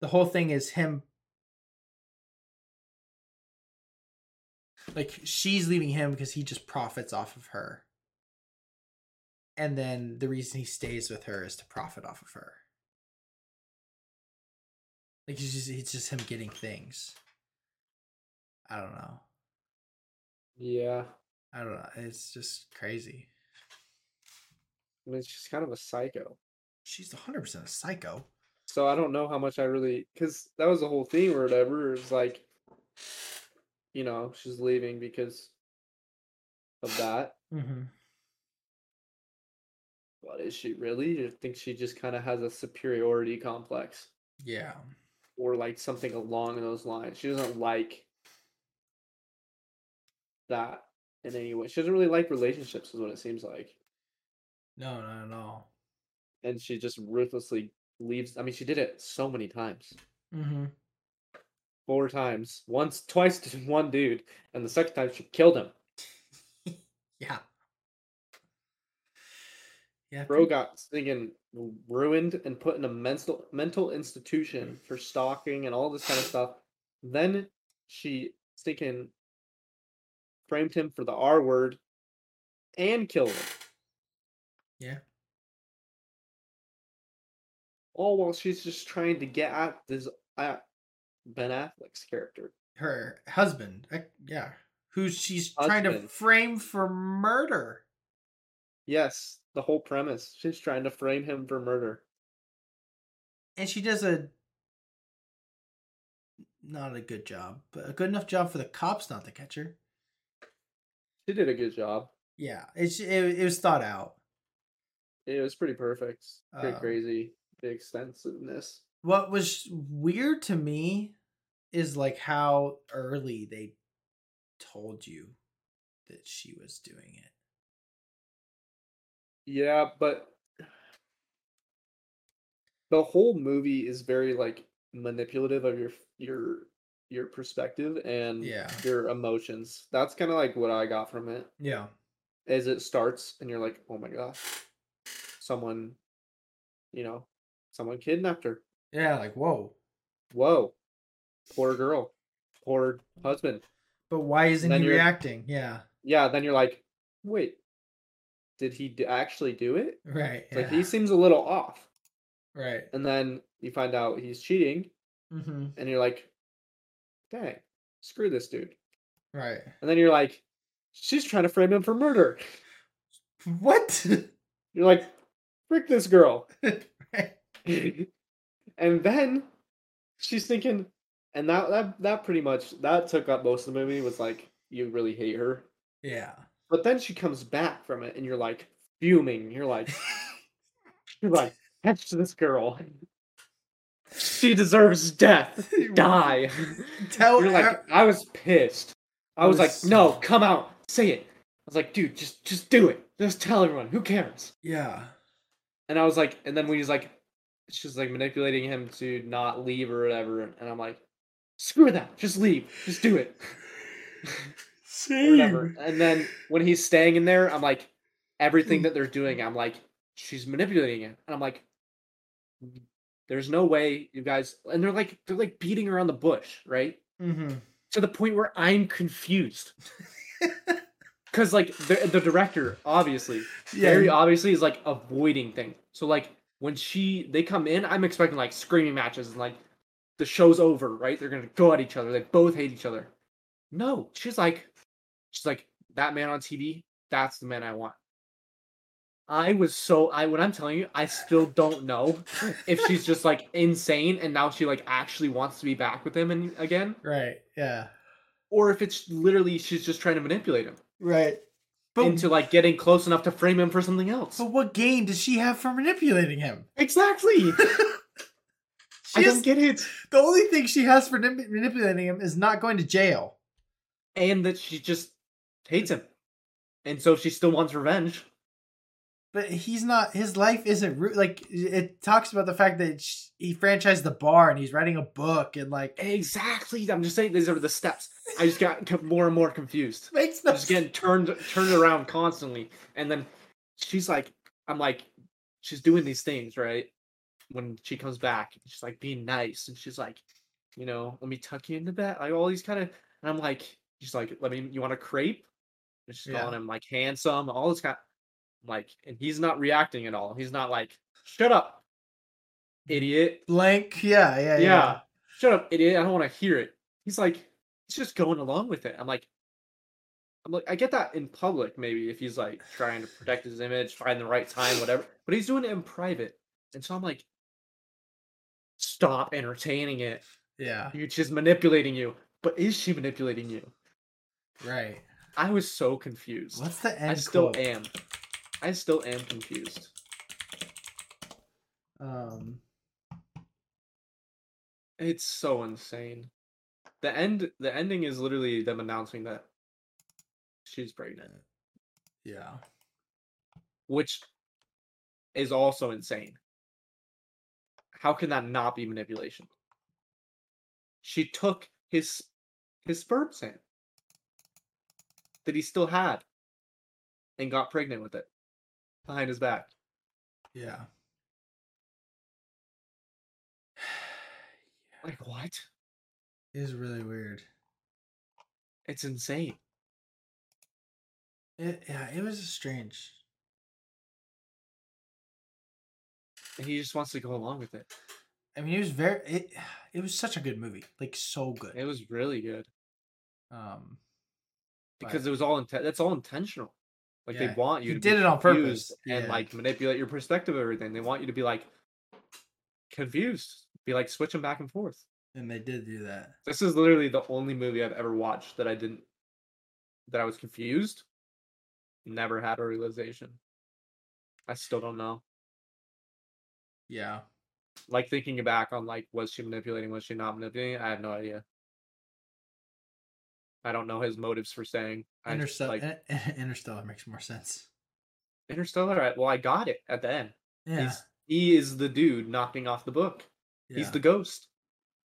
the whole thing is him like she's leaving him because he just profits off of her and then the reason he stays with her is to profit off of her like it's just it's just him getting things i don't know Yeah, i don't know it's just crazy I mean, she's kind of a psycho. she's 100% a psycho So I don't know how much I really because that was the whole theme or whatever. It was like, you know, she's leaving because of that. mm-hmm. But is she really? I think she just kind of has a superiority complex yeah or like something along those lines. She doesn't like that in any way. She doesn't really like relationships, is what it seems like. no not at all And she just ruthlessly leaves. I mean, she did it so many times. mm-hmm. Four times. Once, twice to one dude. And the second time she killed him. yeah yeah Bro got singing ruined and put in a mental mental institution for stalking and all this kind of stuff. Then she stinking framed him for the R word and killed him. Yeah. All while she's just trying to get at this at Ben Affleck's character. her husband. uh, Yeah, who she's trying to Husband. frame for murder. Yes, the whole premise. She's trying to frame him for murder. and she does a not a good job, but a good enough job for the cops not to catch her. She did a good job. Yeah, it's it, it was thought out. It was pretty perfect. Pretty Um, crazy. The extensiveness. What was weird to me is like how early they told you that she was doing it. Yeah, but the whole movie is very like manipulative of your your your perspective and Yeah. your emotions. That's kind of like what I got from it. Yeah, Is it starts and you're like, "Oh my gosh. Someone, you know, someone kidnapped her. yeah, like whoa. Whoa. Poor girl. Poor husband." But why isn't Then he you're- reacting? Yeah, Yeah, then you're like, "Wait. Did he d- actually do it?" right. It's Like yeah, he seems a little off. right. And then you find out he's cheating. Mm-hmm. and you're like, dang, screw this dude. Right. And then you're like, she's trying to frame him for murder. What? You're like, frick this girl. right. and then she's thinking, and that, that that pretty much that took up most of the movie was like, you really hate her. Yeah. But then she comes back from it and you're like fuming. You're like, you're like, catch this girl. She deserves death. Die. Tell You're her- like, I was pissed. I I was like, was- no, come out, say it. I was like, dude, just just do it. Just tell everyone. Who cares? yeah. And I was like, and then when he's like, she's like manipulating him to not leave or whatever, and I'm like, screw that, just leave, just do it, or Same. whatever. And then when he's staying in there, I'm like, everything that they're doing. I'm like, she's manipulating it, and I'm like, there's no way you guys. And they're like, they're like beating around the bush, right? Mm-hmm. to the point where I'm confused. Because like the, the director obviously, Yeah. very you- obviously is like avoiding things. So like when she they come in, I'm expecting like screaming matches and like the show's over, right? They're gonna go at each other. They both hate each other. No, she's like, she's like that man on TV. That's the man I want. I was so I when I'm telling you, I still don't know if she's just like insane and now she like actually wants to be back with him and again right. Yeah. or if it's literally she's just trying to manipulate him Right. But into like getting close enough to frame him for something else. but what gain does she have for manipulating him? Exactly. I She don't has, get it. the only thing she has for nip- manipulating him is not going to jail. And that she just hates him, and so she still wants revenge. But he's not. His life isn't ru- like it talks about the fact that sh he franchised the bar and he's writing a book and like it Exactly. I'm just saying these are the steps. I just got co- more and more confused. makes no. I'm just getting turned turned around constantly, and then she's like, I'm like, she's doing these things right. When she comes back, she's like being nice, and she's like, you know, let me tuck you into bed, like all these kind of, and I'm like, she's like, let me, you want a crepe? And she's Yeah. calling him like handsome, all this kind. I'm like, and he's not reacting at all. He's not like, shut up, idiot. blank. Yeah, yeah, Yeah, yeah. shut up, idiot. I don't want to hear it. He's like, he's just going along with it. I'm like, I'm like, I get that in public maybe if he's like trying to protect his image, find the right time, whatever. But he's doing it in private, and so I'm like, stop entertaining it. Yeah, You she's manipulating you. But is she manipulating you? right. I was so confused. What's the end? I still quote? am. I still am confused. Um, It's so insane. The end. The ending is literally them announcing that she's pregnant, yeah, which is also insane. How can that not be manipulation? She took his his sperm sample that he still had and got pregnant with it behind his back. yeah. Like what? It is really weird. It's insane. It, yeah, it was strange. And he just wants to go along with it. I mean, it was very. It, it was such a good movie, like so It good. was really good. Um, because Right. it was all inten- that's all intentional like Yeah, they want he you to did be it on purpose, confused and yeah. like manipulate your perspective of everything they want you to be like confused be like switching back and forth and they did do that. this is literally the only movie i've ever watched that i didn't that i was confused never had a realization i still don't know Yeah, like thinking back on like was she manipulating was she not manipulating i have no idea i don't know his motives for saying I just, Interstellar. eh, like Interstellar makes more sense. interstellar I- well i got it at the end Yeah, He's, he is the dude knocking off the book. yeah, He's the ghost.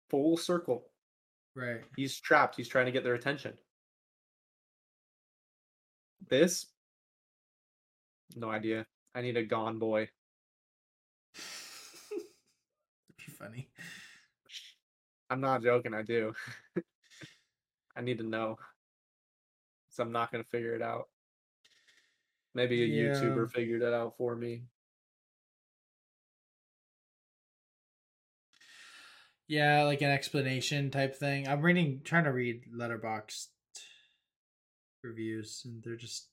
Full circle. right. He's trapped. He's trying to get their attention. This? No idea. I need a gone boy. It'd be funny. I'm not joking. I do. I need to know. So I'm not going to figure it out. Maybe a Yeah. YouTuber figured it out for me. Yeah, like an explanation type thing. I'm reading, trying to read letterboxed reviews, and they're just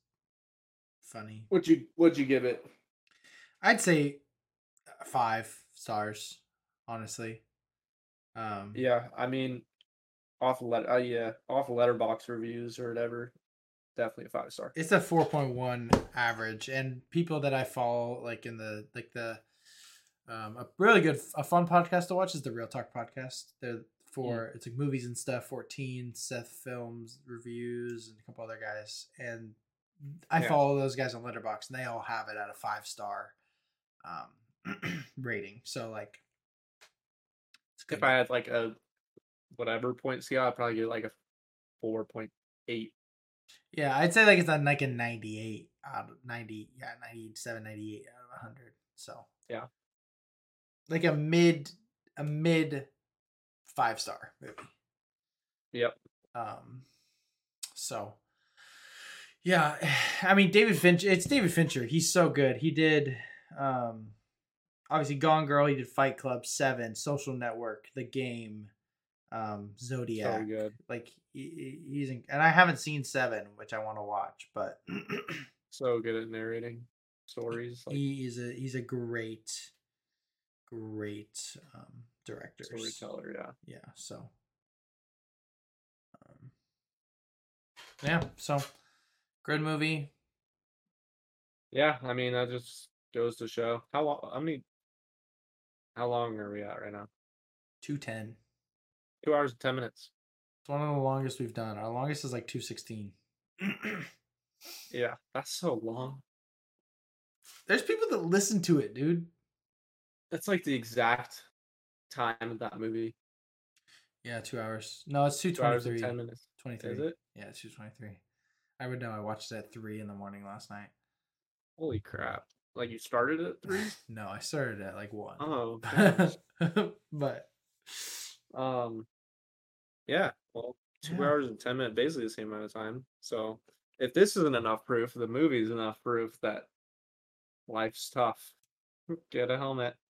funny. Would you would you give it? I'd say uh, five stars, honestly. Um, Yeah, I mean, off of let uh, yeah, off of letterbox reviews or whatever, definitely a five star. it's a 4.1 average and people that i follow like in the like the um a really good a fun podcast to watch is the real talk podcast they're for Mm. it's like movies and stuff 14 seth films reviews and a couple other guys and i Yeah. follow those guys on letterbox and they all have it at a five star um rating so like it's If I had like a whatever point scale, I'd probably get like a four point eight. yeah i'd say like it's on like a 98 out of 90, yeah, 97, 98 out of 100. So, Yeah. Like a mid, a mid five star movie. Yep. Um, so, yeah, I mean, David Fincher, it's David Fincher. He's so good. He did, um, obviously Gone Girl, he did Fight Club, Seven, Social Network, The Game, um, Zodiac So good. like he, he- he's in, and I haven't seen Seven, which I want to watch, but So good at narrating stories. Like, he is a he's a great, great um, director. storyteller, yeah. Yeah, so um, yeah, so good movie. Yeah, I mean that just goes to show how long. I mean, how long are we at right now? Two ten. Two hours and ten minutes. It's one of the longest we've done. Our longest is like two sixteen. Yeah, that's so long. There's people that listen to it, dude. That's like the exact time of that movie. Yeah, two hours. No, it's two Two hours twenty and three. ten minutes. Twenty Is three. it? Yeah, it's two twenty three. I would know. I watched it at three in the morning last night. Holy crap! Like you started at three. No, I started at like one. Oh, gosh. but um, yeah. Well, two Yeah. hours and ten minutes, basically the same amount of time. So if this isn't enough proof, the movie's enough proof that life's tough. Get a helmet.